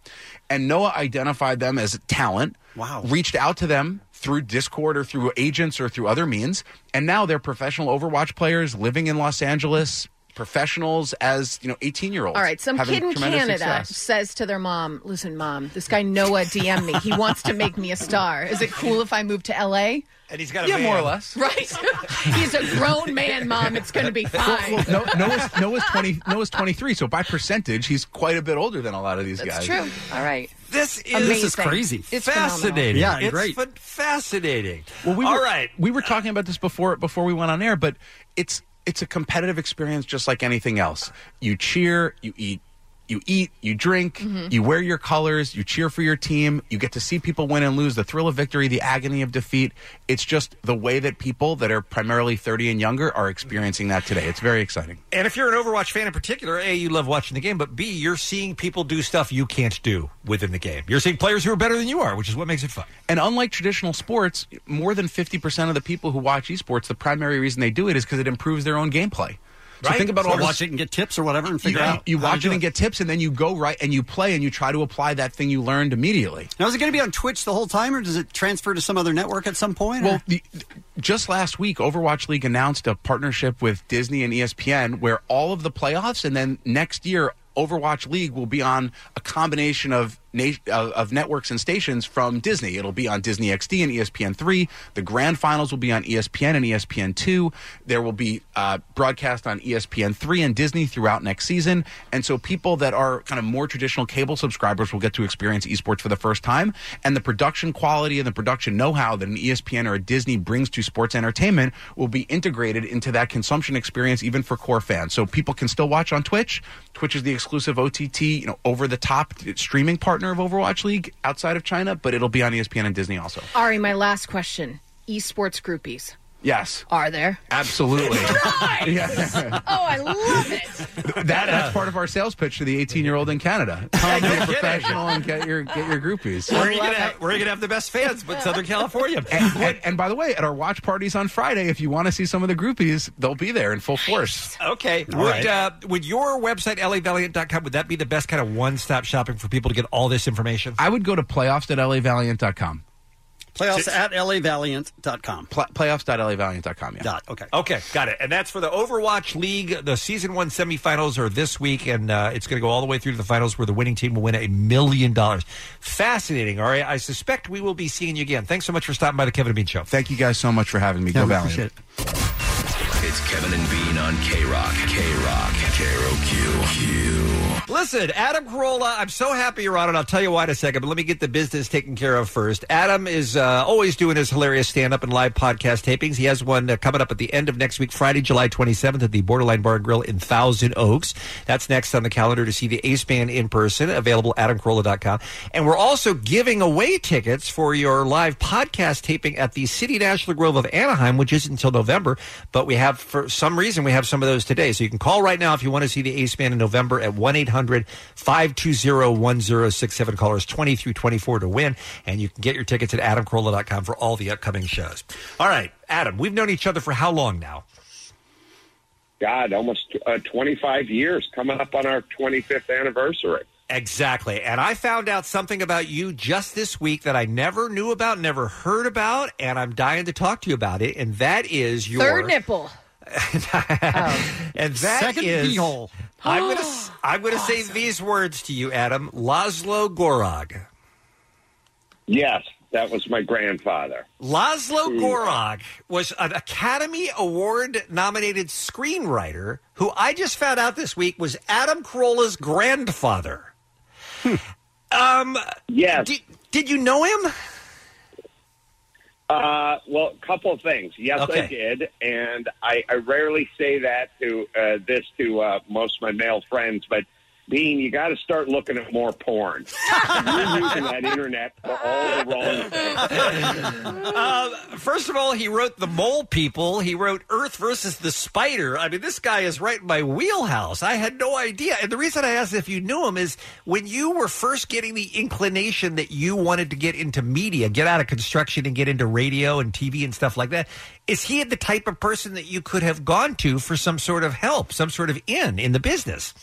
Speaker 32: and Noah identified them as talent. Wow. Reached out to them through Discord or through agents or through other means, and now they're professional Overwatch players living in Los Angeles. Professionals as you know, eighteen year olds.
Speaker 12: All right, some kid in Canada says to their mom, "Listen, mom, this guy Noah DM me. He wants to make me a star. Is it cool if I move to LA?"
Speaker 11: And he's got
Speaker 32: a Yeah, van. more or less.
Speaker 12: Right? He's a grown man, mom. It's going to be fine.
Speaker 32: Well, no, Noah's, Noah's twenty. Noah's twenty three. So by percentage, he's quite a bit older than a lot of these
Speaker 12: That's
Speaker 32: guys.
Speaker 12: true. All right.
Speaker 11: This
Speaker 32: is- This is crazy.
Speaker 11: It's
Speaker 32: Phenomenal.
Speaker 11: fascinating.
Speaker 32: Yeah,
Speaker 11: it's
Speaker 32: great.
Speaker 11: fa- fascinating.
Speaker 32: Well, we
Speaker 11: All
Speaker 32: were,
Speaker 11: right.
Speaker 32: We were talking about this before before we went on air, but it's it's a competitive experience just like anything else. You cheer. You eat. You eat, you drink,
Speaker 12: Mm-hmm.
Speaker 27: Mhm.
Speaker 32: you wear your colors, you cheer for your team, you get to see people win and lose, the thrill of victory, the agony of defeat. It's just the way that people that are primarily 30 and younger are experiencing that today. It's very exciting.
Speaker 11: And if you're an Overwatch fan in particular, A, you love watching the game, but B, you're seeing people do stuff you can't do within the game. You're seeing players who are better than you are, which is what makes it fun.
Speaker 32: And unlike traditional sports, more than 50% of the people who watch esports, the primary reason they do it is because it improves their own gameplay. So
Speaker 10: Right.
Speaker 32: think about
Speaker 10: So
Speaker 32: all this-
Speaker 10: watch it and get tips or whatever and figure
Speaker 32: you,
Speaker 10: out
Speaker 32: You
Speaker 10: how to
Speaker 32: watch
Speaker 10: do
Speaker 32: it
Speaker 10: it.
Speaker 32: and get tips, and then you go right and you play and you try to apply that thing you learned immediately.
Speaker 10: Now, is it going to be on Twitch the whole time, or does it transfer to some other network at some point? Well,
Speaker 32: the, just last week, Overwatch League announced a partnership with Disney and E ESPN where all of the playoffs and then next year, Overwatch League will be on a combination of na- of of networks and stations from Disney. It'll be on Disney XD and E ESPN3. The grand finals will be on E ESPN and ESPN2. There will be uh, broadcast on ESPN3 and Disney throughout next season. And so people that are kind of more traditional cable subscribers will get to experience esports for the first time. And the production quality and the production know how that an E ESPN or a Disney brings to sports entertainment will be integrated into that consumption experience, even for core fans. So people can still watch on Twitch. Twitch is the exclusive OTT, you know, over the top streaming partner of Overwatch League outside of China, but it'll be on E ESPN and Disney also.
Speaker 12: Ari, my last question. Esports groupies.
Speaker 32: Yes,
Speaker 12: Are there?
Speaker 32: absolutely. Yeah.
Speaker 12: oh, I love it.
Speaker 32: That, that's part of our sales pitch to the 18 year old in Canada. Come be a professional and get your get your groupies.
Speaker 11: Where are you gonna have, where are you gonna have the best fans? But Southern California.
Speaker 32: And, and, and by the way, at our watch parties on Friday, if you want to see some of the groupies, they'll be there in full force.
Speaker 11: Okay.
Speaker 32: All
Speaker 11: would
Speaker 32: right.
Speaker 11: uh, would your website lavaliant.com would that be the best kind of one stop shopping for people to get all this information?
Speaker 32: I would go to playoffs at lavaliant.com.
Speaker 10: Playoffs at lavaliant.com.
Speaker 32: Pl- playoffs.lavaliant.com, yeah.
Speaker 10: Dot, okay.
Speaker 11: Okay, got it. And that's for the Overwatch League. The season one semifinals are this week, and uh, it's going to go all the way through to the finals, where the winning team will win a million dollars. Fascinating. All right, I suspect we will be seeing you again. Thanks so much for stopping by the Kevin and Bean Show.
Speaker 32: Thank you guys so much for having me.
Speaker 11: Yeah,
Speaker 32: go
Speaker 11: we
Speaker 32: Valiant.
Speaker 11: appreciate
Speaker 14: It's Kevin and Bean on K Rock. K Rock. K R O Q.
Speaker 11: Listen, Adam Carolla, I'm so happy you're on it. I'll tell you why in a second, but let me get the business taken care of first. Adam is uh, always doing his hilarious stand up and live podcast tapings. He has one uh, coming up at the end of next week, Friday, July 27th, at the Borderline Bar and Grill in Thousand Oaks. That's next on the calendar to see the Ace Band in person, available at adamcarolla.com. And we're also giving away tickets for your live podcast taping at the City National Grove of Anaheim, which isn't until November, but we have, for some reason, we have some of those today. So you can call right now if you want to see the Ace Band in November at 1 800 520 1067, callers 20 through 24 to win. And you can get your tickets at adamcarolla.com for all the upcoming shows. All right, Adam, we've known each other for how long now?
Speaker 27: God, almost uh, 25 years coming up on our 25th anniversary.
Speaker 11: Exactly. And I found out something about you just this week that I never knew about, never heard about, and I'm dying to talk to you about it. And that is your
Speaker 12: Third nipple.
Speaker 11: and that
Speaker 12: Second
Speaker 11: is-
Speaker 12: beehole.
Speaker 11: I'm gonna s- I'm gonna say these words to you, Adam. Laszlo Gorog.
Speaker 27: Yes, that was my grandfather.
Speaker 11: Laszlo
Speaker 27: Mm.
Speaker 11: Gorog was an Academy Award nominated screenwriter who I just found out this week was Adam Carolla's grandfather. um
Speaker 27: Yes.
Speaker 11: Did, did you know him?
Speaker 27: Uh, well, a couple of things. Yes,
Speaker 11: Okay.
Speaker 27: I did, and I, I rarely say that to uh, this to uh, most of my male friends, but Dean, you got to start looking at more porn. You're using that internet for all the wrong
Speaker 11: Um, first of all, he wrote The Mole People. He wrote Earth versus the Spider. I mean, this guy is right in my wheelhouse. I had no idea. And the reason I asked if you knew him is when you were first getting the inclination that you wanted to get into media, get out of construction and get into radio and TV and stuff like that, is he the type of person that you could have gone to for some sort of help, some sort of in in the business?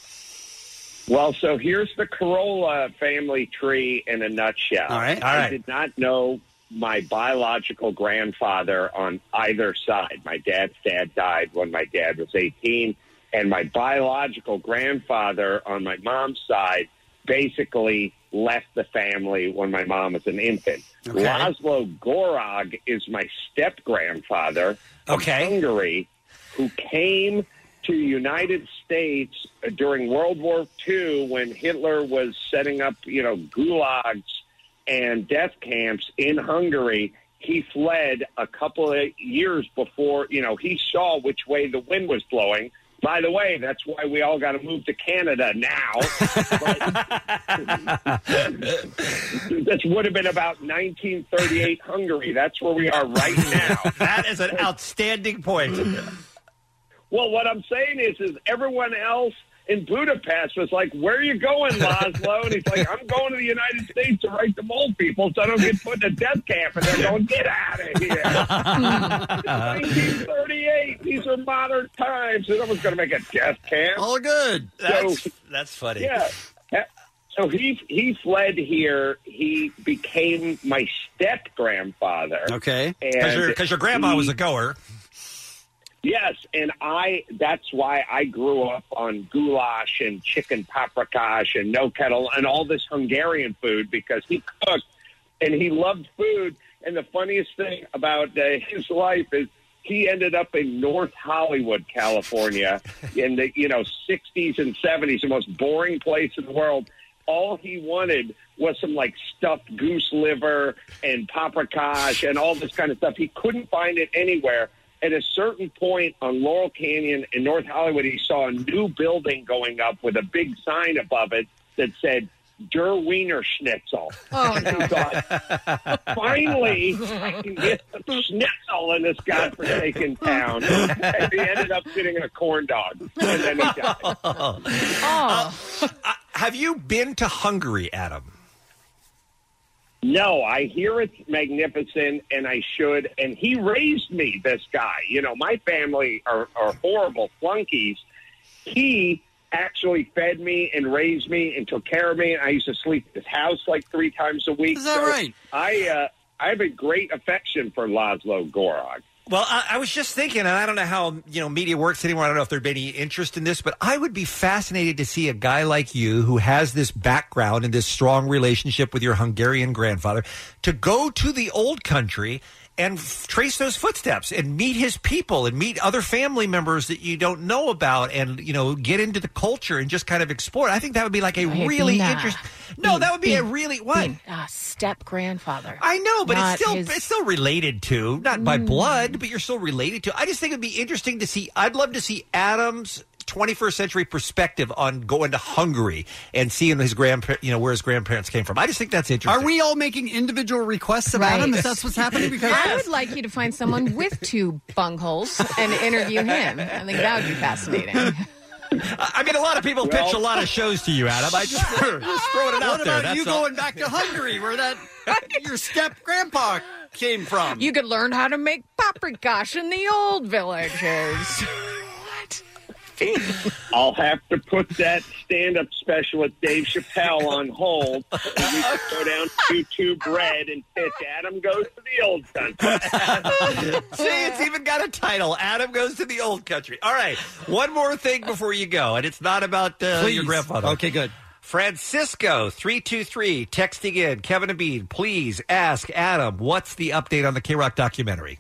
Speaker 27: Well, so here's the Corolla family tree in a nutshell. All
Speaker 11: right, all
Speaker 27: I
Speaker 11: right.
Speaker 27: did not know my biological grandfather on either side. My dad's dad died when my dad was 18, and my biological grandfather on my mom's side basically left the family when my mom was an infant.
Speaker 20: Okay.
Speaker 27: Laszlo Gorog is my step grandfather okay. from Hungary who came to the United States during World War II when Hitler was setting up, you know, gulags and death camps in Hungary. He fled a couple of years before, you know, he saw which way the wind was blowing. By the way, that's why we all got to move to Canada now. this would have been about 1938 Hungary. That's where we are right now.
Speaker 11: that is an outstanding point.
Speaker 27: Well, what I'm saying is, is everyone else in Budapest was like, "Where are you going, Laszlo?" And he's like, "I'm going to the United States to write the mole people, so I don't get put in a death camp." And they're going, "Get out of here!" It's 1938. These are modern times. And I was going to make a death camp.
Speaker 10: All good.
Speaker 27: So,
Speaker 11: That's funny.
Speaker 27: yeah. Ha- So he he fled here. He became my step grandfather.
Speaker 10: Okay.
Speaker 11: Because your, 'cause your grandma was a goer.
Speaker 27: Yes, and I that's why I grew up on goulash and chicken paprikash and no kettle and all this Hungarian food because he cooked and he loved food. And the funniest thing about uh, his life is he ended up in North Hollywood, California, in the you know 60s and 70s, the most boring place in the world. All he wanted was some like stuffed goose liver and paprikash and all this kind of stuff. He couldn't find it anywhere. At a certain point on Laurel Canyon in North Hollywood, he saw a new building going up with a big sign above it that said Der Wiener Schnitzel. Oh, no. finally, I can get some schnitzel in this godforsaken town. And he ended up getting a corn dog. And then he died.
Speaker 11: Uh, have you been to Hungary, Adam?
Speaker 27: No, I hear it's magnificent, and I should. And he raised me, this guy. You know, my family are, are horrible flunkies. He actually fed me and raised me and took care of me. I used to sleep at his house like three times a week.
Speaker 5: Is that right?
Speaker 27: I uh, I have a great affection for Laszlo Gorog.
Speaker 11: Well, I, I was just thinking, and I don't know how you know media works anymore. I don't know if there'd be any interest in this, but I would be fascinated to see a guy like you who has this background and this strong relationship with your Hungarian grandfather to go to the old country and f- trace those footsteps and meet his people and meet other family members that you don't know about and you know get into the culture and just kind of explore. I think that would be like a really
Speaker 12: uh,
Speaker 11: interesting. No, that would be a really what?
Speaker 12: step grandfather.
Speaker 11: I know, but
Speaker 12: uh, Not
Speaker 11: it's still
Speaker 12: his- Mm.
Speaker 11: it's still related to, not by blood, but you're still related to. I just think it'd be interesting to see. I'd love to see Adam's 21st century perspective on going to Hungary and seeing his grandpa, you know, where his grandparents came from. I just think that's interesting.
Speaker 10: Are we all making individual requests of Adam? Is that what's happening? Because
Speaker 12: I would like you to find someone with two bungholes and interview him. I think that would be fascinating.
Speaker 11: I I mean, a lot of people pitch a lot of shows to you, Adam. I just, just throwing it out there.
Speaker 10: what about
Speaker 11: that's
Speaker 10: you
Speaker 11: all.
Speaker 10: going back to Hungary, where that your step grandpa came from?
Speaker 12: You could learn how to make paprikash in the old villages.
Speaker 27: I'll have to put that stand-up special with Dave Chappelle on hold. And we can go down to YouTube Red and pitch Adam goes to the old country.
Speaker 11: See, it's even got a title. Adam goes to the old country. All right, one more thing before you go, and it's not about uh, your
Speaker 10: Please.
Speaker 11: grandfather.
Speaker 10: Okay, good.
Speaker 11: Francisco three two three texting in. Kevin and Bean, please ask Adam what's the update on the K Rock documentary.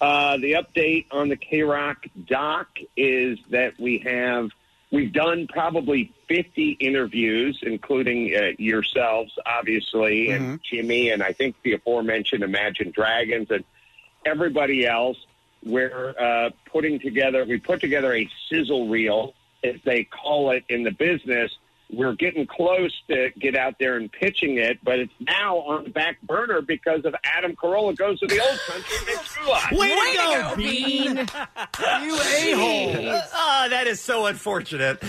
Speaker 27: Uh, the update on the K Rock doc is that we have we've done probably fifty interviews, including uh, yourselves, obviously, and Jimmy, and I think the aforementioned Imagine Dragons and everybody else. We're uh, putting together we put together a sizzle reel, as they call it in the business. We're getting close to get out there and pitching it, but it's now on the back burner because of Adam Carolla goes to the old country and makes goulash.
Speaker 5: Way to Way to go, go, Bean.
Speaker 11: you
Speaker 5: a-hole. Jeez.
Speaker 11: Oh, that is so unfortunate.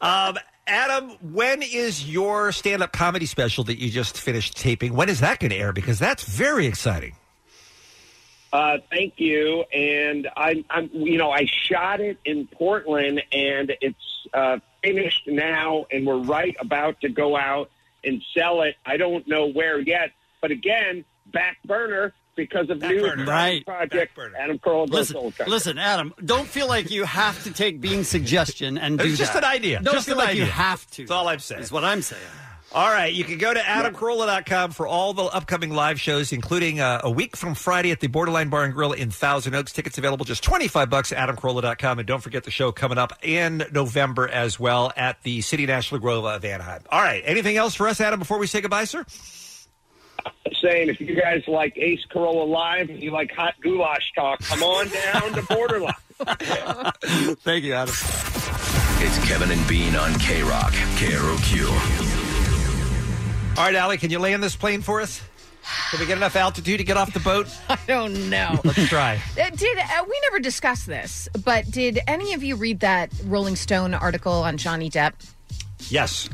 Speaker 11: Um, Adam, when is your stand up comedy special that you just finished taping? When is that going to air? Because that's very exciting.
Speaker 27: Uh, thank you. And I'm, I'm, you know, I shot it in Portland, and it's uh, finished now, and we're right about to go out and sell it. I don't know where yet, but again, back burner because of new
Speaker 10: Right.
Speaker 27: project. Adam Carolla goes
Speaker 10: Listen,
Speaker 27: Old Country.
Speaker 10: listen, Adam. Don't feel like you have to take Bean's suggestion and do
Speaker 11: It's just
Speaker 10: that.
Speaker 11: an idea.
Speaker 10: Don't
Speaker 11: Just
Speaker 10: feel
Speaker 11: an
Speaker 10: like you
Speaker 11: idea.
Speaker 10: have to. That's
Speaker 11: all I'm saying.
Speaker 10: Is what I'm saying.
Speaker 11: All right, you can go to adamcarolla.com for all the upcoming live shows, including uh, a week from Friday at the Borderline Bar and Grill in Thousand Oaks. Tickets available just 25 bucks at adamcarolla.com. And don't forget the show coming up in November as well at the City National Grove of Anaheim. All right, anything else for us, Adam, before we say goodbye, sir?
Speaker 27: Saying if you guys like Ace Corolla Live, if you like hot goulash talk, come on down to Borderline.
Speaker 10: Thank you, Adam.
Speaker 14: It's Kevin and Bean on K Rock, KROQ.
Speaker 11: All right, Allie, can you land this plane for us? Can we get enough altitude to get off the boat?
Speaker 12: I don't know.
Speaker 11: Let's try.
Speaker 12: Uh, Did uh, we never discussed this? But did any of you read that Rolling Stone article on Johnny Depp?
Speaker 11: Yes.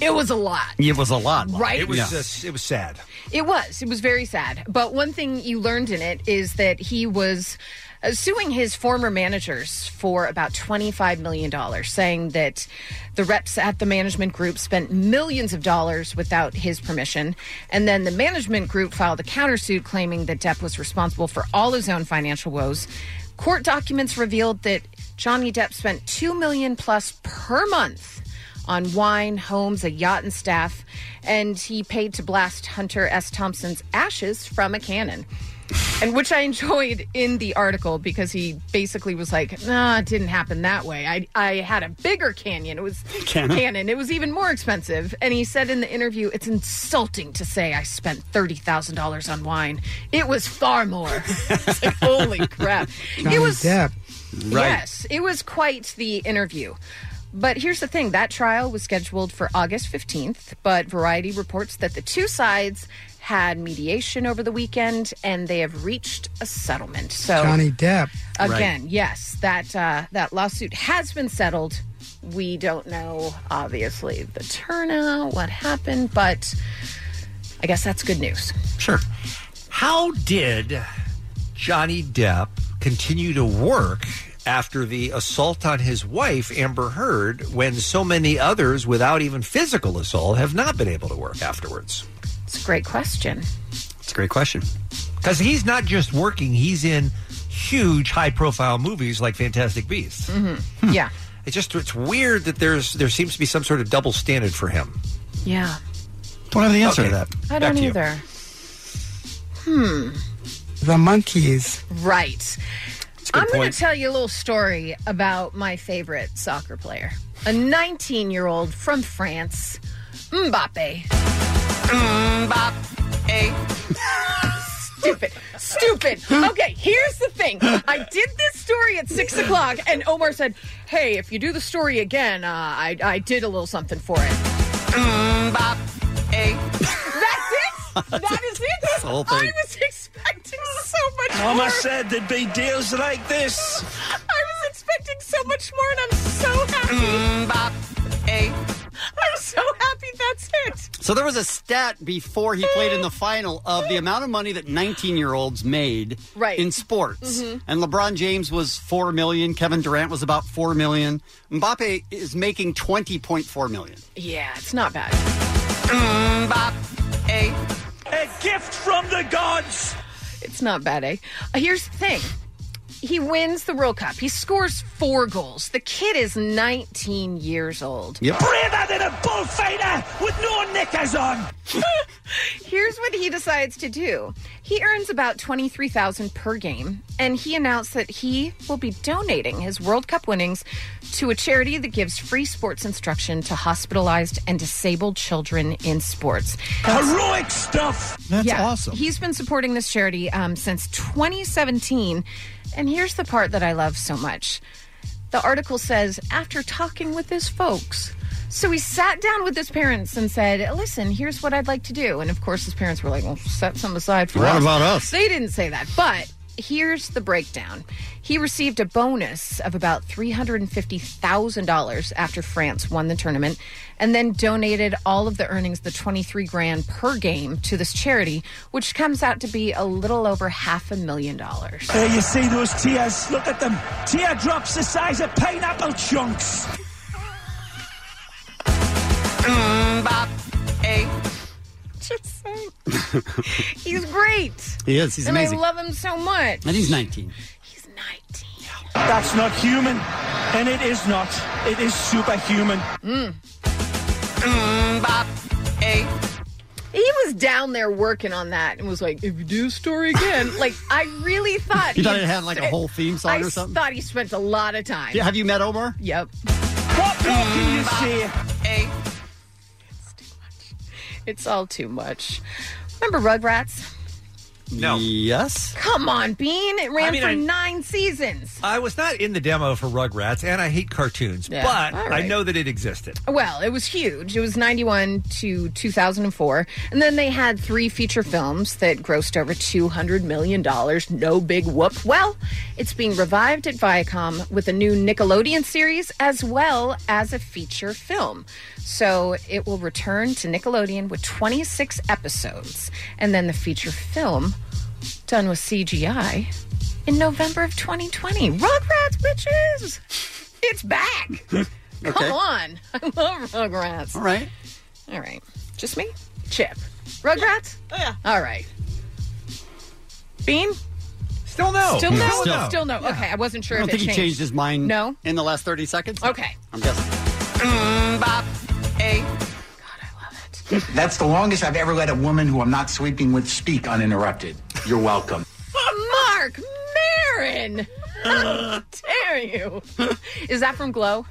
Speaker 12: It was a lot.
Speaker 10: It was a lot.
Speaker 12: Right?
Speaker 11: It was,
Speaker 12: Yeah.
Speaker 11: just- it was sad.
Speaker 12: It was. It was very sad. But one thing you learned in it is that he was uh, suing his former managers for about $25 million, saying that the reps at the management group spent millions of dollars without his permission. And then the management group filed a countersuit claiming that Depp was responsible for all his own financial woes. Court documents revealed that Johnny Depp spent 2 million plus per month on wine, homes, a yacht, and staff, and he paid to blast Hunter S. Thompson's ashes from a cannon. And which I enjoyed in the article because he basically was like, nah, it didn't happen that way. I, I had a bigger canyon. It was
Speaker 5: Cannon.
Speaker 12: cannon. It was even more expensive. And he said in the interview, it's insulting to say I spent $30,000 on wine. It was far more. It's like, holy crap. it was Yes, it was quite the interview. But here's the thing that trial was scheduled for August 15th, but Variety reports that the two sides had mediation over the weekend and they have reached a settlement. So
Speaker 27: Johnny Depp.
Speaker 12: Again, yes, that uh, that lawsuit has been settled. We don't know obviously the turnout, what happened, but I guess that's good news.
Speaker 11: Sure. How did Johnny Depp continue to work after the assault on his wife, Amber Heard, when so many others, without even physical assault, have not been able to work afterwards?
Speaker 12: It's a great question.
Speaker 11: It's a great question. Because he's not just working, he's in huge high profile movies like Fantastic Beasts.
Speaker 12: Mm-hmm. yeah.
Speaker 11: It's just it's weird that there's there seems to be some sort of double standard for him.
Speaker 12: Yeah.
Speaker 10: Don't have the
Speaker 11: answer to that.
Speaker 12: I
Speaker 11: Hmm. Back
Speaker 12: don't
Speaker 11: to you.
Speaker 12: either. Hmm.
Speaker 27: The monkeys.
Speaker 12: Right.
Speaker 27: good
Speaker 12: I'm going
Speaker 27: point.
Speaker 12: to tell you a little story about my favorite soccer player, a 19 year old from France, Mbappe. Mbappe. Stupid. Stupid. Okay, here's the thing. I did this story at six o'clock, and Omar said, Hey, if you do the story again, uh, I, I did a little something for it. Mbappe. That's it. That is it.
Speaker 5: That's the whole thing.
Speaker 12: I was expecting so much more.
Speaker 5: Mama said there'd be deals like this.
Speaker 12: I was expecting so much more, and I'm so
Speaker 5: Mm,
Speaker 12: happy. I'm so happy that's it.
Speaker 10: So there was a stat before he played in the final of the amount of money that 19-year-olds made
Speaker 12: Right.
Speaker 10: in sports.
Speaker 12: Mhm.
Speaker 10: And LeBron James was 4 million, Kevin Durant was about 4 million. Mbappe is making 20.4 million.
Speaker 12: Yeah, it's not bad.
Speaker 5: A gift from the gods.
Speaker 12: It's not bad, eh? Uh, Here's the thing. He wins the World Cup. He scores four goals. The kid is 19 years old.
Speaker 5: Yep. Braver than a bullfighter with no knickers on.
Speaker 12: Here's what he decides to do. He earns about 23,000 per game and he announced that he will be donating his World Cup winnings to a charity that gives free sports instruction to hospitalized and disabled children in sports.
Speaker 5: Heroic stuff.
Speaker 12: Yeah. He's been supporting this charity um, since 2017. And here's the part that I love so much the article says, after talking with his folks. So he sat down with his parents and said, Listen, here's what I'd like to do. And of course, his parents were like, Well, set some aside for
Speaker 10: What
Speaker 12: us.
Speaker 10: about us?
Speaker 12: They didn't say that. But here's the breakdown he received a bonus of about $350,000 after France won the tournament and then donated all of the earnings, the 23 grand per game, to this charity, which comes out to be a little over half a million dollars.
Speaker 5: There you see those tears. Look at them. Teardrops the size of pineapple chunks.
Speaker 12: Just saying. He's great.
Speaker 10: He is. He's
Speaker 12: and
Speaker 10: amazing.
Speaker 12: I love him so much.
Speaker 10: and he's 19.
Speaker 5: That's not human. And it is not. It is superhuman.
Speaker 12: Mm. He was down there working on that and was like, if you do a story again, like, I really thought
Speaker 10: You thought
Speaker 12: he
Speaker 10: it had, like, a whole theme song
Speaker 12: I
Speaker 10: or something?
Speaker 12: thought he spent a lot of time.
Speaker 10: Yeah, have you met Omar?
Speaker 12: Yep. Mm, eh.
Speaker 5: What more can you say?
Speaker 12: It's all too much. Remember Rugrats?
Speaker 11: No.
Speaker 10: Yes.
Speaker 12: Come on, Bean. It ran
Speaker 11: I mean,
Speaker 12: for
Speaker 11: I-
Speaker 12: nine seasons.
Speaker 11: I was not in the demo for Rugrats, and I hate cartoons,
Speaker 12: Yeah,
Speaker 11: but
Speaker 12: all right.
Speaker 11: I know that it existed.
Speaker 12: Well, it was huge. It was 91 to 2004. And then they had three feature films that grossed over $200 million. No big whoop. Well, it's being revived at Viacom with a new Nickelodeon series as well as a feature film. So it will return to Nickelodeon with 26 episodes. And then the feature film, done with CGI, in November of 2020. Rugrats, bitches! It's back! Come on. I love Rugrats.
Speaker 10: All right.
Speaker 12: All right. Just me? Chip. Rugrats? Oh, yeah. All right. Bean?
Speaker 11: Still
Speaker 10: no.
Speaker 12: Still no?
Speaker 10: Still no.
Speaker 12: Still no. Okay, I wasn't sure
Speaker 10: I don't
Speaker 12: if it
Speaker 10: think he changed his mind
Speaker 12: No?
Speaker 10: in the last 30 seconds.
Speaker 12: Okay. Mm,
Speaker 10: I'm guessing.
Speaker 12: Bop. Hey.
Speaker 32: That's the longest I've ever let a woman who I'm not sleeping with speak uninterrupted. You're welcome.
Speaker 12: Mark Marin.
Speaker 10: Uh.
Speaker 12: How dare you? Is that from Glow?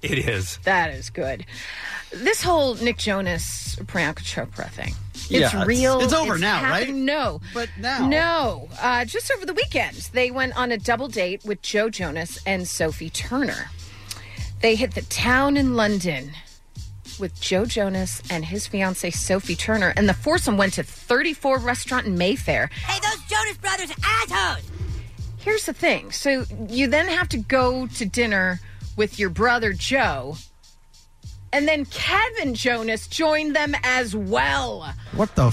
Speaker 11: It is.
Speaker 12: That is good. This whole Nick Jonas Priyanka Chopra thing. It's
Speaker 10: Yeah, it's-
Speaker 12: real.
Speaker 10: it's over now,
Speaker 12: happening.
Speaker 10: right?
Speaker 12: No.
Speaker 10: But now.
Speaker 12: No. Uh, just over the weekend, they went on a double date with Joe Jonas and Sophie Turner. They hit the town in London with Joe Jonas and his fiancee Sophie Turner, and the foursome went to 34 restaurant in Mayfair.
Speaker 34: Hey, those Jonas Brothers assholes!
Speaker 12: Here's the thing. So you then have to go to dinner with your brother Joe. And then Kevin Jonas joined them as well.
Speaker 32: What the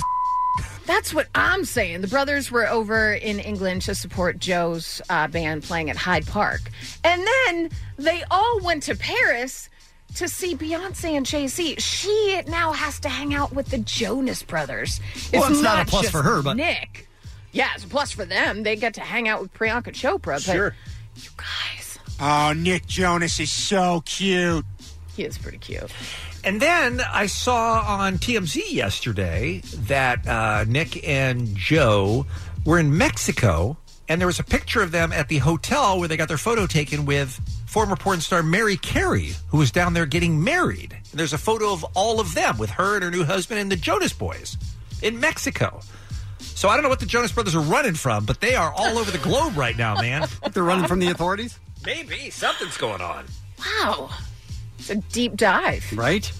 Speaker 32: f?
Speaker 12: That's what I'm saying. The brothers were over in England to support Joe's uh, band playing at Hyde Park. And then they all went to Paris to see Beyonce and Jay Z. She now has to hang out with the Jonas brothers.
Speaker 10: Well, it's not a plus
Speaker 12: just
Speaker 10: for her, but-
Speaker 12: Nick. Yeah, it's a plus for them. They get to hang out with Priyanka Chopra. But
Speaker 27: Sure. Oh, Nick Jonas is so cute.
Speaker 12: He is pretty cute.
Speaker 11: And then I saw on TMZ yesterday that uh, Nick and Joe were in Mexico, and there was a picture of them at the hotel where they got their photo taken with former porn star Mary Carey, who was down there getting married. And there's a photo of all of them with her and her new husband and the Jonas Boys in Mexico. So I don't know what the Jonas Brothers are running from, but they are all over the globe right now, man.
Speaker 10: They're running from the authorities?
Speaker 11: Maybe something's going on.
Speaker 12: Wow. It's a deep dive
Speaker 10: Right?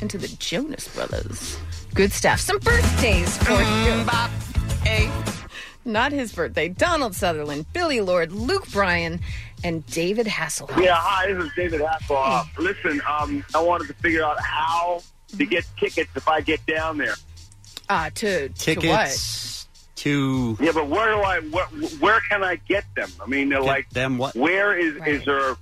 Speaker 12: into the Jonas brothers. Good stuff. Some birthdays for
Speaker 10: Mm,
Speaker 12: you. Not his birthday. Donald Sutherland, Billy Lord, Luke Bryan, and David Hasselhoff.
Speaker 4: Yeah, hi, this is David Hasselhoff. Listen, um, I wanted to figure out how to get tickets if I get down there.
Speaker 12: Uh, to, to what?
Speaker 10: Tickets to,
Speaker 4: Yeah, but where do I? Where, where can I get them? I mean, they're
Speaker 10: Get
Speaker 4: like
Speaker 10: them what?
Speaker 4: Where is is there?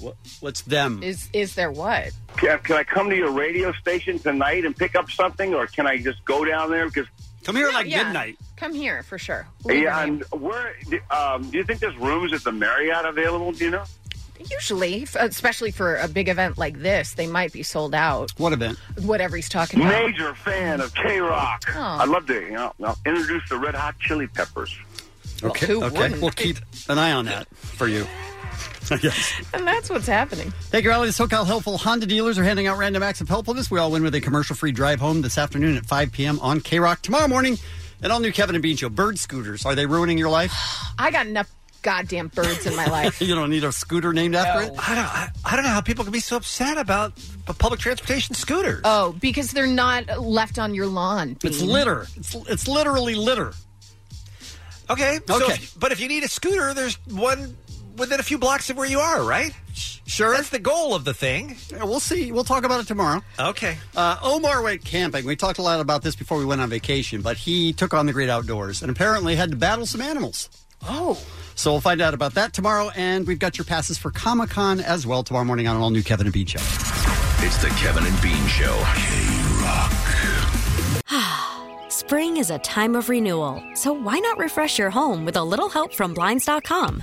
Speaker 10: what, what's them?
Speaker 12: Is is there what?
Speaker 4: Can, can I come to your radio station tonight and pick up something, or can I just go down there? Because
Speaker 10: come
Speaker 12: No, yeah. Come here for sure.
Speaker 4: Yeah, and where? Um, do you think there's rooms at the Marriott available? Do you know?
Speaker 12: Usually, f- uh, especially for a big event like this, they might be sold out.
Speaker 10: What event?
Speaker 12: Whatever he's talking about.
Speaker 4: Major fan of K Rock.
Speaker 12: Oh.
Speaker 4: I'd love to you know, now introduce the Red Hot Chili Peppers.
Speaker 10: Okay.
Speaker 4: who
Speaker 10: okay.
Speaker 4: wouldn't?
Speaker 10: We'll keep an eye on that for you. yes.
Speaker 12: And that's what's happening.
Speaker 10: Thank you, Riley. The SoCal Helpful Honda dealers are handing out random acts of helpfulness. We all win with a commercial free drive home this afternoon at 5 p.m. on K Rock. Tomorrow morning, an all new Kevin and Bean show. Bird scooters. Are they ruining your life?
Speaker 12: I got enough goddamn birds in my life.
Speaker 10: you don't need a scooter named after it?
Speaker 11: I don't, I, I don't know how people can be so upset about p- public transportation scooters.
Speaker 12: Oh, because they're not left on your lawn.
Speaker 11: It's
Speaker 12: Bean.
Speaker 11: litter.
Speaker 10: It's, it's literally litter.
Speaker 11: Okay. So
Speaker 10: Okay.
Speaker 11: if- but if you need a scooter, there's one within a few blocks of where you are, right?
Speaker 10: Sure.
Speaker 11: That's the goal of the thing.
Speaker 10: Yeah, we'll see. We'll talk about it tomorrow.
Speaker 11: Okay.
Speaker 10: Uh, Omar went camping. We talked a lot about this before we went on vacation, but he took on the great outdoors and apparently had to battle some animals.
Speaker 12: Oh.
Speaker 10: So we'll find out about that tomorrow, and we've got your passes for Comic Con as well tomorrow morning on an all new Kevin and Bean show.
Speaker 14: It's the Kevin and Bean Show.
Speaker 33: Spring is a time of renewal, so why not refresh your home with a little help from Blinds.com?